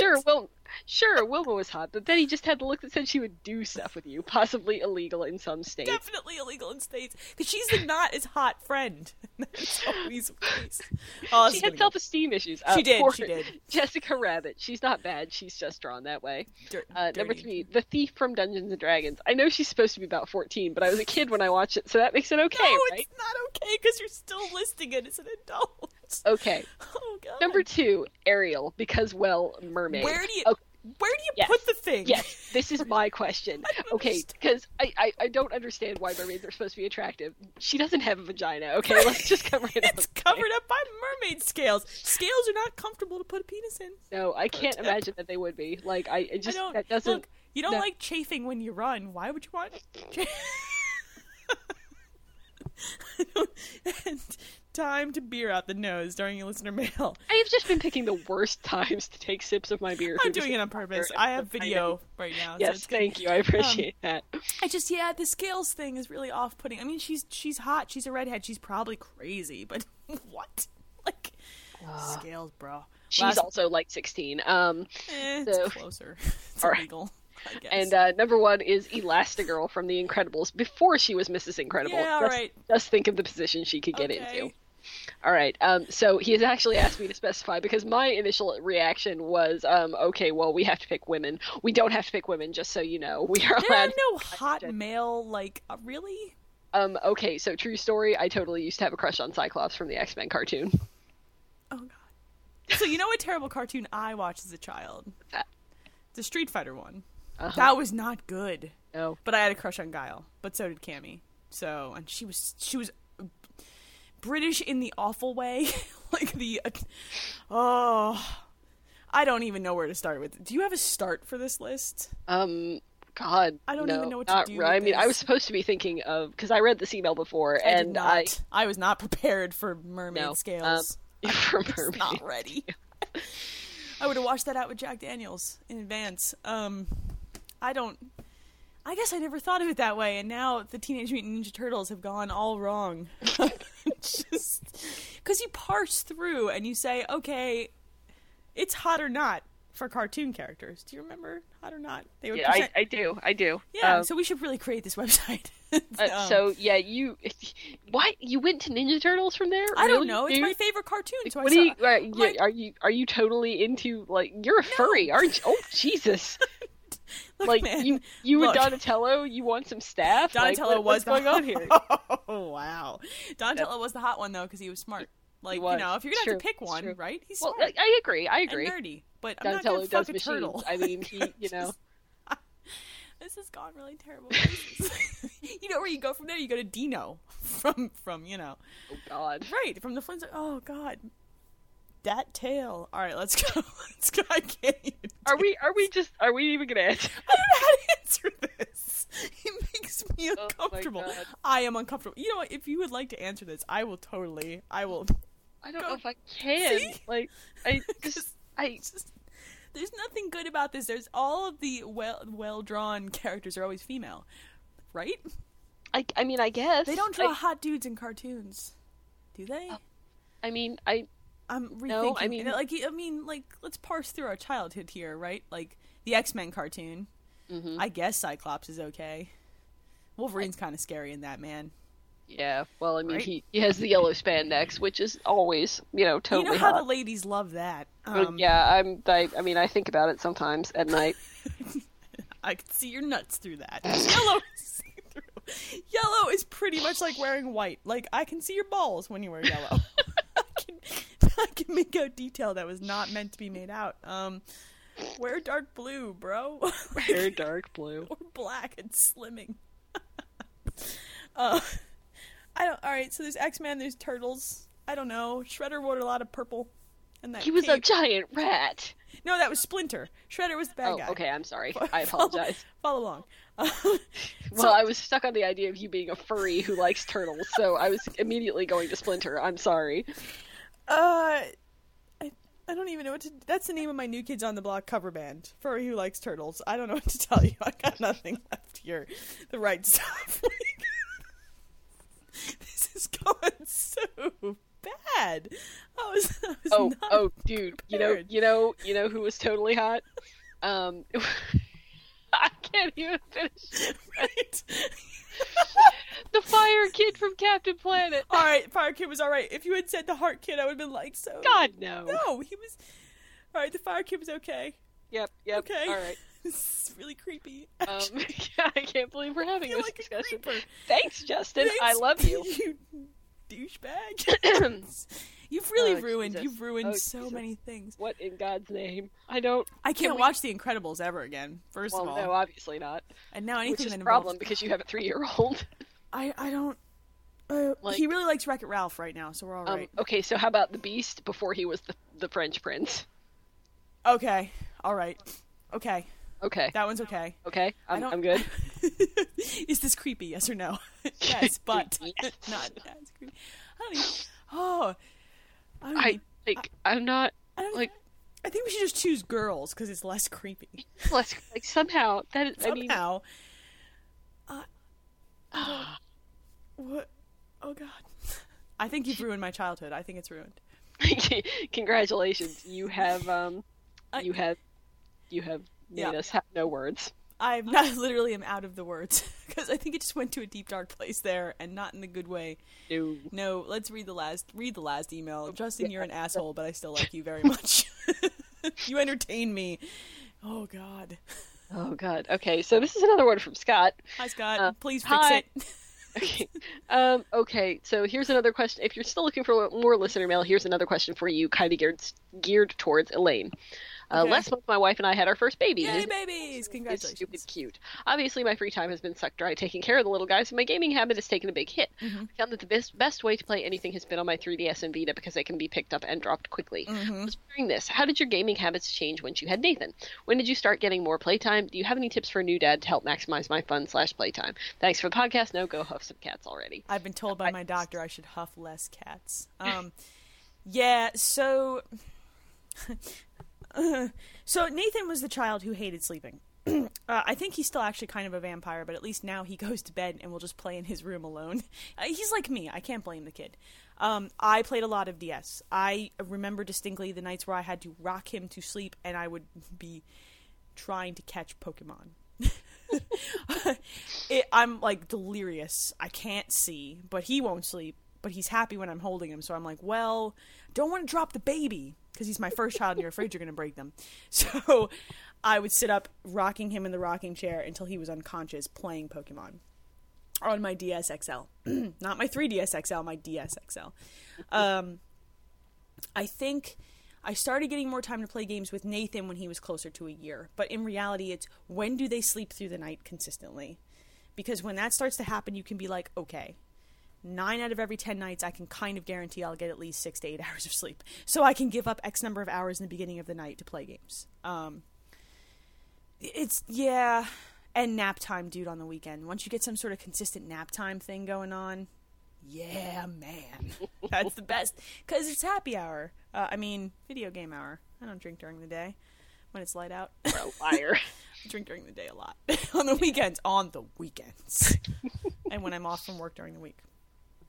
S2: Sure, Wil- sure, Wilma was hot, but Betty just had the look that said she would do stuff with you, possibly illegal in some states.
S1: Definitely illegal in states because she's the not as hot friend. That's always the case. Oh, this
S2: she
S1: is
S2: had
S1: gonna
S2: self esteem issues.
S1: She did,
S2: poor
S1: she did.
S2: Jessica Rabbit. She's not bad. She's just drawn that way.
S1: go dir-
S2: Uh, number
S1: dirty.
S2: three, The Thief from Dungeons and Dragons. I know she's supposed to be about 14, but I was a kid when I watched it, so that makes it okay,
S1: No,
S2: right?
S1: it's not okay because you're still listing it as an adult.
S2: Okay.
S1: Oh god.
S2: Number two, Ariel, because, well, mermaid.
S1: Where do you-
S2: Oh,
S1: Where do you
S2: Yes.
S1: put the thing?
S2: Yes, this is my question. Okay, because I, I, I don't understand why mermaids are supposed to be attractive. She doesn't have a vagina, okay? Let's just come right
S1: It's
S2: up.
S1: covered up by mermaid scales. Scales are not comfortable to put a penis in.
S2: No, I can't imagine that they would be. Like, I it just,
S1: I don't
S2: that doesn't.
S1: look. You don't
S2: that-
S1: like chafing when you run. Why would you want? I don't- and time to beer out the nose during your listener mail.
S2: I have just been picking the worst times to take sips of my beer.
S1: I'm doing it on purpose. I have video right now. so
S2: Yes,
S1: it's good.
S2: thank you. I appreciate
S1: Um,
S2: that.
S1: I just yeah, the scales thing is really off putting. I mean, she's she's hot. She's a redhead. She's probably crazy, but what? Like scales, bro.
S2: She's
S1: Last-
S2: also like 16. Um,
S1: eh, it's
S2: so-
S1: closer. It's
S2: All right.
S1: illegal. I guess.
S2: and uh, number one is Elastigirl from The Incredibles before she was Mrs. Incredible.
S1: Yeah, all
S2: just,
S1: right.
S2: just think of the position she could get
S1: Okay.
S2: into. All right. Um, so he has actually asked me to specify because my initial reaction was, um, okay, well, we have to pick women. We don't have to pick women, just so you know. We are
S1: there are
S2: allowed.
S1: no hot male like uh, really.
S2: Um, okay, so true story. I totally used to have a crush on Cyclops from the X Men cartoon.
S1: Oh god. So you know what terrible cartoon I watched as a child?
S2: that? Uh-huh.
S1: The Street Fighter one. That was not good.
S2: No.
S1: But I had a crush on Guile. But so did Cammy. So and she was she was British in the awful way, like the oh. I don't even know where to start with. Do you have a start for this list?
S2: Um, God,
S1: I don't
S2: no,
S1: even know what to
S2: not
S1: do
S2: re-
S1: with
S2: I mean, I
S1: this.
S2: was supposed to be thinking of because I read this email before,
S1: I did
S2: and
S1: not.
S2: I
S1: I was not prepared for mermaid
S2: no
S1: scales.
S2: Um, for
S1: It's
S2: mermaid.
S1: not ready. I would have washed that out with Jack Daniels in advance. Um, I don't. I guess I never thought of it that way, and now the Teenage Mutant Ninja Turtles have gone all wrong. It's Just because you parse through and you say, okay, it's hot or not for cartoon characters. Do you remember hot or not? They would
S2: Yeah, I,
S1: present-
S2: I do, I do.
S1: yeah.
S2: Um,
S1: so we should really create this website.
S2: uh,
S1: Um,
S2: so yeah, you what? You went to Ninja Turtles from there?
S1: I don't
S2: Really,
S1: know. It's
S2: dude?
S1: my favorite cartoon. So I
S2: What
S1: saw-
S2: do you, uh, yeah,
S1: like-
S2: are you are you totally into like you're a furry, aren't you? Oh Jesus!
S1: Look,
S2: Like
S1: man,
S2: you you
S1: look.
S2: and Donatello, you want some staff? Like,
S1: Donatello
S2: what-
S1: was
S2: what's
S1: the
S2: going
S1: hot
S2: on here.
S1: Oh wow, Donatello was the hot one though because he was smart. Like you
S2: was.
S1: know, if you're
S2: It's
S1: gonna have to
S2: true.
S1: pick
S2: It's
S1: one,
S2: true.
S1: right? He's
S2: Well, I,
S1: smart
S2: I agree. I agree.
S1: and nerdy, but I'm
S2: Donatello
S1: not gonna
S2: does
S1: fuck a
S2: machines.
S1: turtle.
S2: I mean, he, you know.
S1: this has gone really terrible. places. you know where you go from there? You go to Dino from from you know
S2: Oh God.
S1: right from the Flintstones. Oh god, that tail. All right, let's go. Let's go. I can't even.
S2: Are we? Are we just? Are we even gonna answer?
S1: I don't know how to answer this. It makes me
S2: Oh my
S1: uncomfortable.
S2: God.
S1: I am uncomfortable. You know what? If you would like to answer this, I will totally. I will.
S2: I don't
S1: Go-
S2: know if I can.
S1: See?
S2: Like, I just, I
S1: It's just, there's nothing good about this. There's all of the well well drawn characters are always female, right?
S2: I, I mean, I guess
S1: They don't draw
S2: I,
S1: hot dudes in cartoons, do they?
S2: I mean, I
S1: I'm rethinking.
S2: No, I mean-
S1: and, like Oh, I mean, like let's parse through our childhood here, right? Like the X Men cartoon.
S2: mm-hmm,
S1: I guess Cyclops is okay. Wolverine's kind of scary in that man.
S2: yeah. Well, I mean,
S1: Right?
S2: he, he has the yellow spandex, which is always you know
S1: You
S2: totally
S1: know how
S2: hot.
S1: the ladies love that.
S2: But
S1: Um,
S2: yeah, I'm. I, I mean, I think about it sometimes at night.
S1: I could see your nuts through that. Yellow is see-through. Yellow is pretty much like wearing white. Like I can see your balls when you wear yellow. I can I can make out detail that was not meant to be made out. Um wear dark blue, bro.
S2: Hair dark blue.
S1: or black and slimming. uh, I don't all right, so there's X-Men, there's Turtles. I don't know. Shredder wore a lot of purple. And that
S2: He was a
S1: cape.
S2: giant rat.
S1: No, that was Splinter. Shredder was the bad
S2: Oh,
S1: guy.
S2: okay. I'm sorry. I
S1: Follow-
S2: apologize.
S1: Follow along. Um,
S2: Well, I was stuck on the idea of you being a furry who likes turtles, so I was immediately going to Splinter. I'm sorry.
S1: Uh, I, I don't even know what to. That's the name of my new kids on the block cover band. Furry who likes turtles. I don't know what to tell you. I got nothing left here. The right stuff. Like, this is going so bad. I was. I was
S2: Oh,
S1: not-
S2: oh, dude. You know,
S1: prepared.
S2: you know, you know who was totally hot. Um, I can't even finish. it.
S1: Right.
S2: The fire kid from Captain Planet.
S1: all right, Fire Kid was all right. If you had said the Heart Kid, I would have been like, so.
S2: God no.
S1: No, he was. All right, the Fire Kid was okay.
S2: Yep. Yep.
S1: Okay.
S2: All right.
S1: This is really creepy.
S2: Um, I can't believe we're having
S1: feel
S2: this
S1: like a
S2: discussion.
S1: creeper.
S2: Thanks, Justin. I
S1: Thanks,
S2: love you.
S1: You douchebag. You've really
S2: Oh,
S1: ruined.
S2: Jesus.
S1: You've ruined
S2: Oh,
S1: so
S2: Jesus.
S1: many things.
S2: What in God's name? I don't.
S1: I can't
S2: we-
S1: watch The Incredibles ever again. First
S2: Well,
S1: of all,
S2: no, obviously not.
S1: and now
S2: Which
S1: anything
S2: is
S1: that
S2: a
S1: involves
S2: problem because you have a three-year-old.
S1: I I don't. Uh,
S2: Like-
S1: he really likes Wreck It Ralph right now, so we're all
S2: Um,
S1: right.
S2: Okay, so how about the Beast before he was the the French Prince?
S1: okay, all right, okay,
S2: Okay,
S1: that one's okay.
S2: okay,
S1: I
S2: I'm,
S1: don't-
S2: I'm good.
S1: Is this creepy? Yes or no? yes, but
S2: Yes.
S1: not. That's creepy. I don't even, oh, I, don't
S2: I
S1: even-
S2: like. I'm not
S1: I don't,
S2: like
S1: I think we should just choose girls because it's less creepy
S2: less like somehow that is, I mean
S1: somehow. I, I don't, what? Oh God! I think you've ruined my childhood. I think it's ruined.
S2: congratulations you have um
S1: I-
S2: you have you have made
S1: Yeah.
S2: us have no words
S1: I'm not literally am out of the words because I think it just went to a deep dark place there and not in the good way.
S2: no
S1: No, let's read the last read the last email. Justin, you're an asshole, but I still like you very much. you entertain me. Oh God.
S2: oh god okay so this is another one from scott
S1: Hi Scott.
S2: Uh,
S1: Please fix
S2: hi.
S1: it.
S2: okay. Um, okay, so here's another question. If you're still looking for more listener mail, here's another question for you, kind of geared geared towards Elaine. Uh,
S1: Okay.
S2: Last month, my wife and I had our first baby.
S1: Yay,
S2: His-
S1: babies!
S2: is stupid
S1: Congratulations.
S2: cute. Obviously, my free time has been sucked dry taking care of the little guys, and my gaming habit has taken a big hit.
S1: Mm-hmm.
S2: I found that the best best way to play anything has been on my 3DS and Vita because they can be picked up and dropped quickly.
S1: Mm-hmm.
S2: I was wondering this: How did your gaming habits change once you had Nathan? When did you start getting more playtime? Do you have any tips for a new dad to help maximize my fun slash playtime? Thanks for the podcast. No, go huff some cats already.
S1: I've been told by my doctor I should huff less cats. Um, yeah, so so Nathan was the child who hated sleeping. uh, I think he's still actually kind of a vampire, but at least now he goes to bed and will just play in his room alone. Uh, he's like me. I can't blame the kid. Um, I played a lot of DS. I remember distinctly the nights where I had to rock him to sleep, and I would be trying to catch Pokemon. it, I'm like delirious. I can't see, but he won't sleep. But he's happy when I'm holding him. So I'm like, well, don't want to drop the baby because he's my first child and you're afraid you're going to break them. So I would sit up, rocking him in the rocking chair until he was unconscious, playing Pokemon on my DS XL. Not my 3DS XL, my DS XL. Um, I think I started getting more time to play games with Nathan when he was closer to a year. But in reality, it's when do they sleep through the night consistently? Because when that starts to happen, you can be like, okay, nine out of every 10 nights, I can kind of guarantee I'll get at least six to eight hours of sleep. So I can give up X number of hours in the beginning of the night to play games. Um, it's, yeah. And nap time, dude, on the weekend. Once you get some sort of consistent nap time thing going on, yeah, man. That's the best. Because it's happy hour. Uh, I mean, video game hour. I don't drink during the day when it's light out. I
S2: You're a liar.
S1: drink during the day a lot. on the weekends. On the weekends. and when I'm off from work during the week.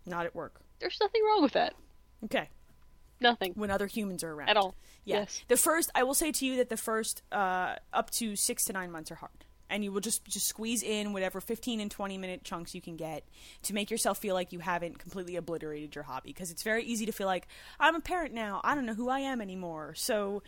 S1: Not at work.
S2: There's nothing wrong with that.
S1: Okay.
S2: Nothing
S1: When other humans are around.
S2: at all.
S1: Yeah.
S2: Yes.
S1: The first, I will say to you that the first uh, up to six to nine months are hard. And you will just, just squeeze in whatever 15 and 20 minute chunks you can get to make yourself feel like you haven't completely obliterated your hobby. Because it's very easy to feel like, I'm a parent now. I don't know who I am anymore. So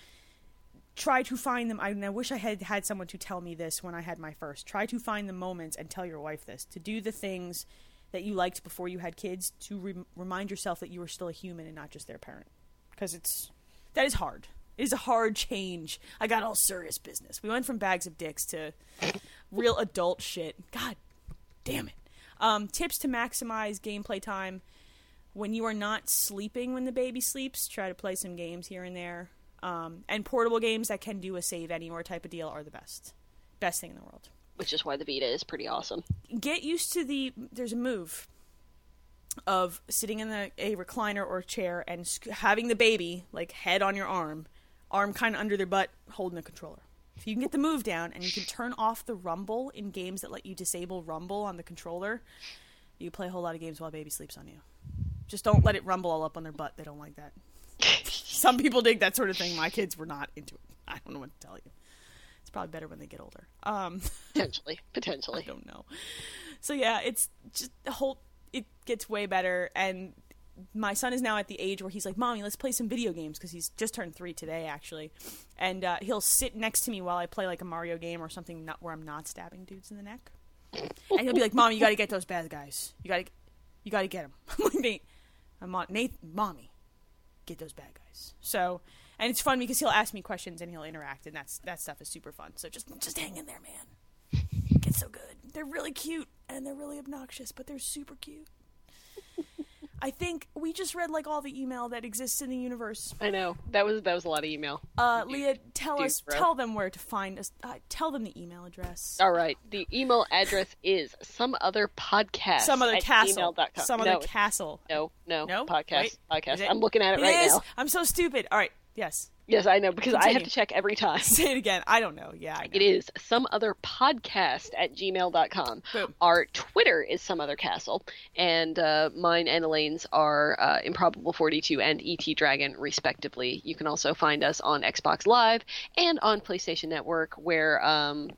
S1: try to find them. I, and I wish I had had someone to tell me this when I had my first. Try to find the moments and tell your wife this to do the things that you liked before you had kids to re- remind yourself that you were still a human and not just their parent. Because it's that is hard. It is a hard change. I got all serious business. We went from bags of dicks to real adult shit. God damn it. Um, tips to maximize gameplay time. When you are not sleeping when the baby sleeps, try to play some games here and there. Um, and portable games that can do a save anywhere type of deal are the best. Best thing in the world.
S2: Which is why the Vita is pretty awesome.
S1: Get used to the. There's a move of sitting in the, a recliner or chair and sc- having the baby, like head on your arm, arm kind of under their butt, holding the controller. If you can get the move down and you can turn off the rumble in games that let you disable rumble on the controller, you play a whole lot of games while baby sleeps on you. Just don't let it rumble all up on their butt. They don't like that. Some people dig that sort of thing. My kids were not into it. I don't know what to tell you. It's probably better when they get older. Um,
S2: Potentially. Potentially.
S1: don't know. So yeah, it's just the whole. It gets way better, and my son is now at the age where he's like, "Mommy, let's play some video games," because he's just turned three today, actually. And uh, he'll sit next to me while I play like a Mario game or something, not where I'm not stabbing dudes in the neck. And he'll be like, "Mom, you got to get those bad guys. You got to, you got to get them." I'm like, "Nate, I'm on Nate, mommy, get those bad guys. So, and it's fun because he'll ask me questions and he'll interact, and that's that stuff is super fun. So just just hang in there, man. It's so good. They're really cute and they're really obnoxious, but they're super cute. I think we just read like all the email that exists in the universe.
S2: I know that was that was a lot of email.
S1: Uh, Leah, tell
S2: dude,
S1: us,
S2: bro.
S1: tell them where to find us. Uh, tell them the email address.
S2: All right, the email address is some other podcast.
S1: Some other
S2: at
S1: castle.
S2: gmail.com.
S1: Some
S2: no,
S1: other castle.
S2: no, no,
S1: No
S2: podcast,
S1: Wait, is
S2: podcast.
S1: it-
S2: I'm looking at it, right
S1: is.
S2: now.
S1: I'm so stupid. All right. Yes.
S2: Yes, I know because I have
S1: Continue.
S2: to check every time.
S1: Say it again. I don't know. Yeah. I know.
S2: It is some other podcast at gmail.com.
S1: Boom.
S2: Our Twitter is some other castle, and uh, mine and Elaine's are uh, improbable forty two and ET Dragon, respectively. You can also find us on Xbox Live and on PlayStation Network, where um,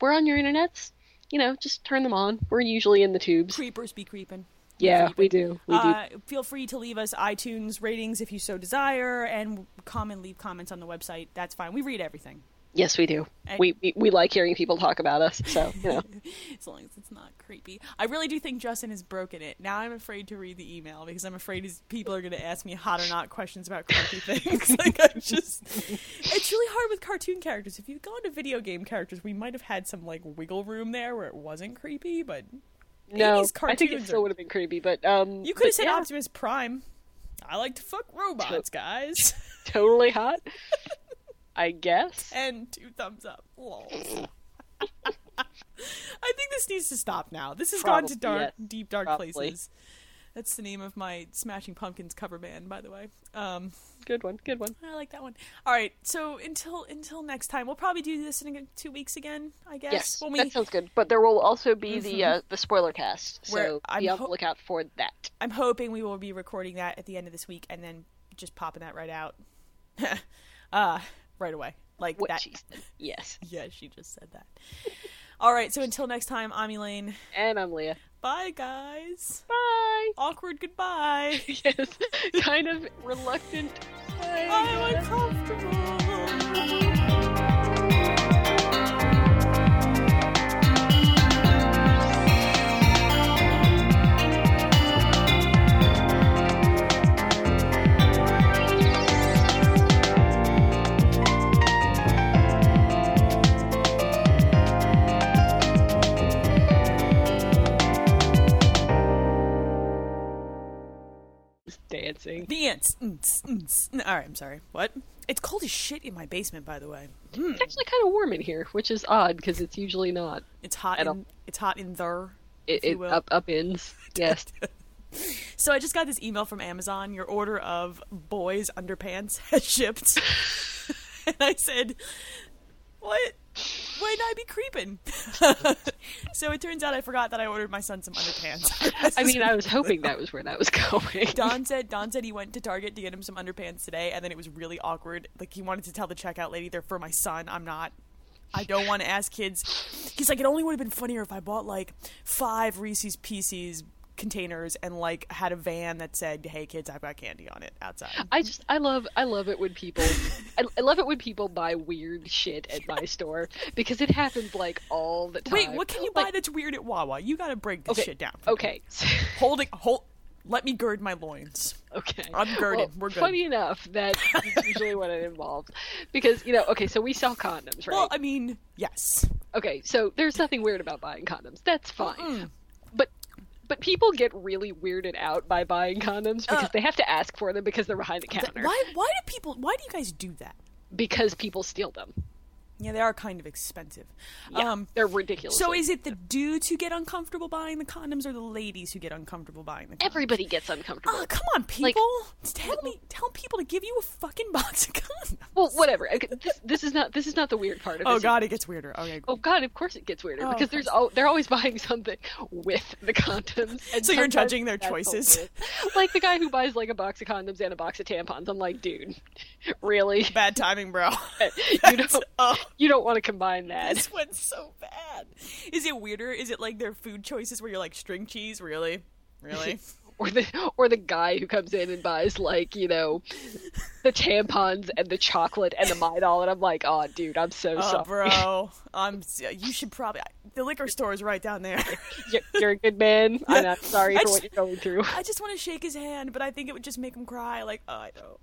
S2: we're on your internets. You know, just turn them on. We're usually in the tubes.
S1: Creepers be creeping.
S2: Yeah, we do. We do.
S1: Uh, feel free to leave us iTunes ratings if you so desire, and comment, leave comments on the website. That's fine. We read everything,
S2: Yes, we do.
S1: I-
S2: We, we we like hearing people talk about us. So you know,
S1: as long as it's not creepy. I really do think Justin has broken it. Now I'm afraid to read the email because I'm afraid his people are going to ask me hot or not questions about creepy things. like I just, it's really hard with cartoon characters. If you've gone to video game characters, we might have had some like wiggle room there where it wasn't creepy, but
S2: no,
S1: 80s
S2: I think it
S1: cartoons
S2: still
S1: are-
S2: would have been creepy, but um,
S1: you could have
S2: but
S1: said
S2: yeah,
S1: Optimus Prime. I like to fuck robots, guys.
S2: totally hot. I guess.
S1: and two thumbs up. Lol. I think this needs to stop now. This has gone to
S2: Probably,
S1: dark,
S2: yes.
S1: deep, dark
S2: Probably.
S1: places. That's the name of my Smashing Pumpkins cover band, by the way. Um,
S2: Good one. Good one.
S1: I like that one. All right, so until until next time, we'll probably do this in two weeks again, I guess.
S2: Yes,
S1: when we
S2: that sounds good. But there will also be the uh, the spoiler cast,
S1: Mm-hmm. Where
S2: so
S1: I'm
S2: be on
S1: ho-
S2: the lookout for that.
S1: I'm hoping we will be recording that at the end of this week and then just popping that right out, uh, right away, like
S2: What
S1: that.
S2: she said. Yes,
S1: Yeah, she just said that. All right, so until next time, I'm Elaine.
S2: and I'm Leah.
S1: Bye, guys.
S2: Bye.
S1: Awkward goodbye.
S2: yes, kind of reluctant. Bye.
S1: I'm uncomfortable.
S2: Dancing.
S1: The ants. Mm-ts, mm-ts. Mm, All right, I'm sorry. What? It's cold as shit in my basement, by the way.
S2: It's actually kind of warm in here, which is odd because it's usually not.
S1: It's hot.
S2: I
S1: In,
S2: don't-
S1: it's hot in there.
S2: It,
S1: you
S2: it
S1: will.
S2: up up ends. Yes.
S1: So I just got this email from Amazon. Your order of boys underpants has shipped. and I said, "What? Why'd I be creeping?" so it turns out I forgot that I ordered my son some underpants.
S2: I mean, I was hoping that was where that was going.
S1: Don said Don said he went to Target to get him some underpants today, and then it was really awkward. Like he wanted to tell the checkout lady they're for my son. I'm not. I don't want to ask kids. He's like, it only would have been funnier if I bought like five Reese's Pieces containers and like had a van that said, "Hey kids, I've got candy on it outside."
S2: I just I love I love it when people I, I love it when people buy weird shit at my store because it happens like all the time.
S1: Wait, what can you buy
S2: Like,
S1: that's weird at Wawa? You got to break this
S2: okay,
S1: shit down.
S2: Okay,
S1: Holding, hold. Let me gird my loins.
S2: okay.
S1: I'm girded.
S2: Well,
S1: We're good.
S2: Funny enough, that's usually what it involves because you know. Okay, so we sell condoms, right?
S1: Well, I mean, yes.
S2: okay, so there's nothing weird about buying condoms. That's fine, but. But people get really weirded out by buying condoms because they have to ask for them because they're behind the counter.
S1: Uh. Why? Why do people? Why do you guys do that?
S2: Because people steal them.
S1: Yeah, they are kind of expensive.
S2: Yeah,
S1: um,
S2: they're ridiculous.
S1: So is it the dudes who get uncomfortable buying the condoms, or the ladies who get uncomfortable buying the? condoms?
S2: everybody gets uncomfortable.
S1: Oh, come on, people! tell me, tell people to give you a fucking box of condoms.
S2: Well, whatever. I- This, this is not this is not the weird part of it.
S1: Oh god, it gets weirder. Okay.
S2: Oh god, of course it gets weirder
S1: Oh, of
S2: because there's al- they're always buying something with the condoms. and
S1: So you're
S2: sometimes
S1: judging their
S2: that's
S1: choices?
S2: hilarious. like the guy who buys like a box of condoms and a box of tampons. I'm like, dude, really?
S1: Bad timing, bro.
S2: you don't
S1: oh,
S2: you don't want to combine that.
S1: this one's so bad. Is it weirder? Is it like their food choices where you're like string cheese? Really? Really?
S2: Or the or the guy who comes in and buys like you know the tampons and the chocolate and the Midol, and I'm like, oh, dude, I'm so
S1: Oh,
S2: sorry.
S1: bro. I'm. You should probably. the liquor store is right down there.
S2: You're, you're a good man, and I'm sorry
S1: I
S2: for
S1: just-
S2: what you're going through.
S1: I just want to shake his hand, but I think it would just make him cry. Like, oh, I know.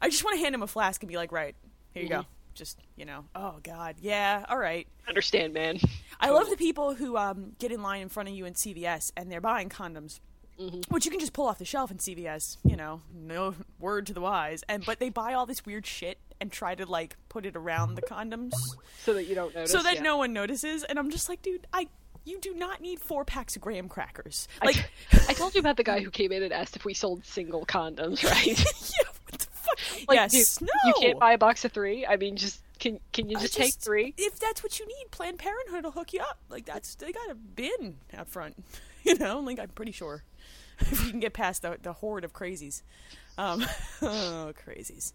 S1: I just want to hand him a flask and be like, right, here you
S2: Mm-hmm.
S1: go. Just you know, oh god, yeah, all right.
S2: Understand, man.
S1: I love the people who um, get in line in front of you in CVS and they're buying condoms,
S2: Mm-hmm.
S1: which you can just pull off the shelf in CVS. You know, no word to the wise. And but they buy all this weird shit and try to like put it around the condoms
S2: So that you don't notice.
S1: so that
S2: yeah.
S1: no one notices. And I'm just like, dude, I you do not need four packs of graham crackers.
S2: I t-
S1: Like,
S2: I told you about the guy who came in and asked if we sold single condoms, right?
S1: yeah, what the fuck?
S2: Like,
S1: yes,
S2: dude,
S1: no.
S2: You can't buy a box of three. I mean, just can can you
S1: I
S2: just, take three?
S1: If that's what you need, Planned Parenthood will hook you up. Like that's they got a bin out front. You know, like I'm pretty sure if you can get past the the horde of crazies. Um, oh, crazies.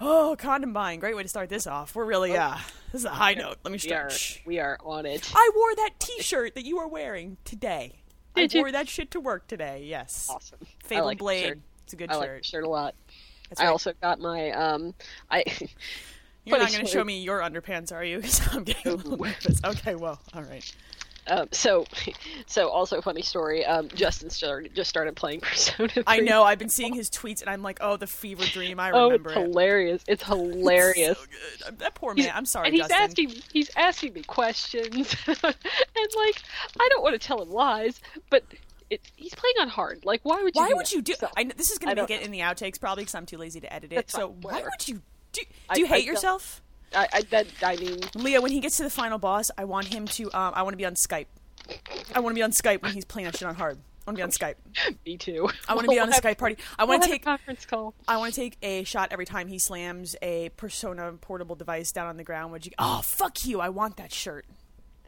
S1: Oh, condom buying. Great way to start this off. We're really uh this is a high note. Let me
S2: Oh. We are
S1: start. Shh.
S2: we are on it.
S1: I wore that T-shirt that you are wearing today.
S2: Did
S1: I
S2: you?
S1: wore that shit to work today. Yes.
S2: Awesome. I
S1: Fable
S2: like the
S1: Blade.
S2: shirt.
S1: It's a good
S2: I like the
S1: shirt.
S2: shirt a lot.
S1: That's
S2: I
S1: right.
S2: also got my um I
S1: You're
S2: funny
S1: not going to
S2: story.
S1: show me your underpants, are you? 'Cause I'm getting a little
S2: Ooh.
S1: nervous. Okay, well, all right.
S2: um, so so also funny story. Um, Justin started just started playing Persona. 3.
S1: I know. I've been seeing his tweets, and I'm like, oh, the fever dream. I
S2: Oh, it's
S1: remember it.
S2: hilarious! It's hilarious.
S1: So good. That poor man. I'm sorry,
S2: and he's
S1: Justin.
S2: asking he's asking me questions, and like I don't want to tell him lies, but it's he's playing on hard. Like why would you?
S1: Why
S2: do
S1: would
S2: that?
S1: you do?
S2: So-
S1: I know, this is
S2: I
S1: going to
S2: don't
S1: make it in the outtakes probably because I'm too lazy to edit it.
S2: That's
S1: so
S2: fine.
S1: why
S2: Whatever.
S1: would you do?
S2: I-
S1: Do you
S2: I
S1: hate
S2: don't-
S1: yourself,
S2: I, I that I mean,
S1: Leah? When he gets to the final boss, I want him to. Um, I want to be on Skype. I want to be on Skype when he's playing that shit on hard. I want to be on Skype.
S2: me too.
S1: I want to be on a Skype party. I want to take.
S2: conference call.
S1: I want to take a shot every time he slams a Persona portable device down on the ground. Would you? Oh fuck you! I want that shirt.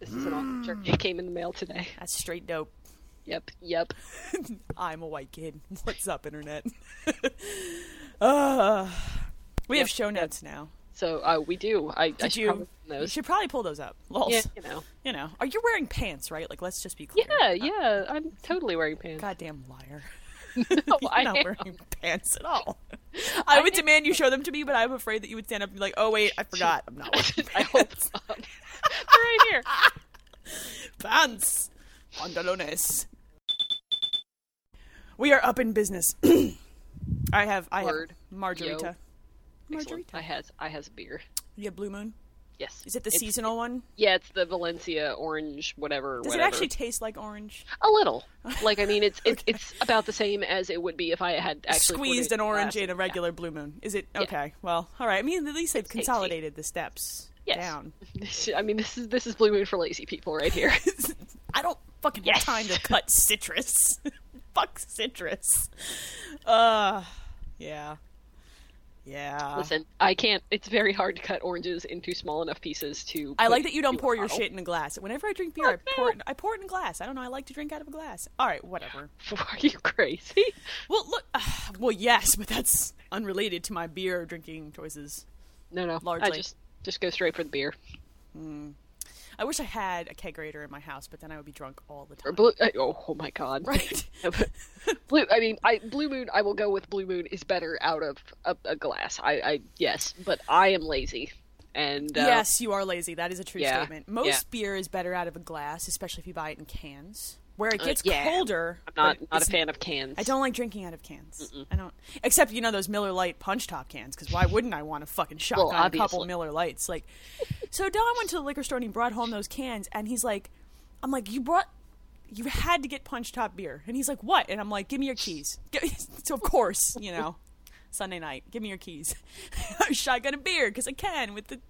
S2: This is an awesome
S1: Mm.
S2: jerk. It came in the mail today.
S1: That's straight dope.
S2: Yep, yep.
S1: I'm a white kid. What's up, internet? uh, we have
S2: Yep,
S1: show notes now.
S2: So uh, we do. I, I
S1: Did
S2: should
S1: you?
S2: probably send
S1: You
S2: those.
S1: should probably pull those up. Lols.
S2: Yeah, you know.
S1: You know, are you wearing pants? Right? Like, let's just be clear.
S2: Yeah, yeah. I'm totally wearing pants.
S1: Goddamn liar.
S2: no,
S1: You're
S2: I
S1: not
S2: am.
S1: wearing pants at all. I would demand you show them to me, but I'm afraid that you would stand up and be like, "Oh wait, I forgot. I'm not wearing
S2: I hope
S1: pants.
S2: not. They're right here.
S1: pants. Pantalones." We are up in business. I have I
S2: Word.
S1: have margarita.
S2: Excellent.
S1: Margarita.
S2: I has I has beer.
S1: You have blue moon.
S2: Yes.
S1: Is it the
S2: It's-
S1: seasonal one?
S2: Yeah, it's the Valencia orange, whatever.
S1: Does
S2: whatever.
S1: it actually taste like orange?
S2: A little. Like I mean, it's it's it's about the same as it would be if I had actually poured
S1: Squeezed
S2: it
S1: an orange
S2: glass.
S1: in a regular blue moon. Is it okay? Well, all right. I mean, at least they've
S2: tasty.
S1: consolidated the steps
S2: Yes.
S1: down.
S2: This- I mean, this is this is blue moon for lazy people right here.
S1: I don't fucking have
S2: Yes.
S1: time to cut citrus. Fuck citrus. Uh, yeah, yeah.
S2: Listen, I can't. It's very hard to cut oranges into small enough pieces to.
S1: I
S2: put
S1: like that you don't
S2: into a
S1: pour your
S2: bottle.
S1: shit in a glass. Whenever I drink beer, I
S2: no.
S1: pour it. I pour it in a glass. I don't know. I like to drink out of a glass. All right, whatever.
S2: Are you crazy?
S1: Well, look. well, yes, but that's unrelated to my beer drinking choices.
S2: No, no.
S1: Largely.
S2: I just just go straight for the beer.
S1: I wish I had a kegerator in my house, but then I would be drunk all the
S2: Or
S1: time.
S2: blue. uh, Oh, oh my god.
S1: Right?
S2: blue. I mean, I blue moon. I will go with blue moon is better out of a, a glass. I, I yes, but I am lazy, and uh,
S1: Yes, you are lazy. That is a true
S2: Yeah.
S1: statement. Most
S2: Yeah.
S1: beer is better out of a glass, especially if you buy it in cans, where it
S2: Uh,
S1: gets
S2: yeah.
S1: colder.
S2: I'm not
S1: but
S2: not a
S1: it's-
S2: fan of cans.
S1: I don't like drinking out of cans. I don't, except you know those Miller Lite punch top cans. Because why wouldn't I want to fucking shotgun a couple
S2: obviously.
S1: Miller Lights? Like, so Don went to the liquor store and he brought home those cans, and he's like, "I'm like, you brought, you had to get punch top beer," and he's like, "What?" And I'm like, "Give me your keys." so of course, you know. Sunday night, give me your keys. Shotgun a beer because I can with the.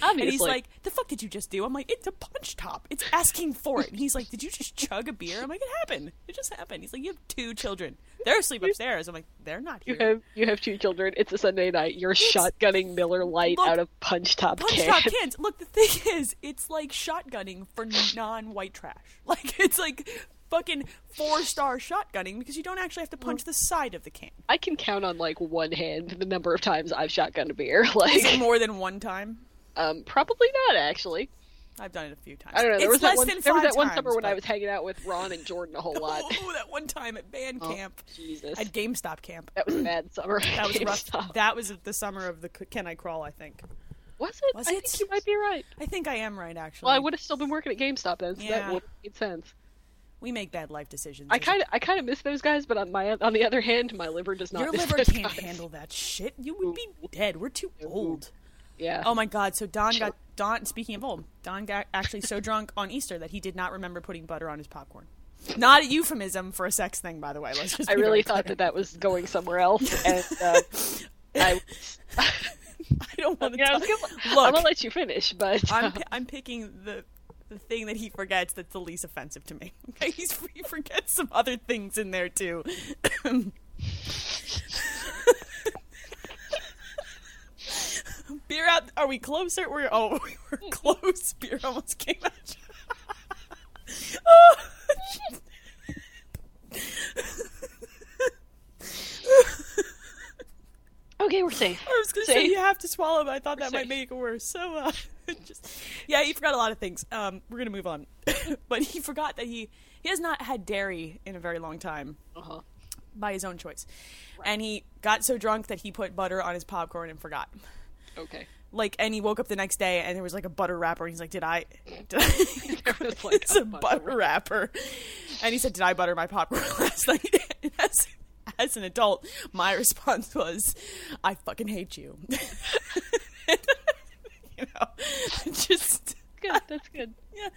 S1: And he's
S2: Obviously.
S1: like, "The fuck did you just do?" I'm like, "It's a punch top. It's asking for it." And he's like, "Did you just chug a beer?" I'm like, "It happened. It just happened." He's like, "You have two children. They're asleep upstairs." I'm like, "They're not
S2: You
S1: here."
S2: have you have two children. It's a Sunday night. You're shotgunning Miller Light
S1: Look,
S2: out of punch top
S1: punch
S2: can.
S1: top cans. Look, the thing is, it's like shotgunning for non-white trash. Like it's like fucking four-star shotgunning because you don't actually have to punch the side of the can.
S2: I can count on like one hand the number of times I've shotgunned a beer. Like,
S1: Is it more than one time?
S2: um, probably not actually.
S1: I've done it a few times.
S2: I don't know. There
S1: it's
S2: was that
S1: less
S2: one.
S1: than
S2: There was
S1: five
S2: that one
S1: times,
S2: summer when I
S1: but-
S2: was hanging out with Ron and Jordan a whole lot. Oh,
S1: Oh, that one time at band camp,
S2: Jesus,
S1: at GameStop camp.
S2: that was a bad summer.
S1: That was rough.
S2: GameStop.
S1: That was the summer of the c- Can I Crawl, I think.
S2: Was it?
S1: Was
S2: I
S1: it?
S2: think you might be right.
S1: I think I am right, actually.
S2: Well, I would have still been working at GameStop then, so
S1: Yeah.
S2: that would make sense.
S1: We make bad life decisions.
S2: I kind of, I kind of miss those guys, but on my, on the other hand, my liver does not.
S1: Your
S2: miss
S1: liver
S2: those
S1: can't
S2: guys.
S1: handle that shit. You would be dead. We're too old.
S2: Yeah.
S1: Oh my god! So Don got Don. Speaking of old, Don got actually so drunk on Easter that he did not remember putting butter on his popcorn. Not a euphemism for a sex thing, by the way. Let's just.
S2: I
S1: be very
S2: really thought
S1: clear.
S2: that that was going somewhere else, and uh, I, was-
S1: I don't want to.
S2: yeah, I was
S1: talk.
S2: gonna, I'm
S1: Look,
S2: gonna let you finish, but uh,
S1: I'm, pi- I'm picking the the thing that he forgets that's the least offensive to me. Okay, He's, he forgets some other things in there too. Beer out. Are we closer? We're oh, we were close. Beer almost came out.
S2: okay, we're safe.
S1: I was going to
S2: Safe.
S1: say you have to swallow, but I thought that
S2: safe.
S1: might make it worse. So, uh, just yeah, he forgot a lot of things. Um, we're going to move on, but he forgot that he he has not had dairy in a very long time
S2: Uh-huh.
S1: by his own choice, and he got so drunk that he put butter on his popcorn and forgot.
S2: Okay.
S1: Like, and he woke up the next day and there was like a butter wrapper. And he's like, "Did I? Did I?"
S2: There was, like,
S1: it's a
S2: a butter
S1: butter wrapper. And he said, Did I butter my popcorn last night? And as, as an adult, my response was, I fucking hate you. you know, just,
S2: Good. That's good.
S1: yeah.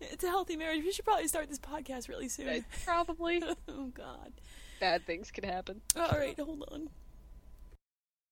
S1: It's a healthy marriage. We should probably start this podcast really soon.
S2: Probably
S1: Oh, God.
S2: bad things could happen.
S1: All right, hold on.